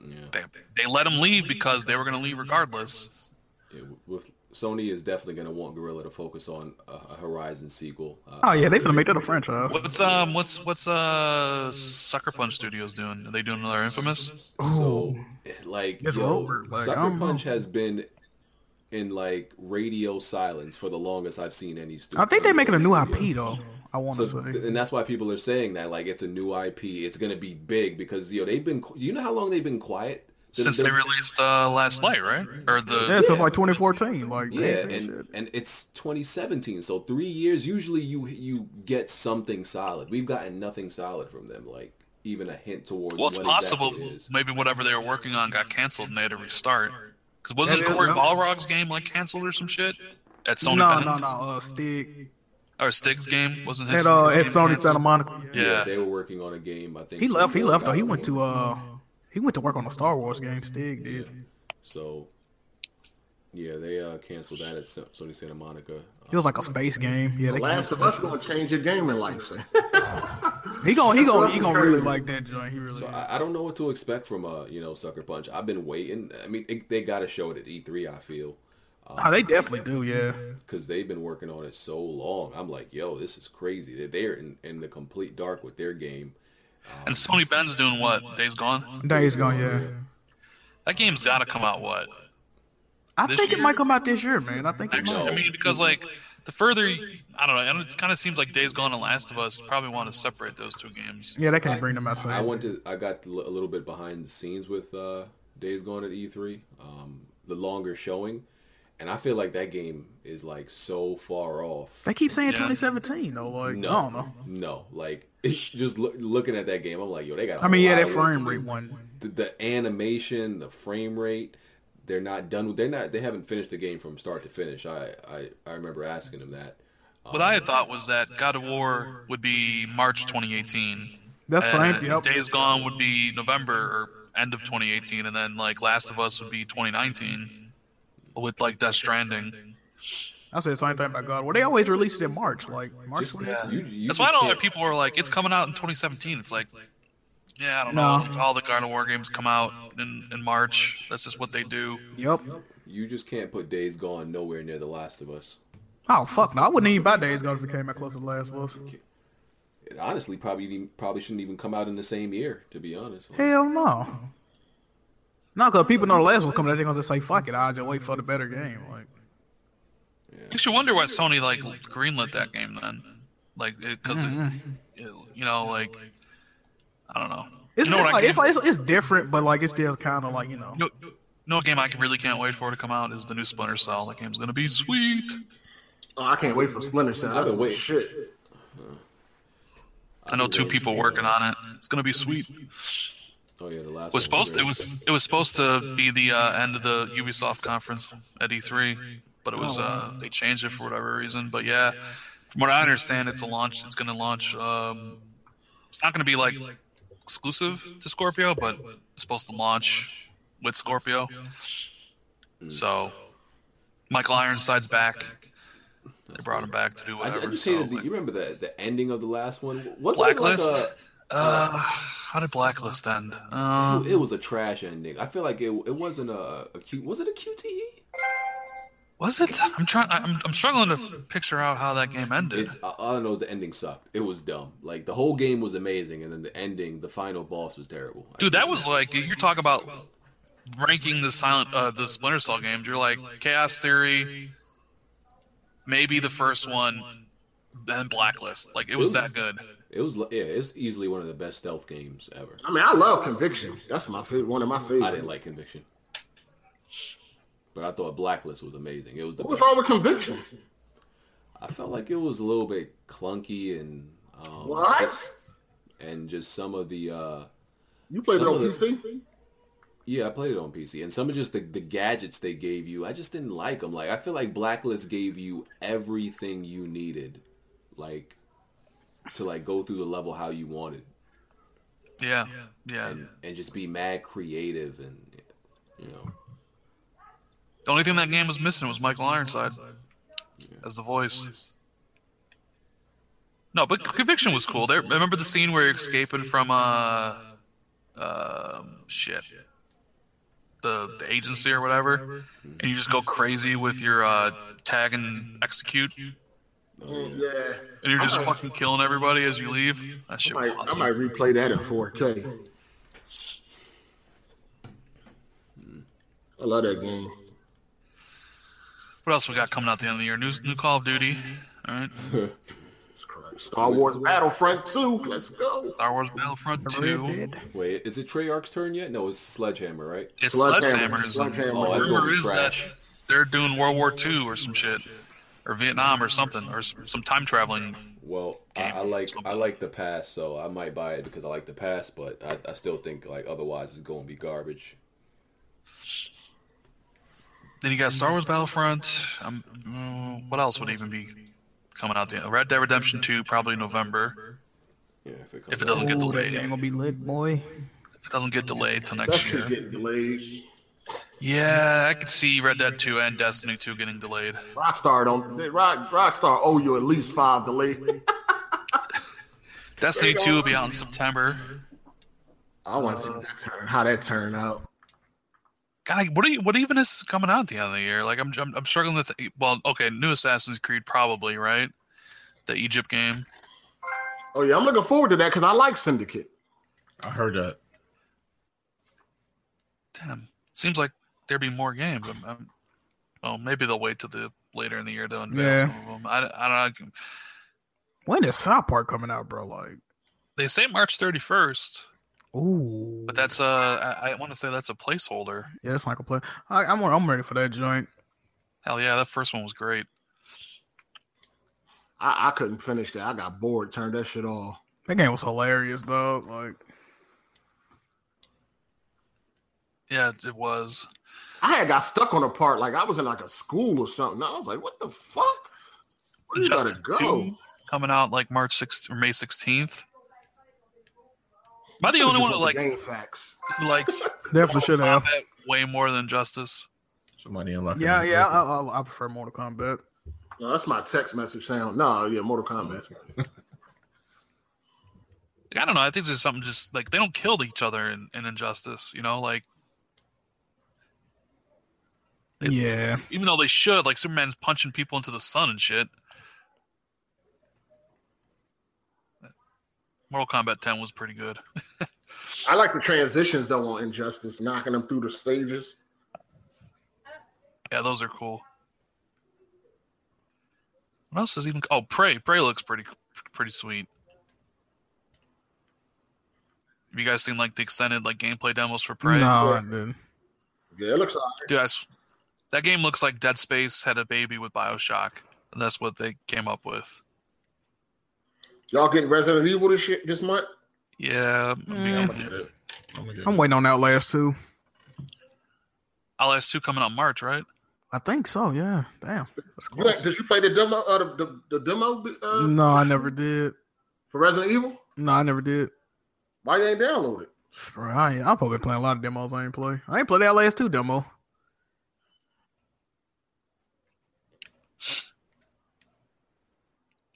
Yeah,
they, they let them leave because they were gonna leave regardless.
it, with Sony is definitely gonna want Guerrilla to focus on a, a Horizon sequel. Uh,
Oh yeah, they finna make that a franchise.
What's um what's what's uh Sucker Punch Studios doing? Are they doing another Infamous?
So, like,
Oh. It's
yo,
over. Like, I
Sucker
don't know.
Punch has been in like radio silence for the longest I've seen any. Stu-
I think they're
any
making a
Sony
new
studio.
IP though. I I want
So,
to
th-
say.
and that's why people are saying that like it's a new IP. It's going to be big because you know they've been. You know how long they've been quiet There-
Since they
there's-
released uh, Last Light, right? Or the
Yeah, since like 2014. Like, they
Yeah,
ain't said
and,
shit.
and it's 2017, so three years. Usually, you you get something solid. We've gotten nothing solid from them, like even a hint towards.
Well, it's
what exactly
possible
it is.
maybe whatever they were working on got canceled and they had to restart. Because wasn't
Yeah,
Corey
yeah.
Balrog's game like canceled or some shit at Sony?
no,
Bend?
no, no. Uh, Stick.
Or Stig's game wasn't his.
At, uh,
his
at
game
Sony
canceled?
Santa Monica.
Yeah.
they were working on a game. I think
He left. He
before
left
Call
though. He
of
went
Duty.
to uh, he went to work on a Star Wars game. Stig did.
So, yeah, they uh, canceled that at Sa- Sony Santa Monica.
It was like a space game. Yeah, they
Last of Us going to change your gaming life. son. [LAUGHS] Oh,
he gon' he gon' he gon' really like that joint. He really.
So
is.
I, I don't know what to expect from uh you know Sucker Punch. I've been waiting. I mean, it, they got to show it at E3. I feel
oh, they definitely do. Yeah.
because they've been working on it so long. I'm like, yo, this is crazy. They're, they're in, in the complete dark with their game.
And Sony Ben's doing what? Days Gone.
Days gone. Yeah.
That game's got to come out what?
I
This
think it
year?
might come out this year, man. I think it
Actually,
might.
I mean because like the further I don't know, and it kind of seems like Days Gone and Last of Us probably want to separate those two games.
Yeah, they can't bring them
I
outside.
went to. I got l- a little bit behind the scenes with uh, Days Gone at E3. Um, the longer showing, and I feel like that game is like so far off.
They keep saying
Yeah.
2017 though. Like, I
No,
don't know.
no, like [LAUGHS] it's just look, looking at that game, I'm like, yo, they got. a
I mean,
lot
yeah, that
of work
frame
to
rate
do.
one.
The, the animation, the frame rate, they're not done. with- They're not. They haven't finished the game from start to finish. I I, I remember asking him that.
What I had thought was that God of War would be March 2018.
That's
and
same. Yep.
Uh, Days Gone would be November or end of 2018, and then like Last of Us would be 2019 with like Death Stranding.
I said the same thing about God. Well, they always release it in March, like March.
Just,
2018.
you, you
That's
just
why I don't
can't-
like people were like, it's coming out in 2017. It's like, yeah, I don't
No.
know. All the God of War games come out in, in March. That's just what they do.
Yep.
You just can't put Days Gone nowhere near The Last of Us.
Oh fuck no! I wouldn't even buy Days Gone if it came out close to the Last of Us.
It honestly probably didn't- probably shouldn't even come out in the same year, to be honest. Like,
Hell no. No, because people know the last one's coming out. They're going to say, fuck it. I'll just wait for the better game. Like,
You should wonder why Sony like greenlit that game then, like because it,
Mm-hmm.
it- you know like I don't know.
it's,
you know
it's,
what I
like,
can-
it's, like, it's, it's different, but like it's still kind of like, you know.
you know, you know what game I really can't wait for to come out is the new Splinter Cell. That game's gonna be sweet.
Oh, I can't wait for Splinter Cell. That's
been
some
waiting.
shit.
I know two people working on it. It's gonna be sweet. It
Oh yeah, the last
was
one
supposed it
great.
was it was supposed to be the uh, end of the Ubisoft conference at E3, but it was uh, they changed it for whatever reason. But yeah, from what I understand, it's a launch. It's gonna launch. Um, it's not gonna be like exclusive to Scorpio, but it's supposed to launch with Scorpio.
Hmm.
So Michael Ironside's back. They brought him back to do
I, I
whatever.
just
so,
hated the,
like-
you remember the the ending of the last one? Was
Blacklist.
It,
uh, how did Blacklist end?
like
Uh,
a, it was a trash ending. I feel like it it wasn't a, a Q, E? was it a QTE?
was it? I'm trying. I'm, I'm struggling to picture out how that game ended.
It's I, I don't know. The ending sucked. It was dumb. Like the whole game was amazing, and then the ending, the final boss was terrible.
Dude, that was like you're talking about ranking the silent uh, the Splinter Cell games. You're like Chaos Theory, maybe the first one, then Blacklist. Like it was that good.
It was yeah. It's easily one of the best stealth games ever.
I mean, I love Conviction. That's my favorite, one of my favorites.
I didn't like Conviction, but I thought Blacklist was amazing. It was the
What's
best.
wrong with Conviction?
I felt like it was a little bit clunky and um,
What?
and just some of the uh
You played it
Some
on
of the-
PC?
yeah I played it on PC and some of just the, the gadgets they gave you I just didn't like them like I feel like Blacklist gave you everything you needed like to like go through the level how you wanted
Yeah, yeah.
and and just be mad creative and you know
The only thing that game was missing was Michael Ironside as the voice. No, but Conviction was cool. There, remember the scene where you're escaping from uh, um, shit, the the agency or whatever, and you just go crazy with your uh, tag and execute, and
oh, yeah.
Mm, Yeah.
you're just fucking killing everybody as you leave. That shit
I
was
might, I
awesome.
might replay that in 4K. I love that game.
What else we got coming out the end of the year? New new Call of Duty. All right.
It's correct. Star Wars Battlefront 2. Let's go.
Star Wars Battlefront Two.
Wait, is it Treyarch's turn yet? No, it's Sledgehammer, right?
It's
Sledgehammer.
Sledgehammer's.
Oh,
Sledgehammer.
that's gonna
Rumor
be
is that
trash.
they're doing World War II or some shit, or Vietnam or something, or s- some time traveling.
Well, I, I
Game.
like I like the pass, so I might buy it because I like the pass, but I, I still think like otherwise it's going to be garbage.
Then you got Star Wars Battlefront. Um, mm, what else would even be coming out? The Red Dead Redemption Two, probably November.
Yeah, if it, comes
If it
out.
doesn't get
Ooh, that
delayed,
game
if
gonna be lit, boy.
it doesn't get delayed till
That
next
shit
year.
getting delayed.
Yeah, I could see Red Dead Two and Destiny Two getting delayed.
Rockstar don't. they- Rock, Rockstar owe you at least five delay.
Destiny Two will be out in September.
I want to see that turn, how that turn out.
God, I- what are you, what even is coming out the end of the year? Like I'm I'm, I'm struggling with. Well, okay, new Assassin's Creed probably right. The Egypt game.
Oh yeah, I'm looking forward to that because I like Syndicate.
I heard that.
Damn, seems like there'd be more games. I'm, I'm, oh, maybe they'll wait till the later in the year to unveil
Yeah.
some of them. I, don't- I don't know.
When is South Park coming out, bro? Like,
They say March 31st,
ooh,
but that's uh, I, I want to say that's a placeholder.
yeah, it's like a play. I, I'm I'm ready for that joint.
Hell yeah, that first one was great.
I, I couldn't finish that. I got bored. Turned that shit off.
That game was hilarious, dog. Like,
Yeah, it was.
I had got stuck on a part like I was in like a school or something. I was like, what the fuck? Where you gotta
Injustice
go?
2 coming out like March 6th or May 16th. Am I the
Should've
only
just
one who
went
like
to game facts.
who likes
definitely should have.
combat way more than Justice?
Somebody unlocking.
Yeah,
the-
yeah, I, I, I prefer Mortal Kombat.
No, that's my text message sound. No, yeah, Mortal Kombat.
Like, I don't know. I think there's something just like they don't kill each other in, in Injustice. You know, like It-
yeah,
even though they should, like Superman's punching people into the sun and shit. Mortal Kombat 10 was pretty good.
I like the transitions though on Injustice, knocking them through the stages.
Yeah, those are cool. What else is even? Oh, Prey. Prey looks pretty, pretty sweet. Have you guys seen like the extended like gameplay demos for Prey?
no, dude.
Yeah, it looks like
Dude, I s- that game looks like Dead Space had a baby with Bioshock, and that's what they came up with.
y'all getting Resident Evil this shit this month.
Yeah, I mean,
Get it. I'm gonna get
I'm
it.
waiting on Outlast too.
Outlast 2 coming out in March, right?
I think so. Yeah, damn. That's
You
cool.
ain't- did you play the demo? Uh, the, the, the demo uh,
No, I never did.
for Resident Evil?
No, I never did.
Why you ain't download it?
Bro, I ain't, I've probably playing a lot of demos I ain't play. I ain't played that last two demo.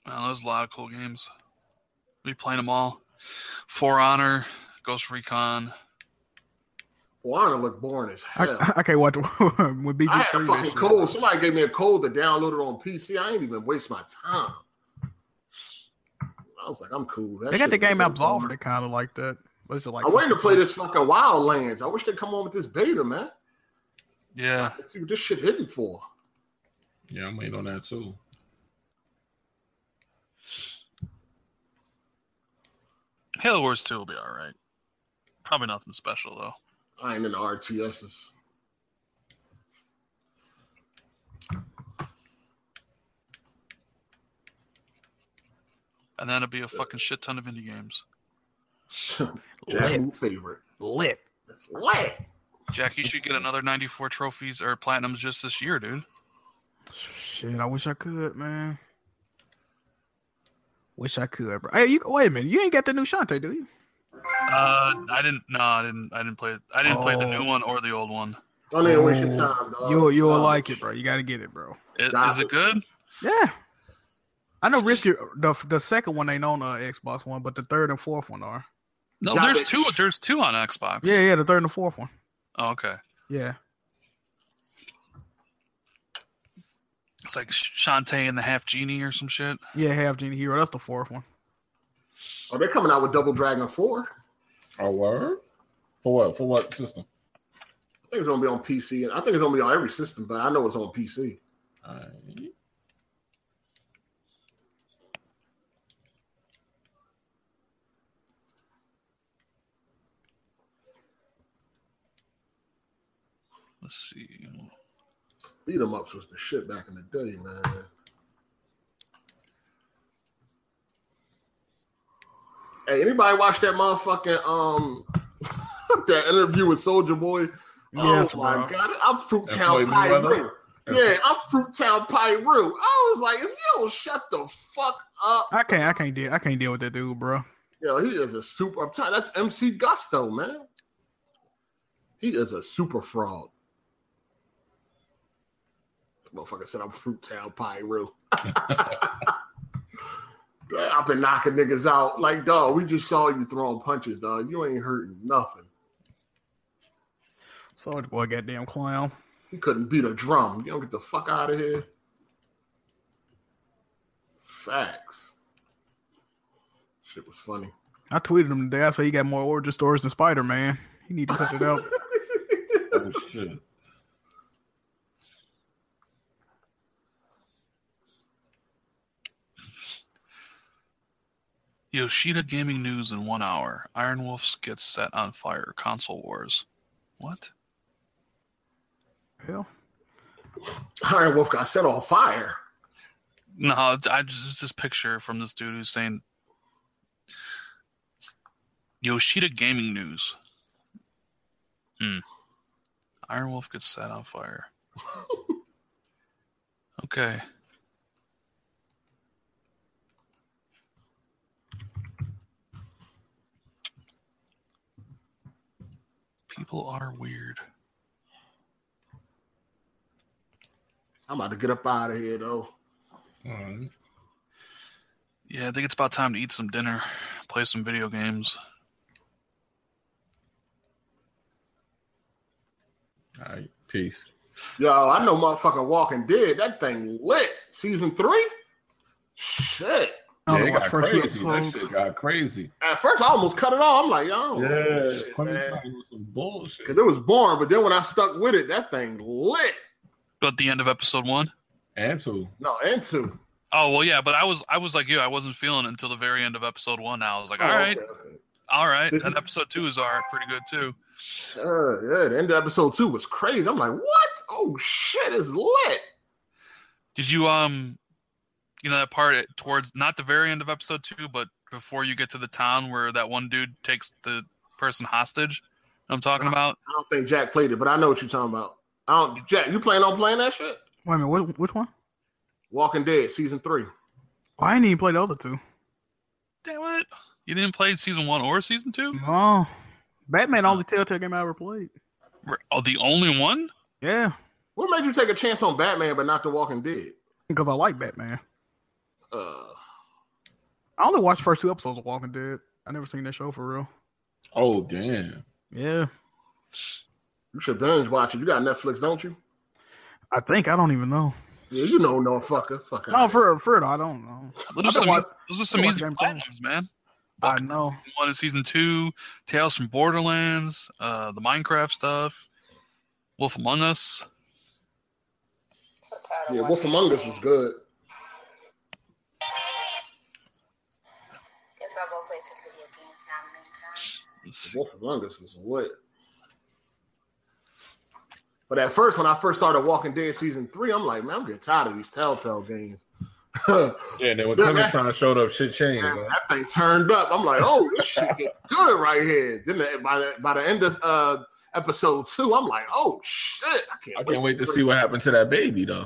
Wow, there's a lot of cool games. We playing them all. For Honor, Ghost Recon.
Juana looked boring as
I,
hell.
[LAUGHS] I, can't watch when BG.
I had a
streamed that
fucking
shit.
cold. Somebody gave me a cold to download it on PC. I ain't even waste my time. I was like, I'm cool. That
They got
shit
the
was
game
so
Absolver
boring.
that kind of like that. But it's like
I'm waiting to play this fucking Wildlands. I wish they'd come on with this beta, man.
Yeah.
Let's see what this shit hitting for.
Yeah, I'm waiting on that too.
Halo Wars 2 will be all right. Probably nothing special, though.
I ain't in the RTSs.
And then it'll be a fucking shit ton of indie games.
[LAUGHS] Jack, who favorite.
lit.
It's lit.
Jack, you should get another 94 trophies or platinums just this year, dude.
Shit, I wish I could, man. Wish I could, bro. Hey, you wait a minute. You ain't got the new Shantae, do you?
Uh, I didn't. No, I didn't. I didn't play. I didn't play the
Oh.
new one or the old one.
Don't even waste your
Oh.
time, dog.
you'll you'll
Dog.
like it, bro. You gotta get it, bro.
I- Is,
Nah.
it good?
Yeah. I know Risky the the second one ain't on uh, Xbox One, but the third and fourth one are.
No,
Nah,
there's
but-
two. There's two on Xbox.
Yeah, yeah, the third and the fourth one.
Oh, okay.
Yeah.
It's like Shantae and the Half Genie or some shit.
Yeah, half Genie Hero. That's the fourth one.
Oh, they're coming out with Double Dragon 4. I
Oh, word? For what? For what system?
think it's going to be on PC. and I think it's going to be on every system, but I know it's on PC.
Alright.
Let's see.
Beat 'em ups was the shit back in the day, man. Hey, anybody watch that motherfucking um [LAUGHS] that interview with Soldier Boy?
Yes,
oh my
bro.
god, I'm Fruit
That's
Town
what we love.
Pyro. Yeah, I'm Fruit Town Pyro. I was like, if you don't shut the fuck up,
I can't. I can't deal. I can't deal with that dude, bro.
yo, he is a super. I'm tired. That's MC Gusto, man. He is a super fraud. This motherfucker said I'm Fruit Town Pyro. I've been knocking niggas out. Like, dog, we just saw you throwing punches, dog. You ain't hurting nothing.
Soldier boy, goddamn clown.
He couldn't beat a drum. You don't get the fuck out of here. Facts. Shit was funny.
I tweeted him today. I said he got more origin stories than Spider Man. He need to cut it
[LAUGHS]
out.
Oh, shit.
Yoshida Gaming News in one hour. Iron Wolves gets set on fire. Console Wars. What?
Hell,
Iron Wolf got set on fire.
No, it's- I just it's this picture from this dude who's saying Yoshida Gaming News. Hmm. Iron Wolf gets set on fire. okay. People are weird.
I'm about to get up out of here though.
Alright.
Yeah, I think it's about time to eat some dinner, play some video games.
Alright. Peace.
Yo, I know motherfucking Walking Dead. That thing lit. Season three? Shit.
I
Yeah,
only
it
watched
got
first two
crazy. That
episodes.
shit got crazy.
At first I almost cut it off. I'm like, yo,
Yeah, Hunter
man.
Thompson was some bullshit.
because it was boring, but then when I stuck with it, that thing lit.
But the end of episode one.
And two.
No, and two.
Oh well, yeah, but I was I was like you. I wasn't feeling it until the very end of episode one. I was like, all right,
Oh, okay, okay.
all right.
Did-
And episode two is all right, pretty good too.
Uh, yeah, the end of episode two was crazy. I'm like, what? Oh shit, it's lit.
Did you um, you know that part at- towards not the very end of episode two, but before you get to the town where that one dude takes the person hostage? I'm talking
Uh-huh.
about.
I don't think Jack played it, but I know what you're talking about. I don't, Jack, you plan on playing that shit?
Wait a minute, which, which one?
Walking Dead season three.
Oh, I didn't even play the other two.
Damn it! You didn't play season one or season two?
No, Batman only Telltale game I ever played.
Re- Oh, the only one?
Yeah,
What made you take a chance on Batman but not The Walking Dead?
because I like Batman.
Uh,
I only watched first two episodes of Walking Dead. I never seen that show for real.
Oh damn.
Yeah,
you should binge watch it. You got Netflix, don't you?
I think I don't even know.
Yeah, you know, no fucker. Fuck
No,
outta
for real, for real, I don't know.
Those are
I've been
some, e,
watch-
those are some
been
easy
watching Game of
platinums, man.
I know.
Season one and season two, Tales from Borderlands, uh, the Minecraft stuff, Wolf Among Us.
here. Yeah, Wolf Among Us was good.
Guess I'll go play some video games now in the meantime.
Let's see.
Wolf Among Us was lit. But at first, when I first started Walking Dead season three, I'm like, man, I'm getting tired of these Telltale games. [LAUGHS] Man,
Yeah, and then when
Yeah,
Clementine showed up, shit changed. man.
that thing turned up. I'm like, oh, this shit get good right here. Then the- by the, by the end of uh, episode two, I'm like, oh shit, I can't,
I can't wait to see what happened to that baby though.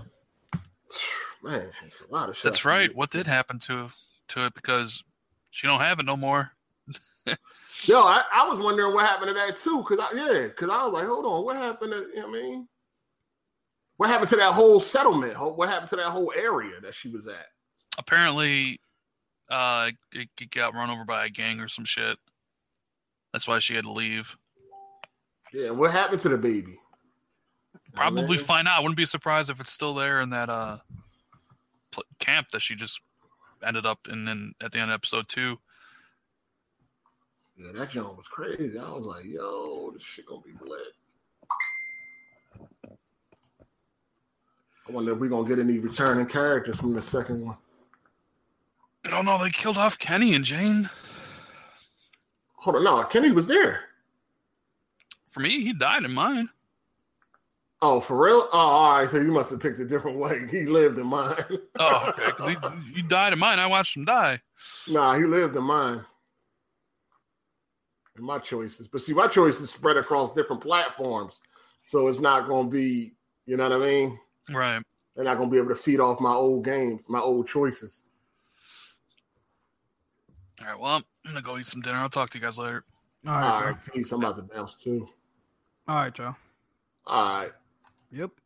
Man, it's a lot of shit.
That's right. What did happen to to it? Because she don't have it no more.
Yo, I, I was wondering what happened to that too, cause I yeah, cause I was like, hold on, what happened to you know what I mean? What happened to that whole settlement? Ho- What happened to that whole area that she was at?
Apparently, uh, it, it got run over by a gang or some shit. That's why she had to leave.
Yeah, and what happened to the baby?
Probably
Man,
find out. Wouldn't be surprised if it's still there in that uh pl- camp that she just ended up in. Then at the end of episode two,
Yeah, that joint was crazy. I was like, yo, this shit gonna be lit. I wonder if we're gonna get any returning characters from the second one.
I don't know. They killed off Kenny and Jane.
Hold on, no, Kenny was there.
For me, he died in mine.
Oh, for real? Oh, all right. So you must have picked a different [LAUGHS] way. He lived in mine.
Oh, okay. Because he, he died in mine. I watched him die.
nah, he lived in mine. And my choices, but see, my choices spread across different platforms, so it's not going to be, you know what I mean?
Right.
They're not going to be able to feed off my old games, my old choices.
All right. Well, I'm gonna go eat some dinner. I'll talk to you guys later.
All
All
right,
right, peace. I'm about to bounce too.
bro. All right, y'all.
All right.
Yep.